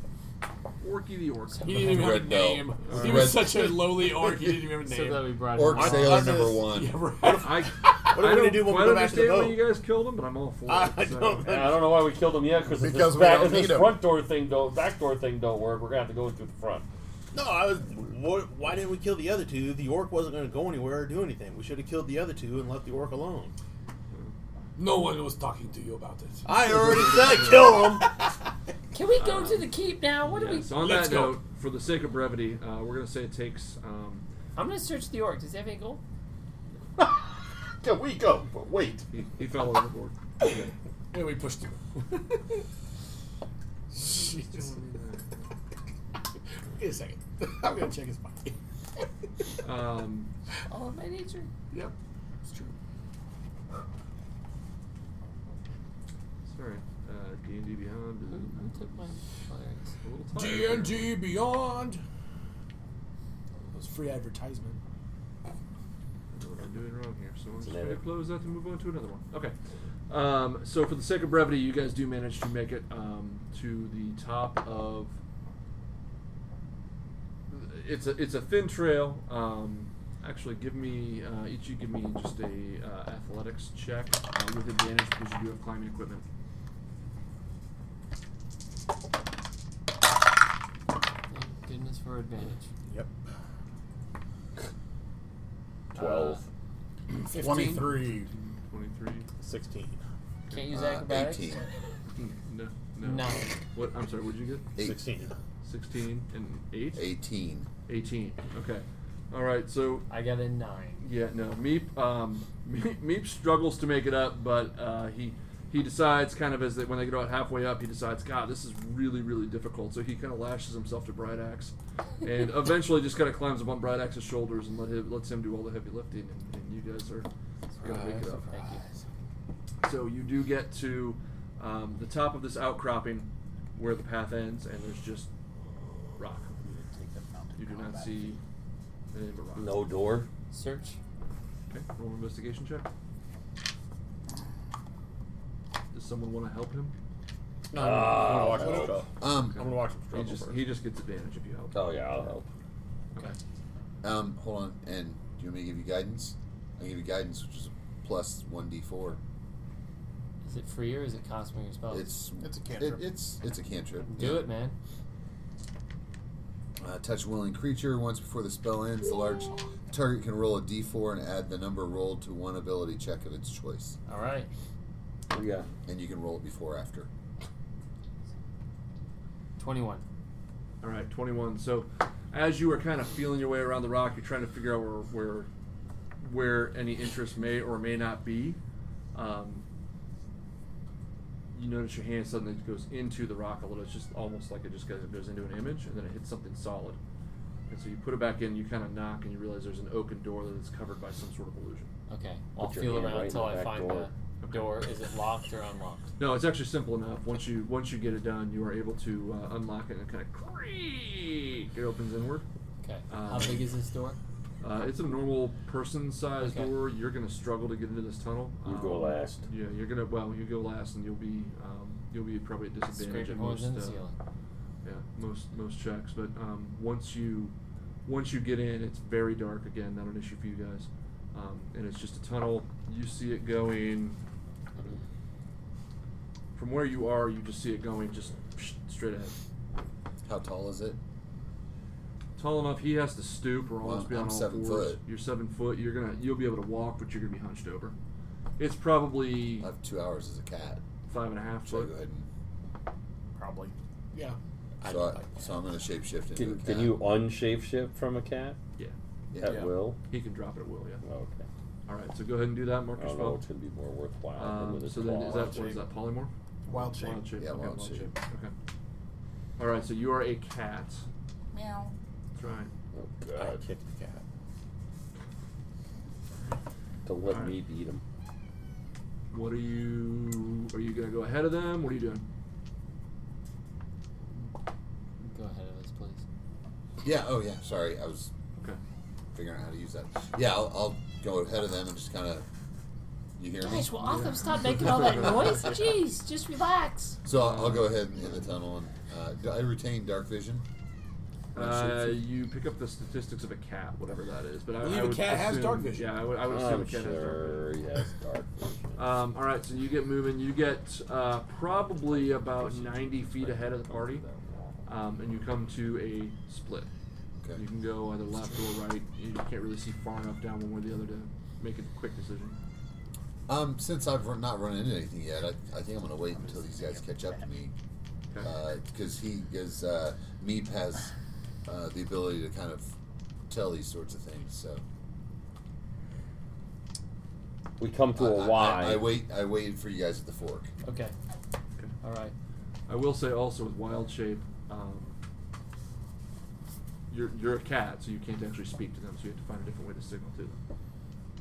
[SPEAKER 3] Orky the orc.
[SPEAKER 4] He didn't even have a
[SPEAKER 9] Red belt.
[SPEAKER 4] name.
[SPEAKER 9] Alright.
[SPEAKER 4] He was
[SPEAKER 9] Red-
[SPEAKER 4] such a lowly orc. He didn't even have a
[SPEAKER 5] So
[SPEAKER 4] name.
[SPEAKER 5] that we brought him
[SPEAKER 9] Orc
[SPEAKER 5] on.
[SPEAKER 9] sailor
[SPEAKER 8] I'll-
[SPEAKER 9] number one.
[SPEAKER 4] yeah, right.
[SPEAKER 3] I,
[SPEAKER 8] What are
[SPEAKER 3] I
[SPEAKER 8] we gonna
[SPEAKER 3] don't
[SPEAKER 8] do when we
[SPEAKER 3] quite
[SPEAKER 8] go back to
[SPEAKER 3] understand why you
[SPEAKER 8] vote?
[SPEAKER 3] guys killed him, but I'm all for
[SPEAKER 8] I
[SPEAKER 3] it. so-
[SPEAKER 8] don't-
[SPEAKER 6] Yeah, I don't know why we killed him yet cause if
[SPEAKER 2] Because
[SPEAKER 6] this,
[SPEAKER 2] we
[SPEAKER 6] back,
[SPEAKER 2] don't
[SPEAKER 6] if this
[SPEAKER 2] need 'em.
[SPEAKER 6] front door thing don't back door thing don't work, we're gonna have to go in through the front.
[SPEAKER 8] No, I was. wh- Why didn't we kill the other two? The orc wasn't going to go anywhere or do anything. We should have killed the other two and left the orc alone.
[SPEAKER 4] No one was talking to you about it.
[SPEAKER 8] I already said kill him.
[SPEAKER 5] Can we go to the keep now? What do
[SPEAKER 3] Yeah,
[SPEAKER 5] we?
[SPEAKER 3] so on
[SPEAKER 4] Let's
[SPEAKER 3] that
[SPEAKER 4] go.
[SPEAKER 3] note, for the sake of brevity, uh, we're gonna say it takes. Um,
[SPEAKER 5] I'm gonna search the orc. Does he have any gold?
[SPEAKER 8] Can we go? But wait.
[SPEAKER 3] he, he fell overboard.
[SPEAKER 4] Yeah, we pushed him. Jeez. Wait a second. I'm gonna check his body.
[SPEAKER 3] Um,
[SPEAKER 5] All of Oh, my nature.
[SPEAKER 4] Yep, it's true.
[SPEAKER 3] sorry, uh, D&D Beyond is
[SPEAKER 5] Who took my players?
[SPEAKER 3] a little tired.
[SPEAKER 4] D and D Beyond. That was free advertisement.
[SPEAKER 3] I don't know what I'm doing wrong here, so I'm just
[SPEAKER 6] Let
[SPEAKER 3] going to
[SPEAKER 6] it.
[SPEAKER 3] close that and move on to another one. Okay. Um, so for the sake of brevity, you guys do manage to make it um, to the top of. It's a it's a thin trail. Um, actually, give me uh, each you give me just a uh, athletics check uh, with advantage because you do have climbing equipment.
[SPEAKER 5] Thank goodness for advantage.
[SPEAKER 2] Yep.
[SPEAKER 6] Twelve.
[SPEAKER 4] Fifteen.
[SPEAKER 2] Twenty-three.
[SPEAKER 3] Twenty three.
[SPEAKER 8] Sixteen.
[SPEAKER 5] Can't use
[SPEAKER 9] Uh,
[SPEAKER 5] acrobatics.
[SPEAKER 9] 18.
[SPEAKER 3] No, no.
[SPEAKER 5] Nine.
[SPEAKER 3] What? I'm sorry. What'd you get?
[SPEAKER 9] Eight-
[SPEAKER 8] Sixteen.
[SPEAKER 3] Sixteen and eight.
[SPEAKER 9] 18.
[SPEAKER 3] Eighteen. Okay. All right. So
[SPEAKER 5] I got a nine.
[SPEAKER 3] Yeah, no. Meep, um, Meep, Meep struggles to make it up, but uh, he he decides kind of as they, when they get about halfway up, he decides, God, this is really really difficult. So he kind of lashes himself to Bright Axe, and eventually just kind of climbs up on Bright Axe's shoulders and let him, lets him do all the heavy lifting, and, and you guys are gonna make it up.
[SPEAKER 5] Thank you.
[SPEAKER 3] So you do get to um, the top of this outcropping where the path ends, and there's just rock. You do not see anything but rock.
[SPEAKER 6] No door.
[SPEAKER 5] Search.
[SPEAKER 3] Okay, roll an investigation check. Does someone want to help him?
[SPEAKER 8] No, I'm gonna watch him struggle.
[SPEAKER 9] Um,
[SPEAKER 8] I'm gonna watch him
[SPEAKER 3] He
[SPEAKER 8] struggle
[SPEAKER 3] just
[SPEAKER 8] first.
[SPEAKER 3] he just gets advantage if you help.
[SPEAKER 6] Oh yeah, I'll help.
[SPEAKER 3] Okay.
[SPEAKER 9] um, hold on. And do you want me to give you guidance? I'll give you guidance, which is a plus 1d4.
[SPEAKER 5] Is it free or is it cost me your spells?
[SPEAKER 9] It's
[SPEAKER 2] It's a cantrip.
[SPEAKER 9] It, it's it's a cantrip.
[SPEAKER 5] Do it, man.
[SPEAKER 9] Uh, touch a willing creature once before the spell ends. The large target can roll a d4 and add the number rolled to one ability check of its choice,
[SPEAKER 5] All right.
[SPEAKER 6] Yeah.
[SPEAKER 9] and you can roll it before or after.
[SPEAKER 5] Twenty-one.
[SPEAKER 3] All right, 21. So, as you are kind of feeling your way around the rock, you're trying to figure out where where, where any interest may or may not be. Um, you notice your hand suddenly goes into the rock a little. It's just almost like it just goes, goes into an image, and then it hits something solid. And so you put it back in. You kind of knock, and you realize there's an oaken door that's covered by some sort of illusion.
[SPEAKER 5] Okay. I'll
[SPEAKER 6] Put your
[SPEAKER 5] feel
[SPEAKER 6] hand
[SPEAKER 5] around
[SPEAKER 6] right in
[SPEAKER 5] until
[SPEAKER 6] the
[SPEAKER 5] I
[SPEAKER 6] back
[SPEAKER 5] find
[SPEAKER 6] door.
[SPEAKER 5] the door. Is it locked or unlocked?
[SPEAKER 3] No, it's actually simple enough. Once you once you get it done, you are able to uh, unlock it and kind of creak. It opens inward.
[SPEAKER 5] Okay. How
[SPEAKER 3] Um,
[SPEAKER 5] big is this door?
[SPEAKER 3] Uh, it's a normal person-sized
[SPEAKER 5] Okay.
[SPEAKER 3] door. You're gonna struggle to get into this tunnel. Um,
[SPEAKER 6] You go last.
[SPEAKER 3] Yeah, you're gonna. Well, you go last, and you'll be um, you'll be probably at disadvantage
[SPEAKER 5] Scraping
[SPEAKER 3] at
[SPEAKER 5] holes
[SPEAKER 3] most.
[SPEAKER 5] in the
[SPEAKER 3] uh,
[SPEAKER 5] ceiling.
[SPEAKER 3] yeah, most most checks. But um, once you once you get in, it's very dark again. Not an issue for you guys. Um, and it's just a tunnel. You see it going from where you are. You just see it going just straight ahead.
[SPEAKER 9] How tall is it?
[SPEAKER 3] Tall enough, he has to stoop or
[SPEAKER 9] Well,
[SPEAKER 3] almost be
[SPEAKER 9] I'm
[SPEAKER 3] on all
[SPEAKER 9] seven
[SPEAKER 3] fours.
[SPEAKER 9] foot.
[SPEAKER 3] You're seven foot. You're gonna you'll be able to walk, but you're gonna be hunched over. It's probably
[SPEAKER 9] I have two hours as a cat.
[SPEAKER 3] five and a half
[SPEAKER 9] Should I go
[SPEAKER 3] foot.
[SPEAKER 9] ahead and
[SPEAKER 2] probably.
[SPEAKER 4] Yeah.
[SPEAKER 9] so, I, so I'm gonna shapeshift into a
[SPEAKER 6] Can,
[SPEAKER 9] cat.
[SPEAKER 6] can you unshape shift from a cat
[SPEAKER 3] Yeah,
[SPEAKER 6] at
[SPEAKER 2] Yeah.
[SPEAKER 6] will?
[SPEAKER 3] he can drop it at will. Yeah.
[SPEAKER 6] Okay.
[SPEAKER 3] All right, so go ahead and do that,
[SPEAKER 6] I
[SPEAKER 3] Marcus.
[SPEAKER 6] don't know.
[SPEAKER 3] Well,
[SPEAKER 6] It's gonna be more worthwhile than
[SPEAKER 3] um,
[SPEAKER 6] with his
[SPEAKER 3] so then is
[SPEAKER 6] claw.
[SPEAKER 3] that what is that polymorph?
[SPEAKER 2] Wild shape.
[SPEAKER 3] Wild shape.
[SPEAKER 9] Yeah,
[SPEAKER 3] okay,
[SPEAKER 9] wild shape.
[SPEAKER 3] Okay. All right, so you are a cat.
[SPEAKER 11] Meow.
[SPEAKER 3] That's right.
[SPEAKER 6] Oh,
[SPEAKER 8] I
[SPEAKER 6] God.
[SPEAKER 8] kicked the cat.
[SPEAKER 6] To let
[SPEAKER 3] Alright.
[SPEAKER 6] me beat him.
[SPEAKER 3] What are you? Are you gonna go ahead of them? What are you doing?
[SPEAKER 5] Go ahead of us, please.
[SPEAKER 9] Yeah. Oh yeah. Sorry, I was
[SPEAKER 3] Okay.
[SPEAKER 9] figuring out how to use that. Yeah, I'll, I'll go ahead of them and just kind of. You hear me?
[SPEAKER 5] Gosh, well, Otham, stop making all that noise. Jeez, just relax.
[SPEAKER 9] So I'll, I'll go ahead and hit the tunnel and. Uh, do I retain dark vision? When I shoot
[SPEAKER 3] Uh,
[SPEAKER 9] from-
[SPEAKER 3] you pick up the statistics of a cat, whatever that is. But I,
[SPEAKER 4] believe
[SPEAKER 3] I
[SPEAKER 4] a
[SPEAKER 3] would
[SPEAKER 4] cat has
[SPEAKER 3] assume-
[SPEAKER 4] dark vision.
[SPEAKER 3] Yeah, I would, I would assume a
[SPEAKER 6] I'm
[SPEAKER 3] cat has dark vision.
[SPEAKER 6] Oh, sure he has dark vision.
[SPEAKER 3] Um, all right, so you get moving. You get uh, probably about 90 feet ahead of the party, um, and you come to a split.
[SPEAKER 9] Okay.
[SPEAKER 6] Mm.
[SPEAKER 3] You can go either left or right. You can't really see far enough down one way or the other to make a quick decision.
[SPEAKER 9] Um, since I've run, not run into anything yet, I, I think I'm gonna wait until these guys catch up to me, because he is uh, Meep has uh, the ability to kind of tell these sorts of things. So
[SPEAKER 6] We come to
[SPEAKER 9] I-
[SPEAKER 6] a
[SPEAKER 9] I-
[SPEAKER 6] Y.
[SPEAKER 9] I, I wait. I waited for you guys at the fork.
[SPEAKER 5] Okay. All right.
[SPEAKER 3] I will say also with wild shape, um, you're you're a cat, so you can't actually speak to them. So you have to find a different way to signal to them.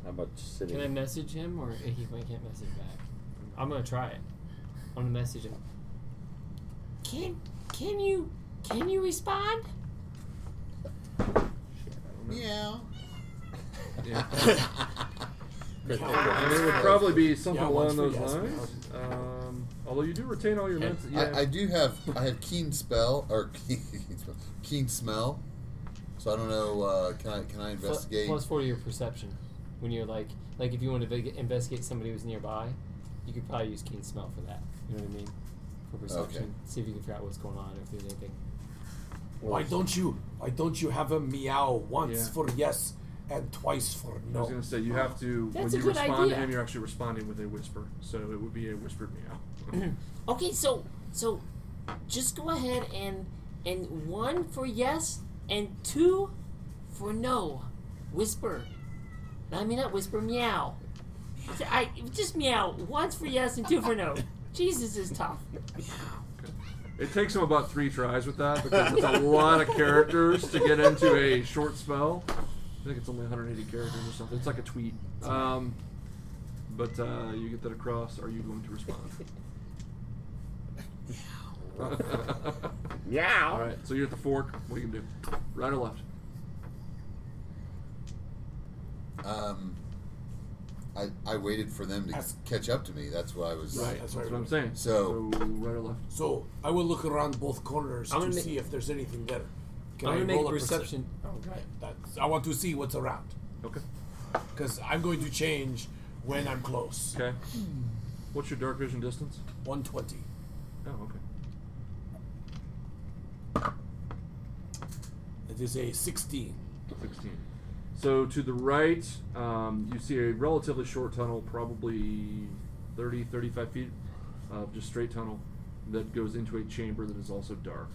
[SPEAKER 6] How about just sitting?
[SPEAKER 5] Can I message him or he I can't message back? I'm gonna try it. I'm gonna message him. Can can you can you respond?
[SPEAKER 9] Yeah.
[SPEAKER 3] Yeah.
[SPEAKER 4] Yeah.
[SPEAKER 3] And it would probably be something
[SPEAKER 4] Yeah,
[SPEAKER 3] along
[SPEAKER 4] once we
[SPEAKER 3] those
[SPEAKER 4] ask him
[SPEAKER 3] lines. Um, although you do retain all your mental. Yeah.
[SPEAKER 9] I, I do have I have keen spell or keen, spell- keen smell, so I don't know. Uh, can I can I
[SPEAKER 5] Pl-
[SPEAKER 9] investigate?
[SPEAKER 5] Plus four to your perception. When you're like like if you want to vig- investigate somebody who's nearby, you could probably use keen smell for that. You know what I mean? For perception, see if you can figure out what's going on or if there's anything.
[SPEAKER 4] Why don't you? Why don't you have a meow once
[SPEAKER 3] Yeah.
[SPEAKER 4] for yes and twice for
[SPEAKER 3] I
[SPEAKER 4] no?
[SPEAKER 3] was gonna say you have to
[SPEAKER 5] That's a
[SPEAKER 3] when you
[SPEAKER 5] good
[SPEAKER 3] respond
[SPEAKER 5] idea.
[SPEAKER 3] to him, you're actually responding with a whisper, so it would be a whispered meow.
[SPEAKER 5] Okay, so so just go ahead and and one for yes and two for no. Whisper. I mean not whisper, meow. I just meow. Once for yes and two for no. Jesus is tough.
[SPEAKER 3] it takes him about three tries with that because it's a lot of characters to get into a short spell. I think it's only 180 characters or something. It's like a tweet. Um, but uh, you get that across. Are you going to respond? All
[SPEAKER 6] Meow.
[SPEAKER 3] right. So you're at the fork. What are you gonna do? Right or left?
[SPEAKER 9] um, I I waited for them to
[SPEAKER 4] Ask-
[SPEAKER 9] catch up to me. That's what I was.
[SPEAKER 4] Right. That's
[SPEAKER 3] That's what
[SPEAKER 4] right.
[SPEAKER 3] I'm saying.
[SPEAKER 9] So-
[SPEAKER 3] right or left?
[SPEAKER 4] So I will look around both corners
[SPEAKER 5] I'm
[SPEAKER 4] to
[SPEAKER 5] gonna make-
[SPEAKER 4] see if there's anything there. Can
[SPEAKER 5] I'm
[SPEAKER 4] I
[SPEAKER 5] gonna make
[SPEAKER 4] roll
[SPEAKER 5] a
[SPEAKER 4] percep-
[SPEAKER 5] perception.
[SPEAKER 4] Okay. That's, I want to see what's around
[SPEAKER 3] Okay.
[SPEAKER 4] because I'm going to change when I'm close.
[SPEAKER 3] Okay. What's your dark vision distance?
[SPEAKER 4] 120.
[SPEAKER 3] Oh, okay.
[SPEAKER 4] It is a 16.
[SPEAKER 3] 16. So to the right, um, you see a relatively short tunnel, probably 30, 35 feet of just straight tunnel that goes into a chamber that is also dark.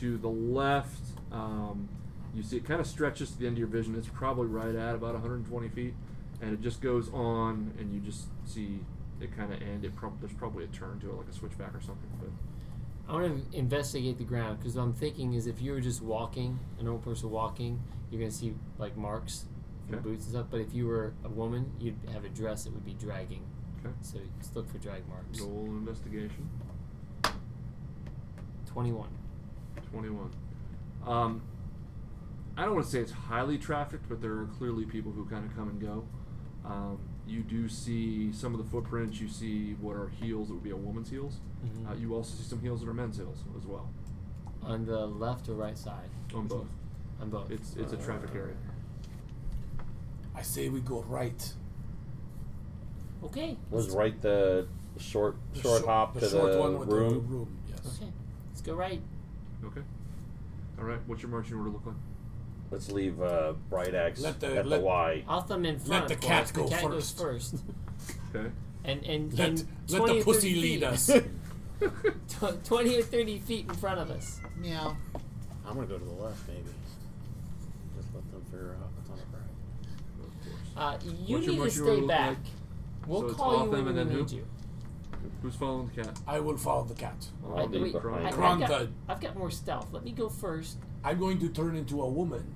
[SPEAKER 3] to the left, um, you see it kind of stretches to the end of your vision. It's probably right at about 120 feet, and it just goes on, and you just see it kind of end. It prob- there's probably a turn to it, like a switchback or something. But
[SPEAKER 5] I want to investigate the ground because I'm thinking is if you were just walking, an old person walking, you're gonna see like marks from
[SPEAKER 3] Okay.
[SPEAKER 5] boots and stuff. But if you were a woman, you'd have a dress that would be dragging.
[SPEAKER 3] Okay.
[SPEAKER 5] So just look for drag marks.
[SPEAKER 3] roll an investigation.
[SPEAKER 5] Twenty-one.
[SPEAKER 3] 21. Um, I don't want to say it's highly trafficked, but there are clearly people who kind of come and go. Um, you do see some of the footprints. You see what are heels that would be a woman's heels.
[SPEAKER 4] Mm-hmm.
[SPEAKER 5] Mhm.
[SPEAKER 3] Uh, you also see some heels that are men's heels as well.
[SPEAKER 5] On the left or right side?
[SPEAKER 3] On both.
[SPEAKER 5] On both.
[SPEAKER 3] It's it's a traffic
[SPEAKER 4] Uh,
[SPEAKER 3] area.
[SPEAKER 4] I say we go right.
[SPEAKER 5] Okay.
[SPEAKER 6] Was right the short
[SPEAKER 4] The
[SPEAKER 6] short
[SPEAKER 4] shor-
[SPEAKER 6] hop
[SPEAKER 4] the
[SPEAKER 6] to
[SPEAKER 4] short
[SPEAKER 6] the
[SPEAKER 4] one with the
[SPEAKER 6] room.
[SPEAKER 4] room. Yes.
[SPEAKER 5] Okay. Let's go right.
[SPEAKER 3] Okay. All right. What's your marching order look like?
[SPEAKER 6] Let's leave uh, Bright Axe
[SPEAKER 4] Let the-
[SPEAKER 6] at
[SPEAKER 4] let-
[SPEAKER 6] the Y.
[SPEAKER 5] I'll thumb in front.
[SPEAKER 4] the
[SPEAKER 5] of
[SPEAKER 4] cat
[SPEAKER 5] course.
[SPEAKER 4] go
[SPEAKER 5] the cat
[SPEAKER 4] first.
[SPEAKER 5] Goes first.
[SPEAKER 3] Okay.
[SPEAKER 5] And and
[SPEAKER 4] Let,
[SPEAKER 5] and
[SPEAKER 4] let
[SPEAKER 5] 20
[SPEAKER 4] the
[SPEAKER 5] or
[SPEAKER 4] pussy
[SPEAKER 5] 30
[SPEAKER 4] lead
[SPEAKER 5] feet-
[SPEAKER 4] us.
[SPEAKER 5] tw- Twenty or thirty feet in front of us.
[SPEAKER 9] Meow.
[SPEAKER 8] I'm gonna go to the left, maybe. Just let them figure out what's on the right.
[SPEAKER 5] Uh, you
[SPEAKER 3] What's your
[SPEAKER 5] need to
[SPEAKER 3] marching order
[SPEAKER 5] stay
[SPEAKER 3] look
[SPEAKER 5] back. We'll
[SPEAKER 3] So it's
[SPEAKER 5] call
[SPEAKER 3] off
[SPEAKER 5] you
[SPEAKER 3] them and
[SPEAKER 5] when we
[SPEAKER 3] then who?
[SPEAKER 5] need you.
[SPEAKER 3] Who's following the cat?
[SPEAKER 4] I will follow the cat.
[SPEAKER 6] I'll
[SPEAKER 5] I-
[SPEAKER 6] leave
[SPEAKER 5] wait,
[SPEAKER 6] behind.
[SPEAKER 5] I- I've
[SPEAKER 4] Granta.
[SPEAKER 5] got- I've got more stealth. Let me go first.
[SPEAKER 4] I'm going to turn into a woman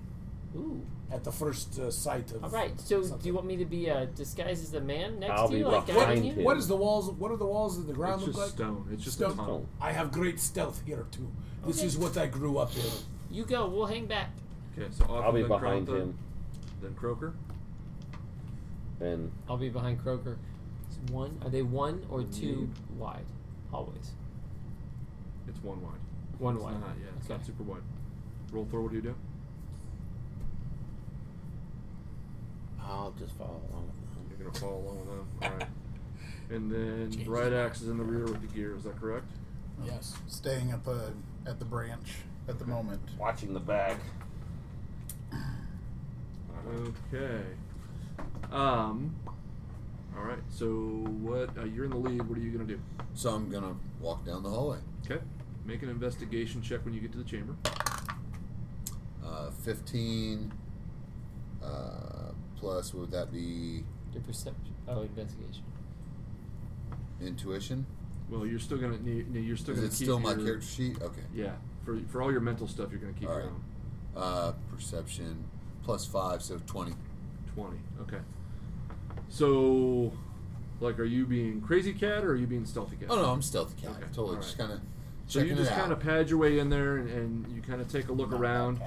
[SPEAKER 5] Ooh.
[SPEAKER 4] at the first uh, sight of.
[SPEAKER 5] All right. So, do
[SPEAKER 4] something.
[SPEAKER 5] you want me to be uh, disguised as a man next
[SPEAKER 6] I'll
[SPEAKER 5] to
[SPEAKER 6] be
[SPEAKER 5] you, like
[SPEAKER 6] behind
[SPEAKER 5] guiding you?
[SPEAKER 6] him.
[SPEAKER 4] What is the walls? What are the walls of the ground
[SPEAKER 3] It's
[SPEAKER 4] look
[SPEAKER 3] just
[SPEAKER 4] like?
[SPEAKER 3] stone. It's just a
[SPEAKER 4] Stone.
[SPEAKER 3] tunnel.
[SPEAKER 4] I have great stealth here too. This
[SPEAKER 5] Okay.
[SPEAKER 4] is what I grew up in.
[SPEAKER 5] You go. We'll hang back.
[SPEAKER 3] Okay. So off
[SPEAKER 6] I'll be
[SPEAKER 3] then
[SPEAKER 6] behind
[SPEAKER 3] Krantha,
[SPEAKER 6] him.
[SPEAKER 3] Then Croaker.
[SPEAKER 6] And
[SPEAKER 5] I'll be behind Croker. It's one. Are they one or two wide? Always
[SPEAKER 3] It's one wide.
[SPEAKER 5] one
[SPEAKER 3] It's
[SPEAKER 5] wide.
[SPEAKER 3] not, yeah, it's
[SPEAKER 5] okay.
[SPEAKER 3] not super wide. Roll Thor. What do you do?
[SPEAKER 8] I'll just follow along with
[SPEAKER 3] You're gonna
[SPEAKER 8] them.
[SPEAKER 3] follow along with them. All right. And then right axe is in the rear with the gear. Is that correct?
[SPEAKER 4] Yes.
[SPEAKER 2] Staying up uh, at the branch at the moment.
[SPEAKER 6] watching the back.
[SPEAKER 3] Okay. Um. All right. So what? Uh, you're in the lead. What are you gonna do?
[SPEAKER 9] So I'm gonna walk down the hallway.
[SPEAKER 3] Okay. Make an investigation check when you get to the chamber.
[SPEAKER 9] Uh, Fifteen uh, plus what would that be?
[SPEAKER 5] Your perception. Oh, investigation.
[SPEAKER 9] Intuition?
[SPEAKER 3] Well, you're still gonna need. You're still
[SPEAKER 9] Is
[SPEAKER 3] gonna
[SPEAKER 9] it
[SPEAKER 3] keep
[SPEAKER 9] still my
[SPEAKER 3] your-
[SPEAKER 9] character sheet? Okay.
[SPEAKER 3] Yeah. For for all your mental stuff, you're gonna keep
[SPEAKER 9] All
[SPEAKER 3] your
[SPEAKER 9] right.
[SPEAKER 3] own.
[SPEAKER 9] Uh, perception plus five, so twenty.
[SPEAKER 3] 20. Okay. So, like, are you being crazy cat or are you being stealthy cat?
[SPEAKER 9] Oh no, I'm stealthy cat.
[SPEAKER 3] Okay,
[SPEAKER 9] Totally,
[SPEAKER 3] all
[SPEAKER 9] just
[SPEAKER 3] right.
[SPEAKER 9] kind of
[SPEAKER 3] So
[SPEAKER 9] checking
[SPEAKER 3] you just
[SPEAKER 9] it
[SPEAKER 3] kind
[SPEAKER 9] out.
[SPEAKER 3] of pad your way in there and, and you kind of take a look around.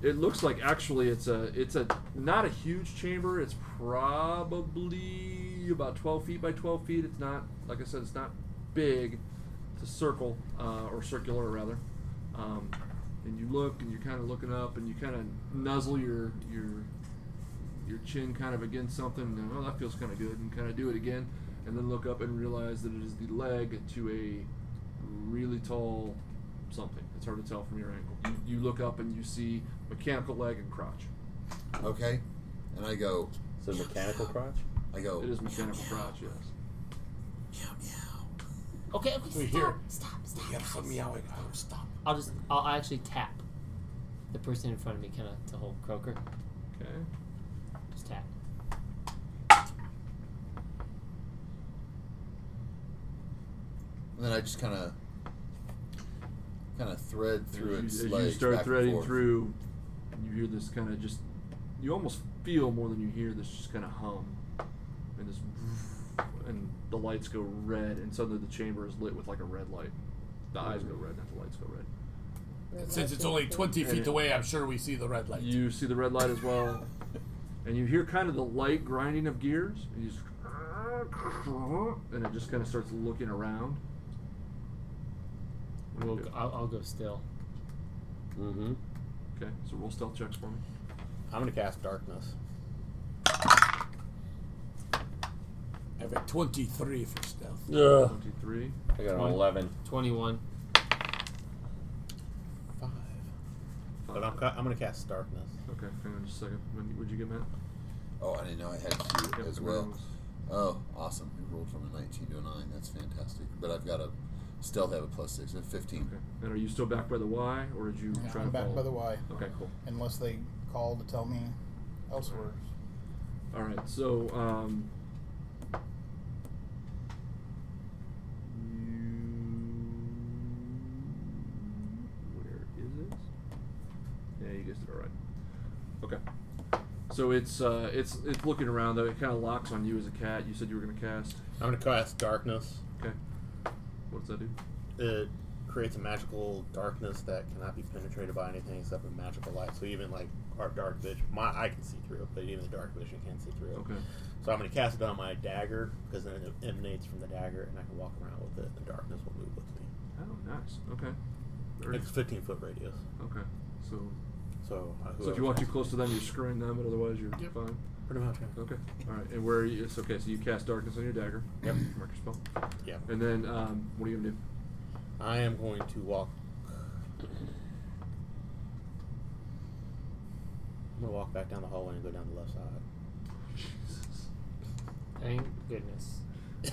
[SPEAKER 3] It looks like actually it's a it's a not a huge chamber. It's probably about 12 feet by 12 feet. It's not like I said. It's not big. It's a circle uh, or circular rather. Um, and you look and you're kind of looking up and you kind of nuzzle your your your chin kind of against something. And, well, that feels kind of good, and kind of do it again, and then look up and realize that it is the leg to a really tall something. It's hard to tell from your angle. You, you look up and you see mechanical leg and crotch.
[SPEAKER 9] okay, and I go,
[SPEAKER 6] Is it a mechanical crotch?
[SPEAKER 9] I go.
[SPEAKER 3] It is mechanical crotch, yes.
[SPEAKER 5] Okay. Okay.
[SPEAKER 4] We
[SPEAKER 5] stop.
[SPEAKER 4] hear-
[SPEAKER 5] Stop. Stop.
[SPEAKER 4] Here for
[SPEAKER 5] guys.
[SPEAKER 4] meowing. Oh, stop.
[SPEAKER 5] I'll just. I'll actually tap the person in front of me, kind of to hold Croker.
[SPEAKER 3] Okay.
[SPEAKER 5] Just tap.
[SPEAKER 9] And then I just kind of, kind of thread through
[SPEAKER 3] as you,
[SPEAKER 9] its
[SPEAKER 3] as you
[SPEAKER 9] legs. back
[SPEAKER 3] start
[SPEAKER 9] and
[SPEAKER 3] threading
[SPEAKER 9] forth.
[SPEAKER 3] through, you hear this kind of just. You almost feel more than you hear this just kind of hum, and this, and the lights go red, and suddenly the chamber is lit with like a red light. The eyes go red, not the lights go red.
[SPEAKER 4] And since it's only 20 feet away, I'm sure we see the red light.
[SPEAKER 3] You see the red light as well, and you hear kind of the light grinding of gears, and you just, and it just kind of starts looking around. What do
[SPEAKER 5] We'll,
[SPEAKER 3] you do?
[SPEAKER 5] I'll, I'll go still.
[SPEAKER 6] Mm-hmm.
[SPEAKER 3] Okay, so roll stealth checks for me.
[SPEAKER 8] I'm gonna cast darkness.
[SPEAKER 4] I have a 23 for stealth.
[SPEAKER 2] Uh.
[SPEAKER 6] Yeah.
[SPEAKER 3] Twenty-three.
[SPEAKER 6] I got an eleven.
[SPEAKER 5] Twenty-one.
[SPEAKER 8] Five. But I'm, ca- I'm gonna cast darkness.
[SPEAKER 3] Okay, hang on just a second. When would you get Matt?
[SPEAKER 9] Oh, I didn't know I had two
[SPEAKER 3] Yep,
[SPEAKER 9] as
[SPEAKER 3] the
[SPEAKER 9] well.
[SPEAKER 3] red was-
[SPEAKER 9] Oh, awesome! We rolled from a nineteen to a nine. That's fantastic. But I've got a Still have a plus six and fifteen.
[SPEAKER 3] And are you still back by the Y, or did you
[SPEAKER 2] Yeah,
[SPEAKER 3] try
[SPEAKER 2] I'm
[SPEAKER 3] to
[SPEAKER 2] back
[SPEAKER 3] follow?
[SPEAKER 2] by the Y.
[SPEAKER 3] Okay, cool.
[SPEAKER 2] Unless they call to tell me elsewhere.
[SPEAKER 3] All right, so um, you, where is it? Yeah, you guys did all right. Okay, so it's uh, it's it's looking around though. It kind of locks on you as a cat. You said you were gonna cast.
[SPEAKER 7] I'm gonna cast darkness.
[SPEAKER 3] Okay, what does that do?
[SPEAKER 7] It creates a magical darkness that cannot be penetrated by anything except a magical light. So even like our dark vision, my I can see through it, but even the dark vision can't see through it.
[SPEAKER 3] Okay.
[SPEAKER 7] So I'm gonna cast it on my dagger because then it emanates from the dagger, and I can walk around with it. and The darkness will move with me.
[SPEAKER 3] Oh, nice. Okay. Very-
[SPEAKER 7] It's 15 foot radius.
[SPEAKER 3] Okay, so
[SPEAKER 7] So uh,
[SPEAKER 3] So if
[SPEAKER 7] whoever
[SPEAKER 3] you walk too
[SPEAKER 7] casts
[SPEAKER 3] close
[SPEAKER 7] it-
[SPEAKER 3] to them, you're screwing them, but otherwise you're fine.
[SPEAKER 7] Pretty much, yeah.
[SPEAKER 3] Okay. All right. And where are you, it's okay. So you cast darkness on your dagger. Yep. Mark your spell.
[SPEAKER 7] Yep.
[SPEAKER 3] And then um, what are you gonna do?
[SPEAKER 7] I am going to walk. I'm gonna walk back down the hallway and go down the left side.
[SPEAKER 5] Thank goodness.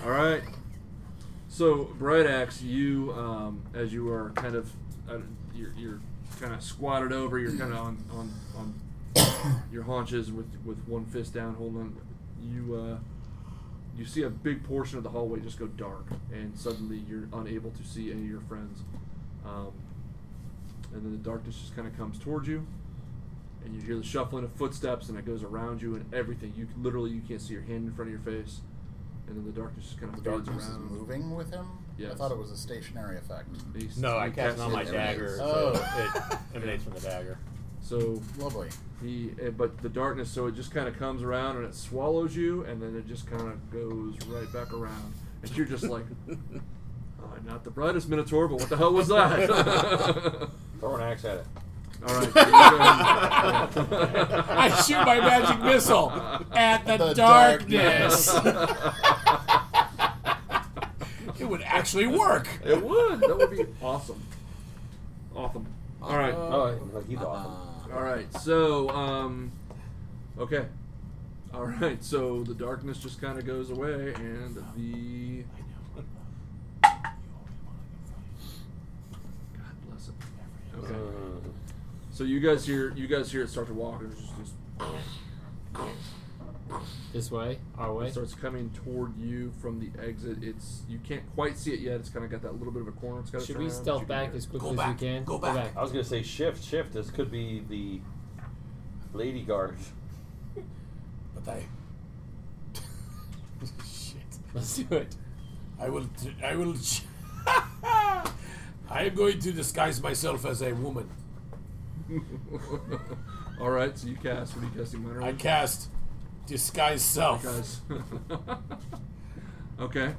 [SPEAKER 3] All right. So Bright Axe, you um, as you are kind of uh, you're, you're kind of squatted over. You're kind of on, on on your haunches with with one fist down, holding on. You uh, you see a big portion of the hallway just go dark, and suddenly you're unable to see any of your friends. Um, and then the darkness just kind of comes towards you, and you hear the shuffling of footsteps, and it goes around you and everything. You literally you can't see your hand in front of your face, and then the darkness just kind of
[SPEAKER 2] The
[SPEAKER 3] fades
[SPEAKER 2] darkness is
[SPEAKER 3] around.
[SPEAKER 2] moving with him? I
[SPEAKER 3] Yes.
[SPEAKER 2] thought it was a stationary effect.
[SPEAKER 3] He's-
[SPEAKER 7] No, I
[SPEAKER 3] he
[SPEAKER 7] cast it
[SPEAKER 3] casts
[SPEAKER 7] on my
[SPEAKER 3] it.
[SPEAKER 7] dagger.
[SPEAKER 2] Oh.
[SPEAKER 7] So it emanates from the dagger.
[SPEAKER 3] So
[SPEAKER 2] Lovely.
[SPEAKER 3] he, eh, but the darkness. So it just kind of comes around and it swallows you, and then it just kind of goes right back around, and you're just like, "Oh, not the brightest minotaur, but what the hell was that?
[SPEAKER 6] Throw an axe at it.
[SPEAKER 3] All right.
[SPEAKER 4] I shoot my magic missile at the,
[SPEAKER 2] The
[SPEAKER 4] darkness. it would actually work.
[SPEAKER 3] It would. That would be awesome. Awesome. All
[SPEAKER 2] Uh,
[SPEAKER 3] right.
[SPEAKER 6] Oh, like he's awesome.
[SPEAKER 3] All right. So, um, okay. All right. So the darkness just kind of goes away, and the God bless it. Okay.
[SPEAKER 6] Mm.
[SPEAKER 8] Uh-uh.
[SPEAKER 3] So you guys hear you guys hear it start to walk, and it's just, just
[SPEAKER 5] This way, our
[SPEAKER 3] it
[SPEAKER 5] way.
[SPEAKER 3] starts coming toward you from the exit. It's you can't quite see it yet. It's kind of got that little bit of a corner. It's got.
[SPEAKER 5] Should we stealth back as quickly as
[SPEAKER 4] back,
[SPEAKER 5] we can?
[SPEAKER 4] go back.
[SPEAKER 6] I was gonna say shift, shift. This could be the lady guard.
[SPEAKER 4] But I. Shit.
[SPEAKER 5] Let's do it.
[SPEAKER 4] I will. t- I will. ch- I am going to disguise myself as a woman.
[SPEAKER 3] All right. So you cast. What are you casting? Minor.
[SPEAKER 4] I cast disguise self.
[SPEAKER 3] guys. okay.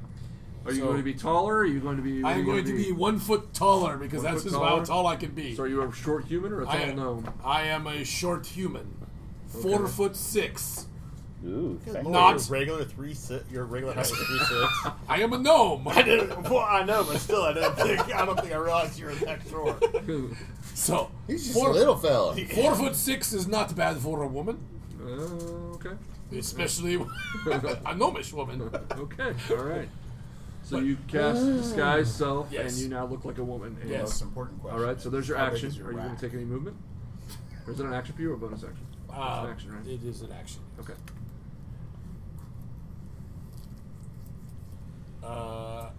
[SPEAKER 3] Are you
[SPEAKER 4] So-
[SPEAKER 3] going to be taller? Or are you going to be? what are
[SPEAKER 4] I
[SPEAKER 3] you
[SPEAKER 4] am going to be one foot taller because
[SPEAKER 3] One
[SPEAKER 4] that's
[SPEAKER 3] foot
[SPEAKER 4] just how
[SPEAKER 3] taller?
[SPEAKER 4] tall I can be.
[SPEAKER 3] So are you a short human or a
[SPEAKER 4] I
[SPEAKER 3] tall
[SPEAKER 4] am.
[SPEAKER 3] gnome?
[SPEAKER 4] I am a short human, four
[SPEAKER 3] Okay.
[SPEAKER 4] foot six.
[SPEAKER 6] Ooh,
[SPEAKER 7] Lord,
[SPEAKER 4] Not-
[SPEAKER 7] Oh, your regular three six. Your regular height was three six.
[SPEAKER 4] I am a gnome.
[SPEAKER 7] I didn't. Well, I know, but still, I don't think. I don't think I realized you were that short.
[SPEAKER 4] So
[SPEAKER 9] He's just
[SPEAKER 4] four,
[SPEAKER 9] a little fella.
[SPEAKER 4] four foot six is not bad for a woman,
[SPEAKER 3] Uh, okay.
[SPEAKER 4] especially a gnomish woman.
[SPEAKER 3] Okay. All right. So you cast disguise self,
[SPEAKER 4] Yes.
[SPEAKER 3] and you now look like a woman. And-
[SPEAKER 4] Yes.
[SPEAKER 2] Most important question.
[SPEAKER 3] All right. So there's your
[SPEAKER 2] How big
[SPEAKER 3] action.
[SPEAKER 2] is your
[SPEAKER 3] Are you going
[SPEAKER 2] rack?
[SPEAKER 3] to take any movement? Or is it an action for you or a bonus action? it's
[SPEAKER 4] Uh,
[SPEAKER 3] an action, right?
[SPEAKER 4] It is an action.
[SPEAKER 3] Okay.
[SPEAKER 4] Uh,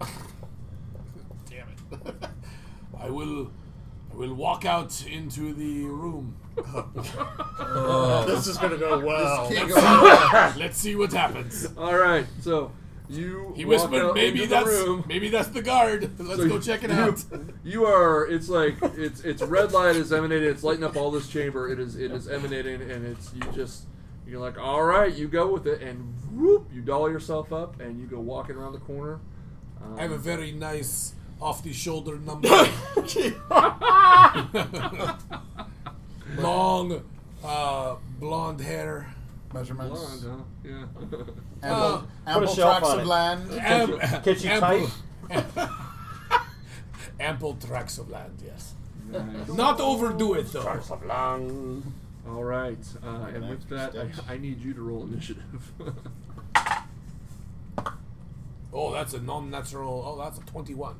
[SPEAKER 4] damn it! I will. I will walk out into the room.
[SPEAKER 7] This is gonna go well.
[SPEAKER 9] Can't go-
[SPEAKER 4] Let's see what happens.
[SPEAKER 3] All right. So you.
[SPEAKER 4] He
[SPEAKER 3] walk
[SPEAKER 4] whispered,
[SPEAKER 3] out
[SPEAKER 4] "Maybe
[SPEAKER 3] into the
[SPEAKER 4] that's
[SPEAKER 3] room."
[SPEAKER 4] maybe that's the guard. Let's
[SPEAKER 3] So
[SPEAKER 4] go
[SPEAKER 3] you-
[SPEAKER 4] check it
[SPEAKER 3] you-
[SPEAKER 4] out."
[SPEAKER 3] You are. It's like it's it's red light is emanating. It's lighting up all this chamber. It is it is emanating, and it's you just you're like, all right, you go with it, and whoop, you doll yourself up, and you go walking around the corner. Um,
[SPEAKER 4] I have a very nice off-the-shoulder number. Long, uh, blonde hair.
[SPEAKER 2] Measurements.
[SPEAKER 3] blonde, huh? Yeah.
[SPEAKER 2] Ample, ample
[SPEAKER 6] shelf
[SPEAKER 2] tracts
[SPEAKER 6] on
[SPEAKER 2] of
[SPEAKER 6] it.
[SPEAKER 2] land.
[SPEAKER 4] Am-
[SPEAKER 6] Catch you tight.
[SPEAKER 4] ample tracts of land. Yes.
[SPEAKER 3] Nice.
[SPEAKER 4] Not overdo it though.
[SPEAKER 3] All right, uh, and with that,
[SPEAKER 2] steps.
[SPEAKER 3] I, I need you to roll initiative.
[SPEAKER 4] Oh, that's a non-natural. Oh, that's a twenty-one.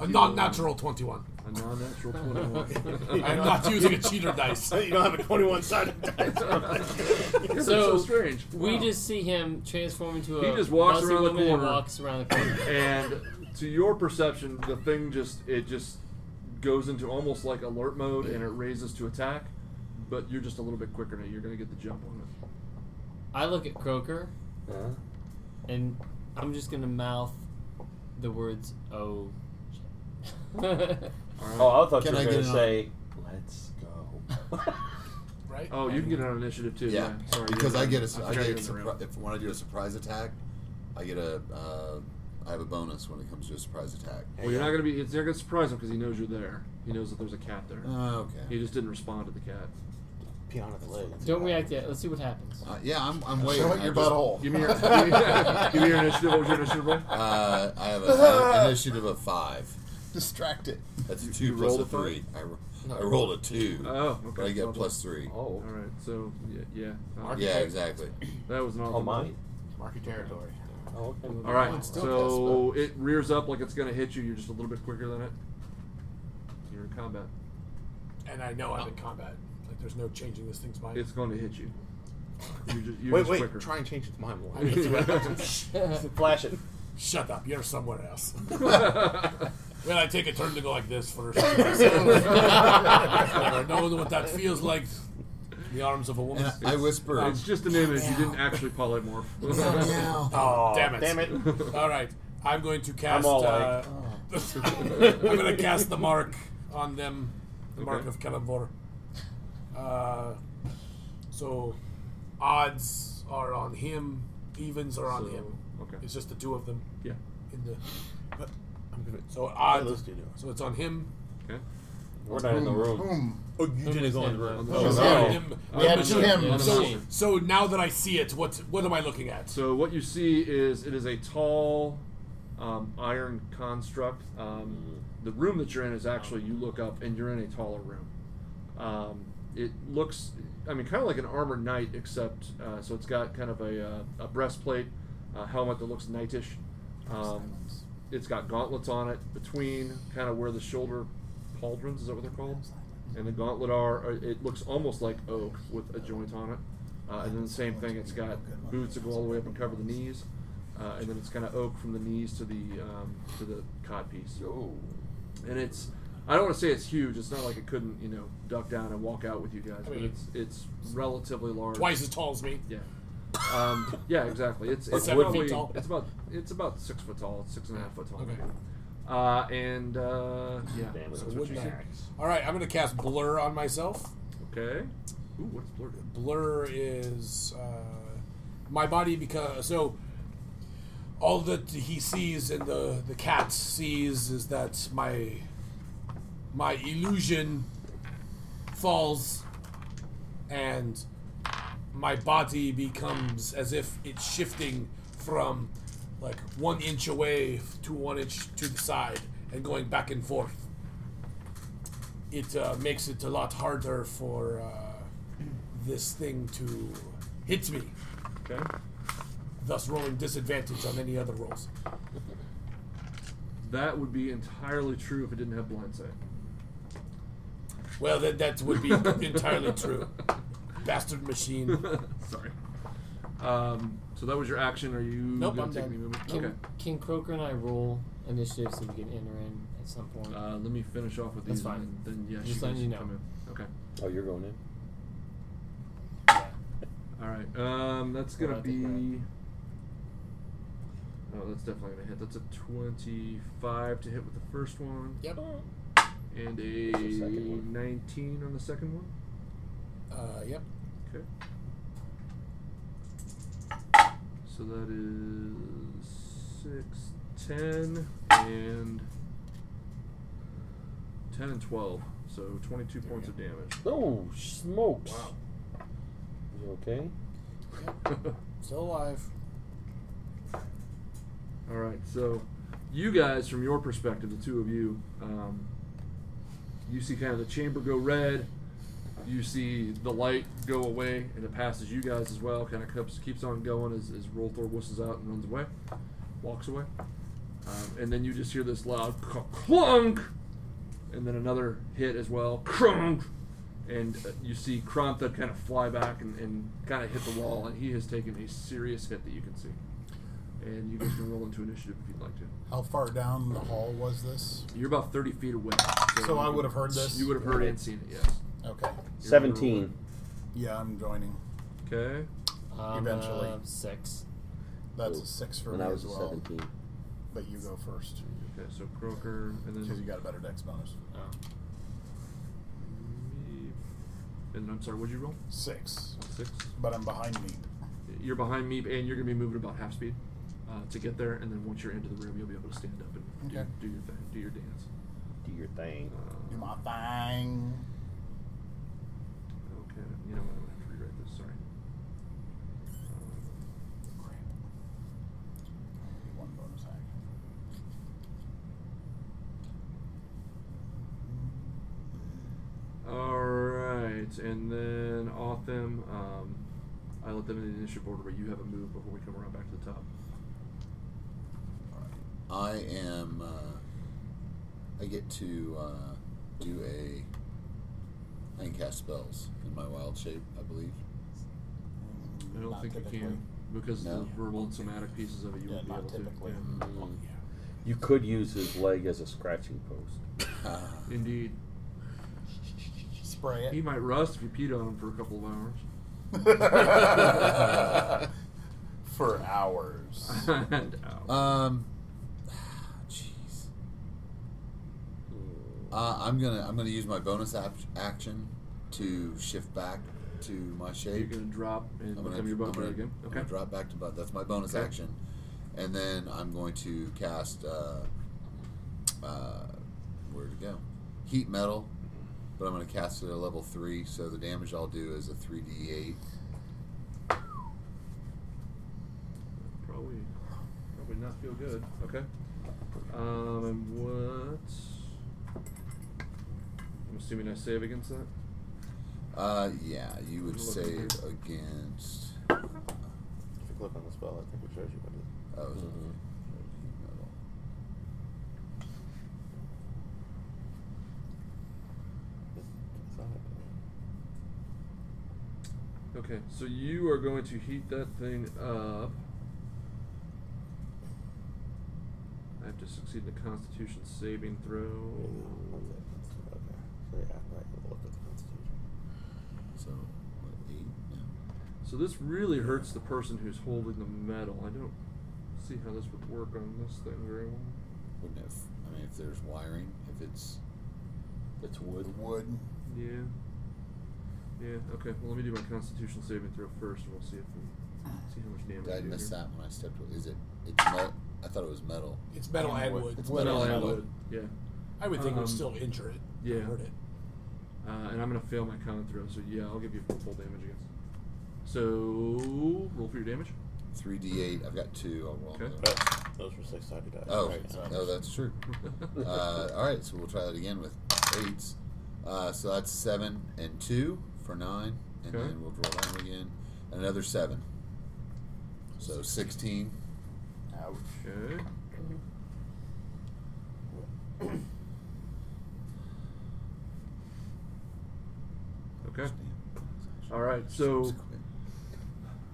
[SPEAKER 4] A non-natural twenty-one.
[SPEAKER 3] A non-natural 21.
[SPEAKER 4] I'm not using a cheater dice.
[SPEAKER 7] you don't have a 21 sided
[SPEAKER 3] That's
[SPEAKER 5] So,
[SPEAKER 3] so strange.
[SPEAKER 5] We
[SPEAKER 3] Wow.
[SPEAKER 5] just see him transform into a.
[SPEAKER 3] He just walks
[SPEAKER 5] muscular
[SPEAKER 3] around the
[SPEAKER 5] woman and
[SPEAKER 3] corner.
[SPEAKER 5] Walks around the corner.
[SPEAKER 3] and to your perception, the thing just it just goes into almost like alert mode, and it raises to attack. But you're just a little bit quicker now. You're gonna get the jump on it.
[SPEAKER 5] I look at Croker, and I'm just gonna mouth the words "oh." shit."
[SPEAKER 6] Oh, I thought
[SPEAKER 9] Can
[SPEAKER 6] you
[SPEAKER 9] I
[SPEAKER 6] were
[SPEAKER 9] get
[SPEAKER 6] going
[SPEAKER 9] an
[SPEAKER 6] to
[SPEAKER 9] op-
[SPEAKER 6] say, let's go.
[SPEAKER 4] Right?
[SPEAKER 3] Oh, you can get it on initiative too.
[SPEAKER 9] Yeah,
[SPEAKER 3] Sorry,
[SPEAKER 9] because
[SPEAKER 3] yeah.
[SPEAKER 9] I get a su- I
[SPEAKER 3] forgot
[SPEAKER 9] get
[SPEAKER 3] you
[SPEAKER 9] a
[SPEAKER 3] were in the room.
[SPEAKER 9] surpri- if when I do a surprise attack, I get a uh, I have a bonus when it comes to a surprise attack.
[SPEAKER 3] Well, you're not gonna be. It's not gonna surprise him because he knows you're there. He knows that there's a cat there.
[SPEAKER 9] Uh,
[SPEAKER 3] He
[SPEAKER 9] okay.
[SPEAKER 3] just didn't respond to the cat.
[SPEAKER 7] Piana's legs.
[SPEAKER 5] Don't react yet. Let's see what happens.
[SPEAKER 9] Uh, yeah, I'm, I'm waiting.
[SPEAKER 2] Show it
[SPEAKER 9] I
[SPEAKER 2] your
[SPEAKER 9] just-
[SPEAKER 2] butthole.
[SPEAKER 3] Give me your, give me your, give me your initiative. What was your initiative roll?
[SPEAKER 9] Uh, I have a- I have an initiative of five.
[SPEAKER 2] Distract it.
[SPEAKER 9] That's a
[SPEAKER 3] you
[SPEAKER 9] two plus
[SPEAKER 3] rolled
[SPEAKER 9] a
[SPEAKER 3] a five?
[SPEAKER 9] three. I, ro- I rolled a two,
[SPEAKER 3] Oh, okay.
[SPEAKER 9] but I get
[SPEAKER 3] Lovely.
[SPEAKER 9] plus three.
[SPEAKER 6] oh,
[SPEAKER 3] All right. So yeah, yeah. Uh,
[SPEAKER 9] Yeah, exactly.
[SPEAKER 3] That was an awesome.
[SPEAKER 6] oh, mine?
[SPEAKER 8] Mark your territory.
[SPEAKER 6] Oh, okay.
[SPEAKER 3] All right,
[SPEAKER 9] Mine's still
[SPEAKER 3] so it rears up like it's gonna hit you. You're just a little bit quicker than it. You're in combat.
[SPEAKER 4] And I know I'm in combat. Like there's no changing this thing's mind.
[SPEAKER 3] It's going to hit you. You're just, you're
[SPEAKER 7] Wait,
[SPEAKER 3] just
[SPEAKER 7] wait.
[SPEAKER 3] quicker.
[SPEAKER 7] Try and change its mind more.
[SPEAKER 6] Flash it.
[SPEAKER 4] Shut up. You're somewhere else. Well, I take a turn to go like this for a few seconds. I know what that feels like. The arms of a woman.
[SPEAKER 9] And I, I whisper.
[SPEAKER 3] it's just an image. You didn't actually polymorph.
[SPEAKER 4] Oh, damn it!
[SPEAKER 7] Damn it.
[SPEAKER 4] All right, I'm going to cast.
[SPEAKER 6] all
[SPEAKER 4] uh, I'm going to cast the mark on them, the mark
[SPEAKER 3] Okay.
[SPEAKER 4] of Kalambor. Uh, so, odds are on him, evens are on
[SPEAKER 3] So,
[SPEAKER 4] him.
[SPEAKER 3] okay.
[SPEAKER 4] It's just the two of them
[SPEAKER 3] yeah.
[SPEAKER 4] in the.
[SPEAKER 7] I'm gonna-
[SPEAKER 4] So
[SPEAKER 7] What those
[SPEAKER 4] odds.
[SPEAKER 7] two do?
[SPEAKER 4] So it's on him.
[SPEAKER 3] Okay.
[SPEAKER 6] We're not in the room.
[SPEAKER 2] Boom.
[SPEAKER 7] Oh, you didn't go in the room.
[SPEAKER 3] Oh,
[SPEAKER 4] It's
[SPEAKER 3] no.
[SPEAKER 4] on him.
[SPEAKER 2] Yeah, it's him.
[SPEAKER 4] So, so now that I see it, what what am I looking at?
[SPEAKER 3] So what you see is it is a tall um, iron construct. Um, the room that you're in is actually you look up and you're in a taller room. Um, it looks, I mean, kind of like an armored knight, except uh, so it's got kind of a, uh, a breastplate, a helmet that looks knightish. Um, it's got gauntlets on it between kind of where the shoulder pauldrons is that what they're called? And the gauntlet are are- it looks almost like oak with a joint on it. Uh, and then the same thing, it's got boots that go all the way up and cover the knees, uh, and then it's kind of oak from the knees to the um, to the codpiece. And it's I don't want to say it's huge. It's not like it couldn't you know duck down and walk out with you guys, but
[SPEAKER 4] mean,
[SPEAKER 3] it's it's relatively large.
[SPEAKER 4] Twice as tall as me.
[SPEAKER 3] Yeah. Um, yeah, exactly. It's it's
[SPEAKER 4] Seven feet
[SPEAKER 3] probably
[SPEAKER 4] tall.
[SPEAKER 3] it's about it's about six foot tall, It's six and a half foot tall.
[SPEAKER 4] Okay.
[SPEAKER 3] Uh, and uh, yeah.
[SPEAKER 6] Damn it.
[SPEAKER 3] so
[SPEAKER 6] That's
[SPEAKER 3] what
[SPEAKER 4] Wood
[SPEAKER 3] you
[SPEAKER 4] knight.
[SPEAKER 3] see.
[SPEAKER 4] All right, I'm going to cast blur on myself.
[SPEAKER 3] Okay. Ooh, what's blurred?
[SPEAKER 4] blur is uh, my body because so all that he sees and the the cat sees is that my my illusion falls and my body becomes as if it's shifting from like one inch away to one inch to the side and going back and forth it uh, makes it a lot harder for uh, this thing to hit me,
[SPEAKER 3] Okay.
[SPEAKER 4] thus rolling disadvantage on any other rolls.
[SPEAKER 3] That would be entirely true if it didn't have blindsight.
[SPEAKER 4] Well, then that would be entirely true. Bastard machine.
[SPEAKER 3] Sorry. Um, so that was your action. Are you
[SPEAKER 4] Nope,
[SPEAKER 3] gonna
[SPEAKER 4] I'm
[SPEAKER 3] take
[SPEAKER 4] done.
[SPEAKER 3] any movement?
[SPEAKER 5] Can,
[SPEAKER 3] Okay.
[SPEAKER 5] can Croker and I roll initiative so we can enter in at some point?
[SPEAKER 3] Uh, let me finish off with
[SPEAKER 5] That's
[SPEAKER 3] these.
[SPEAKER 5] fine.
[SPEAKER 3] And then yes,
[SPEAKER 5] Just
[SPEAKER 3] you
[SPEAKER 5] letting
[SPEAKER 3] guys can
[SPEAKER 5] you know.
[SPEAKER 3] come in. Okay.
[SPEAKER 6] Oh, you're going in?
[SPEAKER 3] All right. Um, that's
[SPEAKER 5] Well,
[SPEAKER 3] gonna
[SPEAKER 5] I think
[SPEAKER 3] be. Oh, that's definitely gonna hit. That's a twenty-five to hit with the first one,
[SPEAKER 4] yep.
[SPEAKER 3] and
[SPEAKER 6] The
[SPEAKER 3] a
[SPEAKER 6] second one.
[SPEAKER 3] nineteen on the second one.
[SPEAKER 4] Uh, yep.
[SPEAKER 3] Okay. So that is six, ten, and ten and twelve. So twenty-two points of damage.
[SPEAKER 6] Oh, smokes. You okay?
[SPEAKER 4] Still alive.
[SPEAKER 3] All right, so you guys, from your perspective, the two of you, um, you see kind of the chamber go red. You see the light go away, and it passes you guys as well. Kind of keeps, keeps on going as, as Rolthor whistles out and runs away, walks away. Um, and then you just hear this loud cl- clunk, and then another hit as well, clunk, and uh, you see Krantha kind of fly back and, and kind of hit the wall, and he has taken a serious hit that you can see. And you guys can roll into initiative if you'd like to.
[SPEAKER 2] How far down the hall was this?
[SPEAKER 3] You're about 30 feet away.
[SPEAKER 2] So
[SPEAKER 3] you
[SPEAKER 2] I
[SPEAKER 3] can-
[SPEAKER 2] would have heard this?
[SPEAKER 3] You would have heard and seen it, yes.
[SPEAKER 2] Okay.
[SPEAKER 6] Seventeen.
[SPEAKER 2] Yeah, I'm joining.
[SPEAKER 3] Okay.
[SPEAKER 5] Um,
[SPEAKER 2] Eventually.
[SPEAKER 5] uh, six.
[SPEAKER 2] That's a six for
[SPEAKER 6] When
[SPEAKER 2] me
[SPEAKER 6] I was
[SPEAKER 2] as
[SPEAKER 6] a
[SPEAKER 2] well.
[SPEAKER 6] seventeen.
[SPEAKER 2] But you go first
[SPEAKER 3] Okay, so Croker, and then
[SPEAKER 2] because you got a better dex bonus.
[SPEAKER 3] Um, me- and I'm sorry, what'd you roll?
[SPEAKER 2] Six,
[SPEAKER 3] Six.
[SPEAKER 2] but I'm behind me.
[SPEAKER 3] You're behind me, and you're gonna be moving about half speed uh, to get there. And then once you're into the room, you'll be able to stand up and
[SPEAKER 2] Okay.
[SPEAKER 3] do, do your thing, do your dance.
[SPEAKER 6] Do your thing.
[SPEAKER 2] Do my thing.
[SPEAKER 3] Um, Okay. You know what? I'm gonna have to rewrite this. Sorry. Um,
[SPEAKER 2] Crap. One bonus action.
[SPEAKER 3] all right, and then off them. Um, I let them in the initiative order, but you have a move before we come around back to the top.
[SPEAKER 9] I am. Uh, I get to uh, do a. I can cast spells in my wild shape, I believe.
[SPEAKER 3] I don't
[SPEAKER 2] Not
[SPEAKER 3] think
[SPEAKER 2] typically.
[SPEAKER 3] you can because
[SPEAKER 9] No.
[SPEAKER 3] the verbal and somatic pieces of it you
[SPEAKER 2] Yeah,
[SPEAKER 3] won't be
[SPEAKER 2] not
[SPEAKER 3] able
[SPEAKER 2] typically.
[SPEAKER 3] to.
[SPEAKER 6] You could use his leg as a scratching post.
[SPEAKER 3] Yeah. Indeed.
[SPEAKER 2] Spray
[SPEAKER 3] He
[SPEAKER 2] it.
[SPEAKER 3] might rust if you peed on him for a couple of hours.
[SPEAKER 2] For hours.
[SPEAKER 3] and out.
[SPEAKER 9] Um, jeez. Uh, I'm gonna I'm gonna use my bonus ap- action to shift back to my
[SPEAKER 3] You're
[SPEAKER 9] shape.
[SPEAKER 3] gonna drop and
[SPEAKER 9] I'm
[SPEAKER 3] become your
[SPEAKER 9] I'm
[SPEAKER 3] buckler
[SPEAKER 9] gonna-
[SPEAKER 3] again.
[SPEAKER 9] I'm
[SPEAKER 3] Okay.
[SPEAKER 9] gonna drop back to butt. That's my bonus
[SPEAKER 3] Okay.
[SPEAKER 9] action, and then I'm going to cast. Uh, uh, where'd it go? Heat metal, but I'm gonna cast it at a level three, so the damage I'll do is a three d eight.
[SPEAKER 3] Probably, probably not feel good. Okay. Um, and what? I'm assuming I save against that.
[SPEAKER 9] Uh, yeah, you would
[SPEAKER 3] I'm looking
[SPEAKER 9] save against.
[SPEAKER 7] If you click on the spell, I think it shows you what it is.
[SPEAKER 9] Oh, is it?
[SPEAKER 3] Mm-hmm.
[SPEAKER 6] Mhm.
[SPEAKER 9] Heat metal.
[SPEAKER 7] It's on it.
[SPEAKER 3] Okay, so you are going to heat that thing up. I have to succeed in a Constitution saving throw.
[SPEAKER 7] That's it. That's it. Okay. So yeah, right. We'll look at the Constitution.
[SPEAKER 9] So what, eight? No.
[SPEAKER 3] So this really hurts the person who's holding the medal. I don't see how this would work on this thing very well.
[SPEAKER 9] Wouldn't if I mean if there's wiring, if it's
[SPEAKER 6] It's wood.
[SPEAKER 2] Wood.
[SPEAKER 3] Yeah. Yeah. Okay. Well, let me do my Constitution saving throw first, and we'll see if we see how much damage.
[SPEAKER 9] did I
[SPEAKER 3] we do
[SPEAKER 9] miss
[SPEAKER 3] here.
[SPEAKER 9] that when I stepped? Is it? It's metal. I thought it was metal.
[SPEAKER 4] It's metal and
[SPEAKER 2] wood.
[SPEAKER 4] wood.
[SPEAKER 9] It's
[SPEAKER 2] Wood
[SPEAKER 9] metal
[SPEAKER 3] Well,
[SPEAKER 2] and
[SPEAKER 3] I
[SPEAKER 9] metal.
[SPEAKER 3] would. Yeah.
[SPEAKER 4] I would think it
[SPEAKER 3] Um,
[SPEAKER 4] would still injure it.
[SPEAKER 3] yeah.
[SPEAKER 4] Hurt it.
[SPEAKER 3] Uh, and I'm gonna fail my con throw, so yeah, I'll give you full, full damage against. So roll for your damage.
[SPEAKER 9] Three D eight. I've got two. I'll roll.
[SPEAKER 3] Okay.
[SPEAKER 9] another.
[SPEAKER 7] Those were six sided dice.
[SPEAKER 9] Oh,
[SPEAKER 7] Right.
[SPEAKER 9] oh, that's true. Uh, all right, so we'll try that again with eights. Uh, so that's seven and two for nine, and
[SPEAKER 3] Okay.
[SPEAKER 9] then we'll draw down again. And another seven. So sixteen.
[SPEAKER 2] Ouch.
[SPEAKER 3] Okay. Okay. All right. So,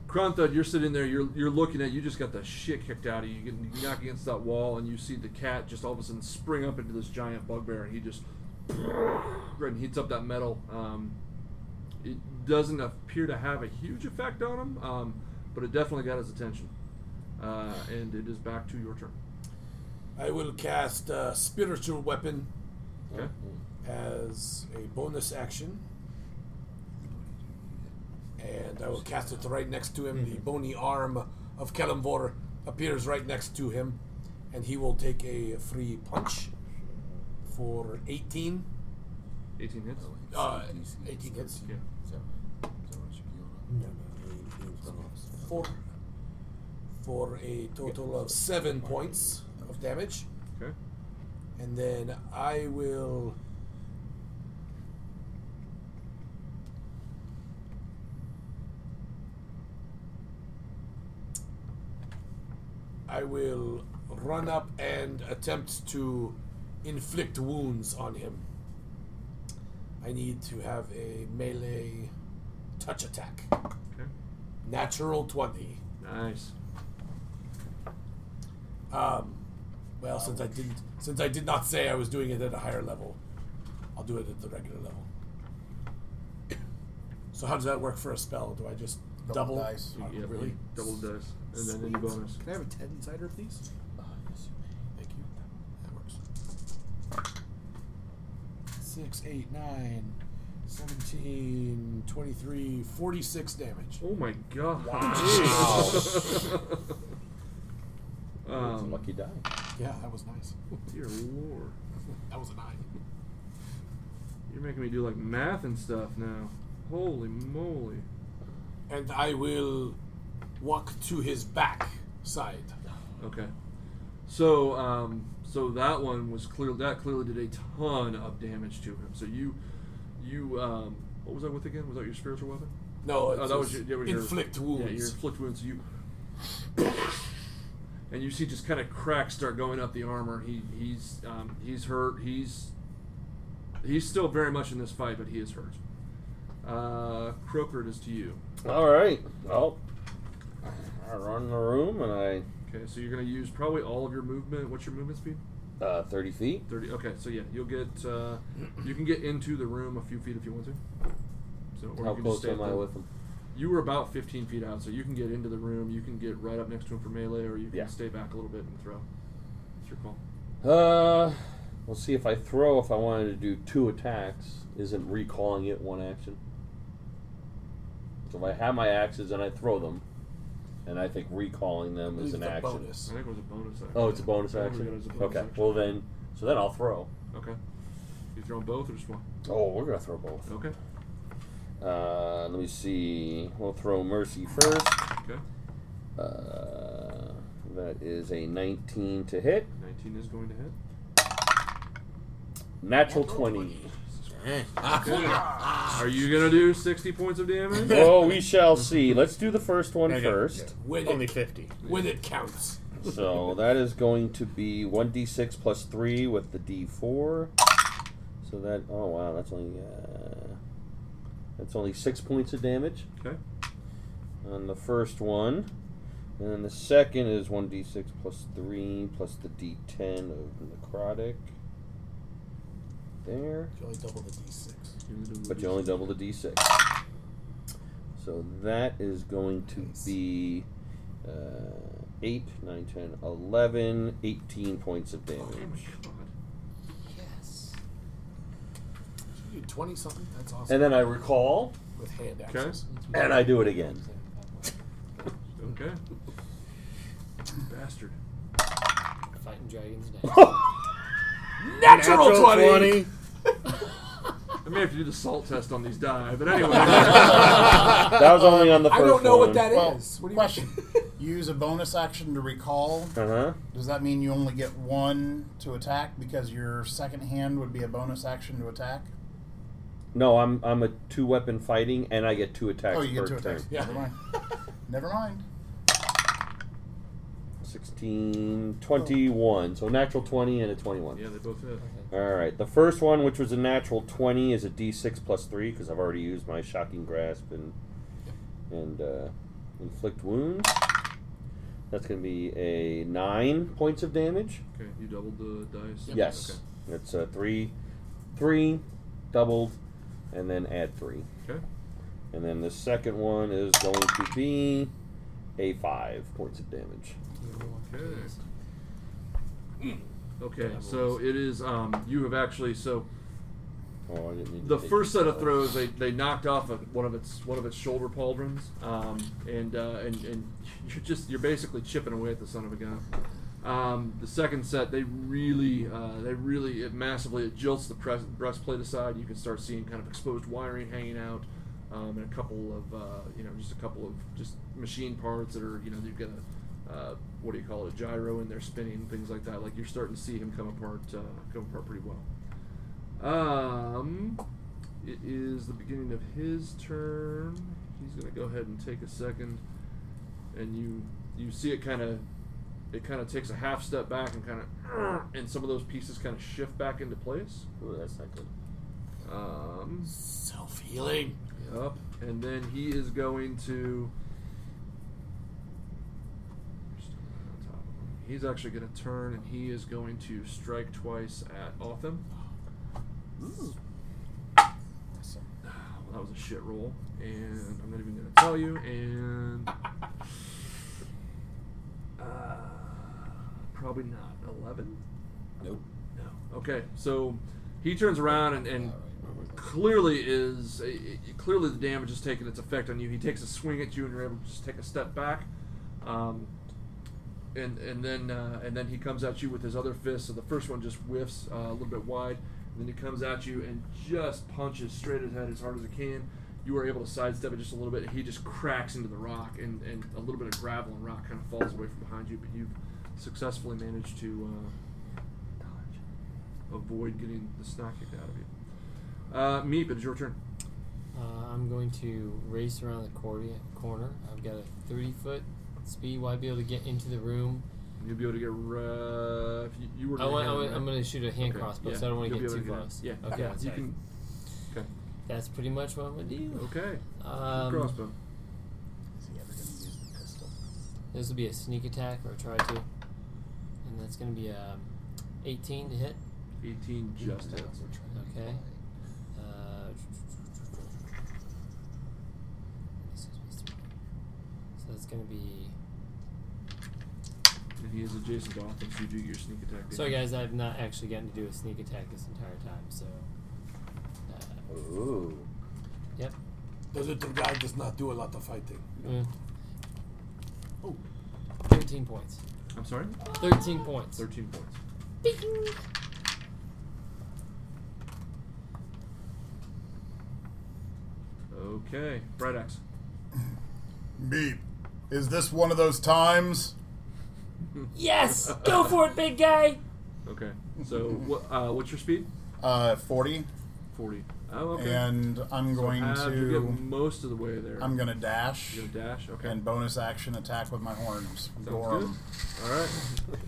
[SPEAKER 3] Kronthud, you're sitting there. You're you're looking at. You just got the shit kicked out of you. You get knocked against that wall, and you see the cat just all of a sudden spring up into this giant bugbear, and he just and heats up that metal. Um, it doesn't appear to have a huge effect on him, um, but it definitely got his attention. Uh, and it is back to your turn.
[SPEAKER 4] I will cast uh, spiritual weapon
[SPEAKER 3] Okay.
[SPEAKER 6] Oh,
[SPEAKER 4] as a bonus action, and I will cast it right next to him. The
[SPEAKER 3] Mm-hmm.
[SPEAKER 4] bony arm of Kalimvor appears right next to him, and he will take a free punch for 18.
[SPEAKER 6] oh.
[SPEAKER 3] 18 hits.
[SPEAKER 4] Uh, 18 hits.
[SPEAKER 3] Yeah.
[SPEAKER 9] Is that, is that what you healed on?
[SPEAKER 4] No, no, Four. For a total of seven points of damage.
[SPEAKER 3] Okay.
[SPEAKER 4] And then I will. I will run up and attempt to inflict wounds on him. I need to have a melee touch attack.
[SPEAKER 3] Okay.
[SPEAKER 4] Natural 20.
[SPEAKER 3] Nice.
[SPEAKER 4] Um, well, since I didn't, since I did not say I was doing it at a higher level, I'll do it at the regular level. So how does that work for a spell? Do I just double?
[SPEAKER 2] Double dice.
[SPEAKER 4] Oh,
[SPEAKER 3] Yeah,
[SPEAKER 4] really?
[SPEAKER 3] Double dice. And then any bonus.
[SPEAKER 10] Can I have a 10 insider, please?
[SPEAKER 4] Uh, yes,
[SPEAKER 10] Thank you. That works. 6, 8, 9,
[SPEAKER 4] 17, 23, 46 damage.
[SPEAKER 3] Oh my god.
[SPEAKER 4] Wow.
[SPEAKER 6] It's a
[SPEAKER 3] um,
[SPEAKER 6] lucky die.
[SPEAKER 4] Yeah, that was nice.
[SPEAKER 3] dear lord.
[SPEAKER 4] That was a 9.
[SPEAKER 3] You're making me do like math and stuff now. Holy moly.
[SPEAKER 4] And I will walk to his back side.
[SPEAKER 3] Okay. So, um, so that one was clear. That clearly did a ton of damage to him. So you, you, um, what was that with again? Was that your spiritual weapon?
[SPEAKER 4] No,
[SPEAKER 3] Oh,
[SPEAKER 4] it's
[SPEAKER 3] that was your, that was your-
[SPEAKER 4] inflict
[SPEAKER 3] Yeah, your
[SPEAKER 4] wounds.
[SPEAKER 3] inflict wounds. You and you see just kind of cracks start going up the armor. He he's um, he's hurt. He's he's still very much in this fight, but he is hurt. Uh, Croker, it is to you.
[SPEAKER 6] All right. Well, I run the room and
[SPEAKER 3] Okay, so you're gonna use probably all of your movement. What's your movement speed?
[SPEAKER 6] I uh, thirty feet.
[SPEAKER 3] Thirty. Okay, so yeah, you'll get uh, you can get into the room a few feet if you want to. So or
[SPEAKER 6] How
[SPEAKER 3] you can just
[SPEAKER 6] close
[SPEAKER 3] stay
[SPEAKER 6] am
[SPEAKER 3] at
[SPEAKER 6] I
[SPEAKER 3] the-
[SPEAKER 6] with him?
[SPEAKER 3] You were about 15 feet out, so you can get into the room. You can get right up next to him for melee, or you can
[SPEAKER 6] Yeah.
[SPEAKER 3] stay back a little bit and throw. It's your call.
[SPEAKER 6] Uh, we'll see if I throw. If I wanted to do two attacks, isn't recalling it one action? So if I have my axes and I throw them, and I think recalling them
[SPEAKER 4] It's
[SPEAKER 6] is an
[SPEAKER 4] a
[SPEAKER 6] action.
[SPEAKER 4] bonus.
[SPEAKER 3] I think it was a bonus action.
[SPEAKER 6] Oh, it's a bonus
[SPEAKER 3] I don't
[SPEAKER 6] action.
[SPEAKER 3] think it is a bonus
[SPEAKER 6] okay.
[SPEAKER 3] action.
[SPEAKER 6] Well then, so then I'll throw.
[SPEAKER 3] Okay. You throwing both or just one?
[SPEAKER 6] Oh, we're gonna throw both.
[SPEAKER 3] Okay.
[SPEAKER 6] Uh, let me see. We'll throw mercy first.
[SPEAKER 3] Okay.
[SPEAKER 6] Uh, that is a 19 to hit.
[SPEAKER 3] 19 is going to hit.
[SPEAKER 6] Natural 20. Ah,
[SPEAKER 3] Are you gonna do 60 points of damage?
[SPEAKER 6] oh, we shall see. Let's do the first one first.
[SPEAKER 4] When
[SPEAKER 7] Only
[SPEAKER 4] it,
[SPEAKER 7] 50.
[SPEAKER 4] when it counts.
[SPEAKER 6] So that is going to be 1d6 plus 3 with the d4. So that, oh wow, that's only, uh, that's only 6 points of damage
[SPEAKER 3] Okay.
[SPEAKER 6] on the first one. And then the second is 1d6 plus 3 plus the d10 of necrotic. There.
[SPEAKER 4] You only double the d6.
[SPEAKER 6] But you only double the d6. So that is going to be uh, 8, 9, 10, 11, 18 points of
[SPEAKER 3] Oh my
[SPEAKER 6] damage.
[SPEAKER 3] god.
[SPEAKER 5] Yes.
[SPEAKER 4] You do 20 something? That's awesome.
[SPEAKER 6] And then I recall,
[SPEAKER 4] With hand
[SPEAKER 3] Okay.
[SPEAKER 4] axes.
[SPEAKER 6] and I do it again.
[SPEAKER 3] Okay. Bastard.
[SPEAKER 5] Fighting dragons
[SPEAKER 4] Natural, 20!
[SPEAKER 3] I may have to do the salt test on these die, but anyway.
[SPEAKER 6] That was only on the
[SPEAKER 4] I
[SPEAKER 6] first
[SPEAKER 4] don't know what that is.
[SPEAKER 2] Well,
[SPEAKER 4] What do you
[SPEAKER 2] question. You use a bonus action to recall.
[SPEAKER 6] Uh huh.
[SPEAKER 2] Does that mean you only get one to attack because your second hand would be a bonus action to attack?
[SPEAKER 6] No, I'm I'm a two weapon fighting, and I get two attacks
[SPEAKER 2] Oh, you
[SPEAKER 6] per
[SPEAKER 2] get two
[SPEAKER 6] turn.
[SPEAKER 2] attacks.
[SPEAKER 4] Yeah.
[SPEAKER 2] Never mind. Never mind.
[SPEAKER 6] 16, 21. So natural 20 and a 21.
[SPEAKER 3] yeah, they both hit.
[SPEAKER 6] All right. The first one, which was a natural twenty, is a D6 plus three because I've already used my shocking grasp and and uh, inflict wounds. That's going to be a nine points of damage.
[SPEAKER 3] Okay, you doubled the dice.
[SPEAKER 6] Yes, it's uh, three, three, doubled, and then add three.
[SPEAKER 3] Okay. Okay.
[SPEAKER 6] And then the second one is going to be a five points of damage.
[SPEAKER 3] Okay. Hmm. Okay, so it is. Um, you have actually so
[SPEAKER 6] Oh, I didn't need to
[SPEAKER 3] the
[SPEAKER 6] take
[SPEAKER 3] first
[SPEAKER 6] these
[SPEAKER 3] set of
[SPEAKER 6] off.
[SPEAKER 3] throws they, they knocked off of one of its one of its shoulder pauldrons, um, and uh, and and you're just you're basically chipping away at the son of a gun. Um, the second set they really uh, they really it massively it jolts the press, breastplate aside. You can start seeing kind of exposed wiring hanging out. Um, and a couple of uh, you know just a couple of just machine parts that are you know you've got a uh, what do you call it a gyro in there spinning things like that like you're starting to see him come apart uh, come apart pretty well um, it is the beginning of his turn. He's gonna go ahead and take a second, and you you see it kind of it kind of takes a half step back and kind of, and some of those pieces kind of shift back into place.
[SPEAKER 6] Ooh, that's not good.
[SPEAKER 3] Um,
[SPEAKER 5] Self healing.
[SPEAKER 3] Yep. And then he is going to. He's actually going to turn and he is going to strike twice at Otham.
[SPEAKER 2] Awesome.
[SPEAKER 3] Ah, Well, that was a shit roll. And I'm not even going to tell you. And. Uh, probably not. 11?
[SPEAKER 9] Nope.
[SPEAKER 3] No. Okay, so he turns around and, and clearly is it- it- clearly the damage is taking its effect on you. He takes a swing at you, and you're able to just take a step back, um, and and then uh, and then he comes at you with his other fist. So the first one just whiffs uh, a little bit wide, and then he comes at you and just punches straight at his head as hard as he can. You are able to sidestep it just a little bit, and he just cracks into the rock, and, and a little bit of gravel and rock kind of falls away from behind you. But you've successfully managed to uh, avoid getting the snot kicked out of you. Uh, Meep, it's your turn.
[SPEAKER 5] Uh, I'm going to race around the cordi- corner. I've got a 30 foot speed. Will I be able to get into the room?
[SPEAKER 3] You'll be able to get. Uh, if you, you were.
[SPEAKER 5] I want, I
[SPEAKER 3] hand,
[SPEAKER 5] want,
[SPEAKER 3] right?
[SPEAKER 5] I'm going to shoot a hand
[SPEAKER 3] Okay,
[SPEAKER 5] crossbow,
[SPEAKER 3] yeah.
[SPEAKER 5] so I don't want
[SPEAKER 3] You'll
[SPEAKER 5] to
[SPEAKER 3] be
[SPEAKER 5] get
[SPEAKER 3] able
[SPEAKER 5] too
[SPEAKER 3] to get it.
[SPEAKER 5] close.
[SPEAKER 3] Yeah,
[SPEAKER 5] Okay.
[SPEAKER 3] yeah,
[SPEAKER 5] that's
[SPEAKER 3] you
[SPEAKER 5] all right.
[SPEAKER 3] can- okay.
[SPEAKER 5] That's pretty much what I'm going to do.
[SPEAKER 3] Okay.
[SPEAKER 5] Um,
[SPEAKER 3] crossbow.
[SPEAKER 2] Is he ever going to use the pistol?
[SPEAKER 5] this will be a sneak attack, or try to. And that's going to be a 18 to hit. mm,
[SPEAKER 3] 18 just hits.
[SPEAKER 5] Okay. Uh, so that's going to be.
[SPEAKER 3] And he is adjacent to offense. You do your sneak attack.
[SPEAKER 5] Sorry, guys, I've not actually gotten to do a sneak attack this entire time, so. Uh,
[SPEAKER 6] Ooh.
[SPEAKER 5] yep.
[SPEAKER 4] The little guy does not do a lot of fighting.
[SPEAKER 5] Mm. 13 points.
[SPEAKER 3] I'm sorry?
[SPEAKER 5] 13 points.
[SPEAKER 3] 13 points. Okay. Bright Axe.
[SPEAKER 2] Beep. Is this one of those times?
[SPEAKER 5] Yes! Go for it, big guy!
[SPEAKER 3] Okay. So, what, uh, what's your speed?
[SPEAKER 2] Uh, 40.
[SPEAKER 3] 40. Oh, okay.
[SPEAKER 2] And I'm going
[SPEAKER 3] Uh, You get
[SPEAKER 2] to.
[SPEAKER 3] most of the way there.
[SPEAKER 2] I'm going to dash.
[SPEAKER 3] You're gonna dash? Okay.
[SPEAKER 2] And bonus action attack with my horns.
[SPEAKER 3] Sounds
[SPEAKER 2] Gorm.
[SPEAKER 3] good. All right.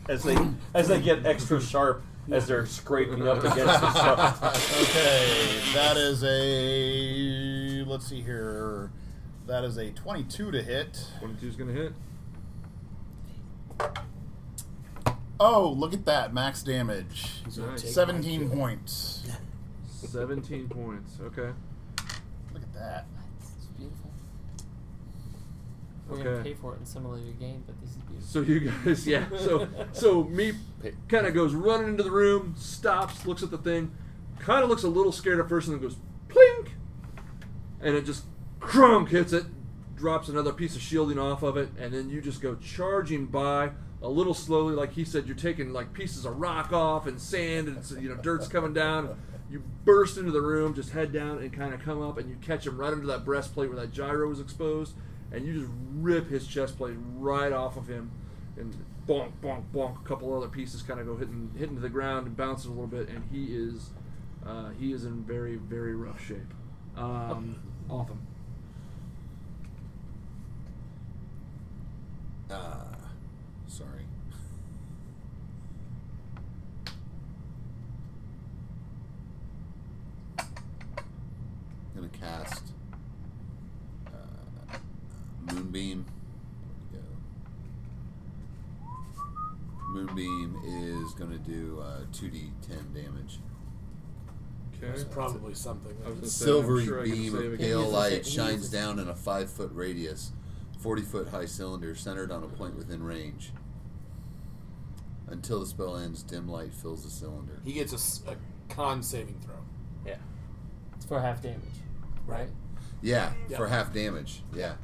[SPEAKER 6] As they as they get extra sharp as they're scraping up against the stuff.
[SPEAKER 2] Okay, that is a. Let's see here. That is a 22 to hit.
[SPEAKER 3] 22 is going to hit.
[SPEAKER 2] Oh, look at that. Max damage.
[SPEAKER 3] Nice.
[SPEAKER 2] 17 points.
[SPEAKER 3] 17 points. Okay.
[SPEAKER 2] Look at that.
[SPEAKER 5] It's beautiful. We're going to
[SPEAKER 3] Okay.
[SPEAKER 5] pay for it in some later game, but this is beautiful.
[SPEAKER 3] So you guys, yeah. So so me kind of goes running into the room, stops, looks at the thing, kind of looks a little scared at first, and then goes plink, and it just crunk hits it, drops another piece of shielding off of it, and then you just go charging by a little slowly, like he said. You're taking like pieces of rock off and sand, and it's, you know dirt's coming down. You burst into the room, just head down and kind of come up, and you catch him right under that breastplate where that gyro was exposed, and you just rip his chest plate right off of him, and bonk, bonk, bonk. A couple other pieces kind of go hitting hitting to the ground and bouncing a little bit, and he is uh, he is in very very rough shape. Um, awesome.
[SPEAKER 9] Ah, sorry. gonna cast uh, Moonbeam. Where'd it go? Moonbeam is gonna do uh, 2d10 damage.
[SPEAKER 4] It's
[SPEAKER 3] Okay.
[SPEAKER 4] probably something.
[SPEAKER 3] I was gonna say, I'm
[SPEAKER 9] Silvery
[SPEAKER 3] sure I can
[SPEAKER 9] beam
[SPEAKER 3] save
[SPEAKER 9] of
[SPEAKER 3] again.
[SPEAKER 9] pale
[SPEAKER 5] He's a-
[SPEAKER 9] light
[SPEAKER 5] he's a-
[SPEAKER 9] shines down in a five foot radius, 40 foot high cylinder centered on a point within range. Until the spell ends, dim light fills the cylinder.
[SPEAKER 4] He gets a s- a, con saving throw.
[SPEAKER 7] Yeah.
[SPEAKER 5] It's for half damage, right?
[SPEAKER 9] Yeah,
[SPEAKER 4] Yeah.
[SPEAKER 9] for half damage. Yeah.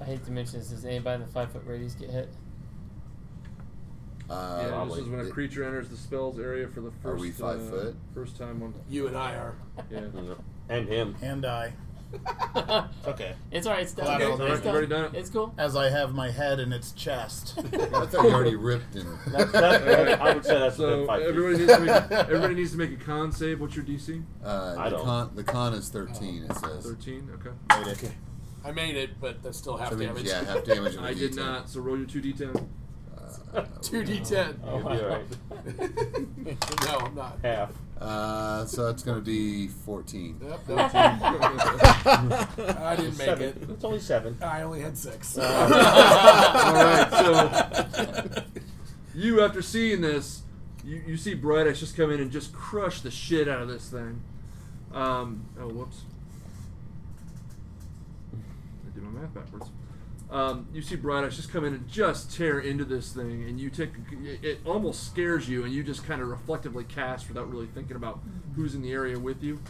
[SPEAKER 5] I hate to mention this. Does anybody in the five foot radius get hit?
[SPEAKER 9] Uh,
[SPEAKER 3] Yeah,
[SPEAKER 9] probably.
[SPEAKER 3] this is when a
[SPEAKER 9] It-
[SPEAKER 3] creature enters the spells area for the first
[SPEAKER 9] Are we five
[SPEAKER 3] uh,
[SPEAKER 9] foot?
[SPEAKER 3] first time on.
[SPEAKER 4] You and I are.
[SPEAKER 3] Yeah.
[SPEAKER 6] And him.
[SPEAKER 2] And I,
[SPEAKER 7] Okay.
[SPEAKER 5] It's alright, it's done.
[SPEAKER 7] Collateral
[SPEAKER 5] It's
[SPEAKER 7] damage.
[SPEAKER 5] done.
[SPEAKER 3] Already done it.
[SPEAKER 5] It's cool.
[SPEAKER 2] as I have my head in its chest.
[SPEAKER 9] I thought you already ripped in.
[SPEAKER 6] That- I would say that's
[SPEAKER 3] So
[SPEAKER 6] within five feet.
[SPEAKER 3] everybody needs to make a, everybody needs to make a con save. What's your DC?
[SPEAKER 9] Uh,
[SPEAKER 6] I
[SPEAKER 9] the,
[SPEAKER 6] don't.
[SPEAKER 9] con, the con is 13, it says.
[SPEAKER 3] Thirteen. Okay.
[SPEAKER 4] Okay. I made it, but that's still half
[SPEAKER 9] So it means,
[SPEAKER 4] damage.
[SPEAKER 9] yeah, half damage. of a
[SPEAKER 3] I did
[SPEAKER 9] D10.
[SPEAKER 3] not. So roll your two d10.
[SPEAKER 9] Uh,
[SPEAKER 4] Two D ten.
[SPEAKER 6] You'll be
[SPEAKER 3] Oh,
[SPEAKER 6] all right.
[SPEAKER 4] No, I'm not.
[SPEAKER 6] Half.
[SPEAKER 9] Uh, so that's going to be 14.
[SPEAKER 4] Yep, that- I didn't make it.
[SPEAKER 6] Seven. It's only seven.
[SPEAKER 4] I only had six.
[SPEAKER 3] All right, so you, after seeing this, you, you see Bright Axe just come in and just crush the shit out of this thing. Um, oh, whoops. I did my math backwards. Um, you see Bright Axe just come in and just tear into this thing, and you take it, it almost scares you, and you just kind of reflectively cast without really thinking about who's in the area with you.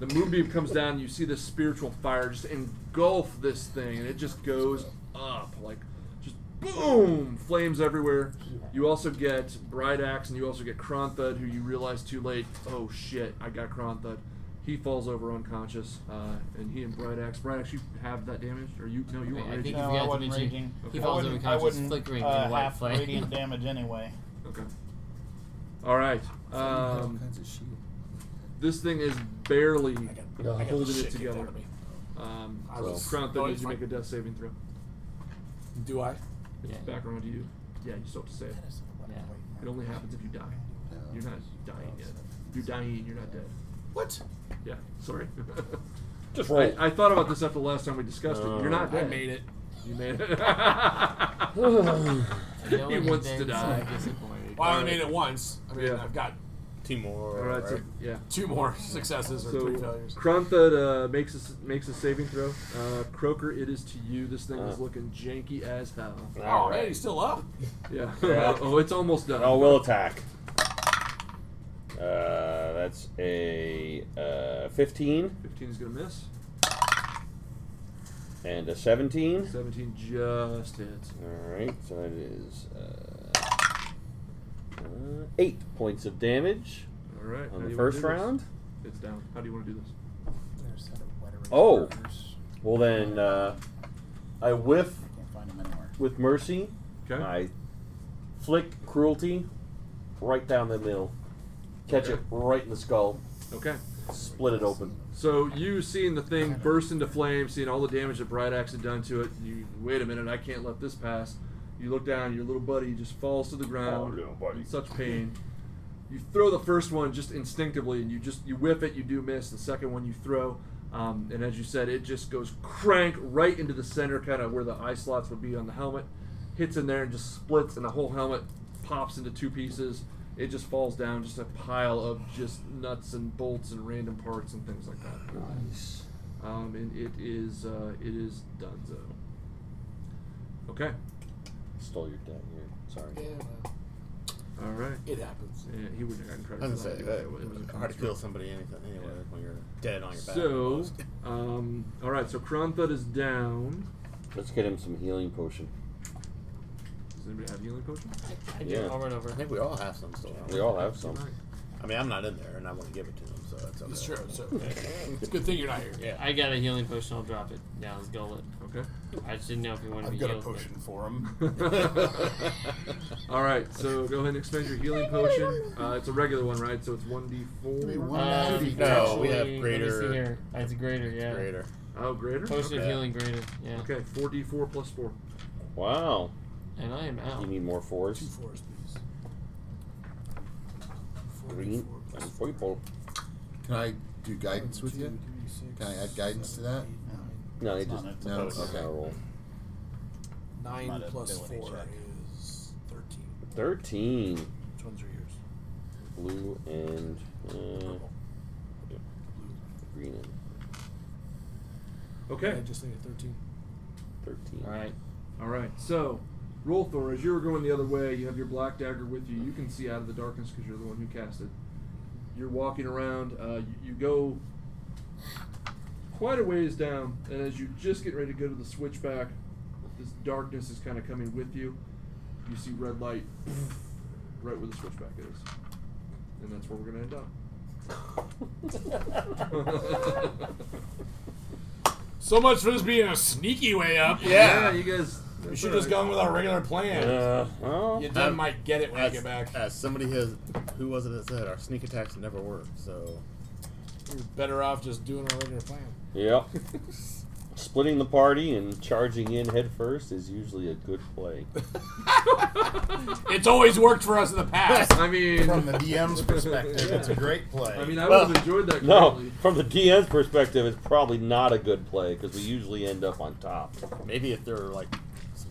[SPEAKER 3] The moonbeam comes down, and you see this spiritual fire just engulf this thing, and it just goes up like just boom, flames everywhere. You also get Bright Axe, and you also get Kronthud, who you realize too late. Oh shit, I got Kronthud. He falls over unconscious, uh, and he and Bright Axe. Bright Axe, you have that damage, or you? No, you
[SPEAKER 5] I
[SPEAKER 3] aren't
[SPEAKER 5] think if you
[SPEAKER 3] raging.
[SPEAKER 2] No, I wasn't
[SPEAKER 5] guys mentioned,
[SPEAKER 2] raging.
[SPEAKER 5] he
[SPEAKER 2] I
[SPEAKER 5] falls over
[SPEAKER 2] wouldn't- I
[SPEAKER 5] conscious,
[SPEAKER 2] wouldn't,
[SPEAKER 5] flickering,
[SPEAKER 2] uh,
[SPEAKER 5] and white
[SPEAKER 2] half radiant
[SPEAKER 5] flame.
[SPEAKER 2] damage anyway.
[SPEAKER 3] Okay. All right.
[SPEAKER 9] All
[SPEAKER 3] Um,
[SPEAKER 9] kinds of shit.
[SPEAKER 3] this thing is barely
[SPEAKER 4] I got the
[SPEAKER 3] holding
[SPEAKER 4] shit
[SPEAKER 3] it
[SPEAKER 4] kicked out
[SPEAKER 3] together.
[SPEAKER 4] of me.
[SPEAKER 3] Um,
[SPEAKER 4] I
[SPEAKER 3] so
[SPEAKER 4] was-
[SPEAKER 3] Kronthud
[SPEAKER 4] oh, it's
[SPEAKER 3] needs to
[SPEAKER 4] fine.
[SPEAKER 3] make a death saving throw.
[SPEAKER 4] Do I?
[SPEAKER 3] It's
[SPEAKER 5] Yeah.
[SPEAKER 3] back around to you. Yeah, you still have to say it. It only happens if you die. You're not dying yet. You're dying. You're not dead.
[SPEAKER 4] What?
[SPEAKER 3] Yeah. Sorry.
[SPEAKER 6] Just
[SPEAKER 3] I, I thought about this after the last time we discussed it. You're not
[SPEAKER 4] Uh, I
[SPEAKER 3] dead.
[SPEAKER 4] made it.
[SPEAKER 3] You made it.
[SPEAKER 5] No
[SPEAKER 3] he
[SPEAKER 5] one
[SPEAKER 3] wants
[SPEAKER 5] then,
[SPEAKER 3] to
[SPEAKER 5] so
[SPEAKER 3] die.
[SPEAKER 5] I'm disappointed.
[SPEAKER 4] Well, I only made it once. I mean,
[SPEAKER 3] Yeah.
[SPEAKER 4] I've got
[SPEAKER 7] Two more.
[SPEAKER 3] All right. So, yeah.
[SPEAKER 4] two more successes or
[SPEAKER 3] So
[SPEAKER 4] three failures.
[SPEAKER 3] Kronthud uh, makes a, s- makes a saving throw. Uh, Croaker, it is to you. This thing is
[SPEAKER 6] Uh.
[SPEAKER 3] looking janky as hell.
[SPEAKER 4] Oh man, he's still up.
[SPEAKER 3] Yeah.
[SPEAKER 6] Yeah.
[SPEAKER 3] oh, it's almost done.
[SPEAKER 6] Oh, we'll attack. Uh, that's a uh, 15
[SPEAKER 3] 15 is gonna miss.
[SPEAKER 6] and a 17.
[SPEAKER 3] 17 just hits.
[SPEAKER 6] Alright, so that is uh, uh, 8 points of damage
[SPEAKER 3] All right. how do
[SPEAKER 6] on
[SPEAKER 3] you wanna
[SPEAKER 6] the first
[SPEAKER 3] do this?
[SPEAKER 6] round.
[SPEAKER 3] It's down. How do you want to do this?
[SPEAKER 6] Oh. Well, then uh, I whiff
[SPEAKER 2] Can't find him anywhere.
[SPEAKER 6] with Mercy.
[SPEAKER 3] Okay.
[SPEAKER 6] I flick Cruelty right down the middle. Catch it
[SPEAKER 3] Okay.
[SPEAKER 6] right in the skull.
[SPEAKER 3] Okay.
[SPEAKER 6] Split it open.
[SPEAKER 3] So you seeing the thing burst into flame, seeing all the damage that Bright Axe had done to it, you wait a minute, I can't let this pass. You look down, your little buddy just falls to the ground
[SPEAKER 6] little buddy.
[SPEAKER 3] in such pain. You throw the first one just instinctively, and you just you whiff it, you do miss. The second one you throw, um, and as you said, it just goes crank right into the center, kind of where the eye slots would be on the helmet. Hits in there and just splits, and the whole helmet pops into two pieces. It just falls down, just a pile of just nuts and bolts and random parts and things like that.
[SPEAKER 6] Nice.
[SPEAKER 3] Um, and it is uh, it is Dunzo. Okay.
[SPEAKER 6] Stole your deck here. Sorry.
[SPEAKER 4] Yeah, well,
[SPEAKER 3] All right.
[SPEAKER 4] it happens.
[SPEAKER 3] Yeah, he wouldn't have gotten credit.
[SPEAKER 7] I was
[SPEAKER 3] for
[SPEAKER 7] gonna say
[SPEAKER 3] that.
[SPEAKER 7] that
[SPEAKER 3] It was- it was
[SPEAKER 7] hard
[SPEAKER 3] a
[SPEAKER 7] to
[SPEAKER 3] construct.
[SPEAKER 7] kill somebody anything anyway when you're dead on your back.
[SPEAKER 3] So, um, all right. So Kronthud is down.
[SPEAKER 6] Let's get him some healing potion.
[SPEAKER 3] Does anybody have healing potion?
[SPEAKER 5] I do
[SPEAKER 6] Yeah.
[SPEAKER 5] it over and over.
[SPEAKER 7] I think we all have some still.
[SPEAKER 6] We all have some.
[SPEAKER 7] I mean, I'm not in there, and I want to give it to them, so that's okay.
[SPEAKER 4] It's true. So it's a good thing you're not here.
[SPEAKER 7] Yeah.
[SPEAKER 5] I got a healing potion. I'll drop it. Now let's go. Let.
[SPEAKER 3] Okay.
[SPEAKER 5] I just didn't know if you wanted
[SPEAKER 2] I've
[SPEAKER 5] to
[SPEAKER 2] got
[SPEAKER 5] be
[SPEAKER 2] a
[SPEAKER 5] healed.
[SPEAKER 2] potion for him.
[SPEAKER 3] all right. So go ahead and expend your healing potion. Uh, it's a regular one, right? So it's one d four.
[SPEAKER 5] but- Um,
[SPEAKER 9] One
[SPEAKER 5] it's
[SPEAKER 7] No,
[SPEAKER 5] actually-
[SPEAKER 7] we have
[SPEAKER 5] let me
[SPEAKER 7] greater-
[SPEAKER 5] see here. That's greater. Yeah.
[SPEAKER 7] Greater.
[SPEAKER 3] Oh, greater.
[SPEAKER 5] Potion of
[SPEAKER 7] Okay.
[SPEAKER 5] healing greater. Yeah.
[SPEAKER 3] Okay, four d four plus four.
[SPEAKER 6] Wow.
[SPEAKER 5] And I am out.
[SPEAKER 6] You need more
[SPEAKER 4] Two
[SPEAKER 6] fours.
[SPEAKER 4] fours, please. Four,
[SPEAKER 6] Green
[SPEAKER 4] four, plus
[SPEAKER 6] and purple.
[SPEAKER 9] Can I do guidance with you? Can I add guidance to that?
[SPEAKER 6] No, they
[SPEAKER 2] It's
[SPEAKER 6] just
[SPEAKER 2] not, it's a
[SPEAKER 9] No.
[SPEAKER 2] potion.
[SPEAKER 9] Okay.
[SPEAKER 6] I roll.
[SPEAKER 4] Nine
[SPEAKER 2] Not a
[SPEAKER 4] plus
[SPEAKER 2] ability
[SPEAKER 4] four
[SPEAKER 2] check.
[SPEAKER 4] is thirteen.
[SPEAKER 6] Thirteen.
[SPEAKER 4] Which ones are yours?
[SPEAKER 6] Blue and uh, green and
[SPEAKER 4] I
[SPEAKER 3] Okay.
[SPEAKER 4] just needed thirteen.
[SPEAKER 6] thirteen.
[SPEAKER 5] All right.
[SPEAKER 3] All right. So, Rolthor, as you were going the other way, you have your black dagger with you. You can see out of the darkness because you're the one who cast it. You're walking around. Uh, you, you go quite a ways down, and as you just get ready to go to the switchback, this darkness is kind of coming with you. You see red light right where the switchback is, and that's where we're gonna end up.
[SPEAKER 4] So much for this being a sneaky way up.
[SPEAKER 3] yeah, you guys.
[SPEAKER 4] We should have just gone with our regular plan.
[SPEAKER 6] Uh, well,
[SPEAKER 4] You done
[SPEAKER 7] Um,
[SPEAKER 4] might get it when you
[SPEAKER 7] As,
[SPEAKER 4] get back.
[SPEAKER 7] as somebody has, who was it that said our sneak attacks never work? So
[SPEAKER 4] You're better off just doing our regular plan.
[SPEAKER 6] yep. Splitting the party and charging in headfirst is usually a good play.
[SPEAKER 4] It's always worked for us in the past.
[SPEAKER 3] I mean,
[SPEAKER 2] From the DM's perspective, it's a great play.
[SPEAKER 3] I mean, I would have enjoyed that.
[SPEAKER 6] No,
[SPEAKER 3] greatly.
[SPEAKER 6] from the DN's perspective, it's probably not a good play because we usually end up on top.
[SPEAKER 7] Maybe if there were like s-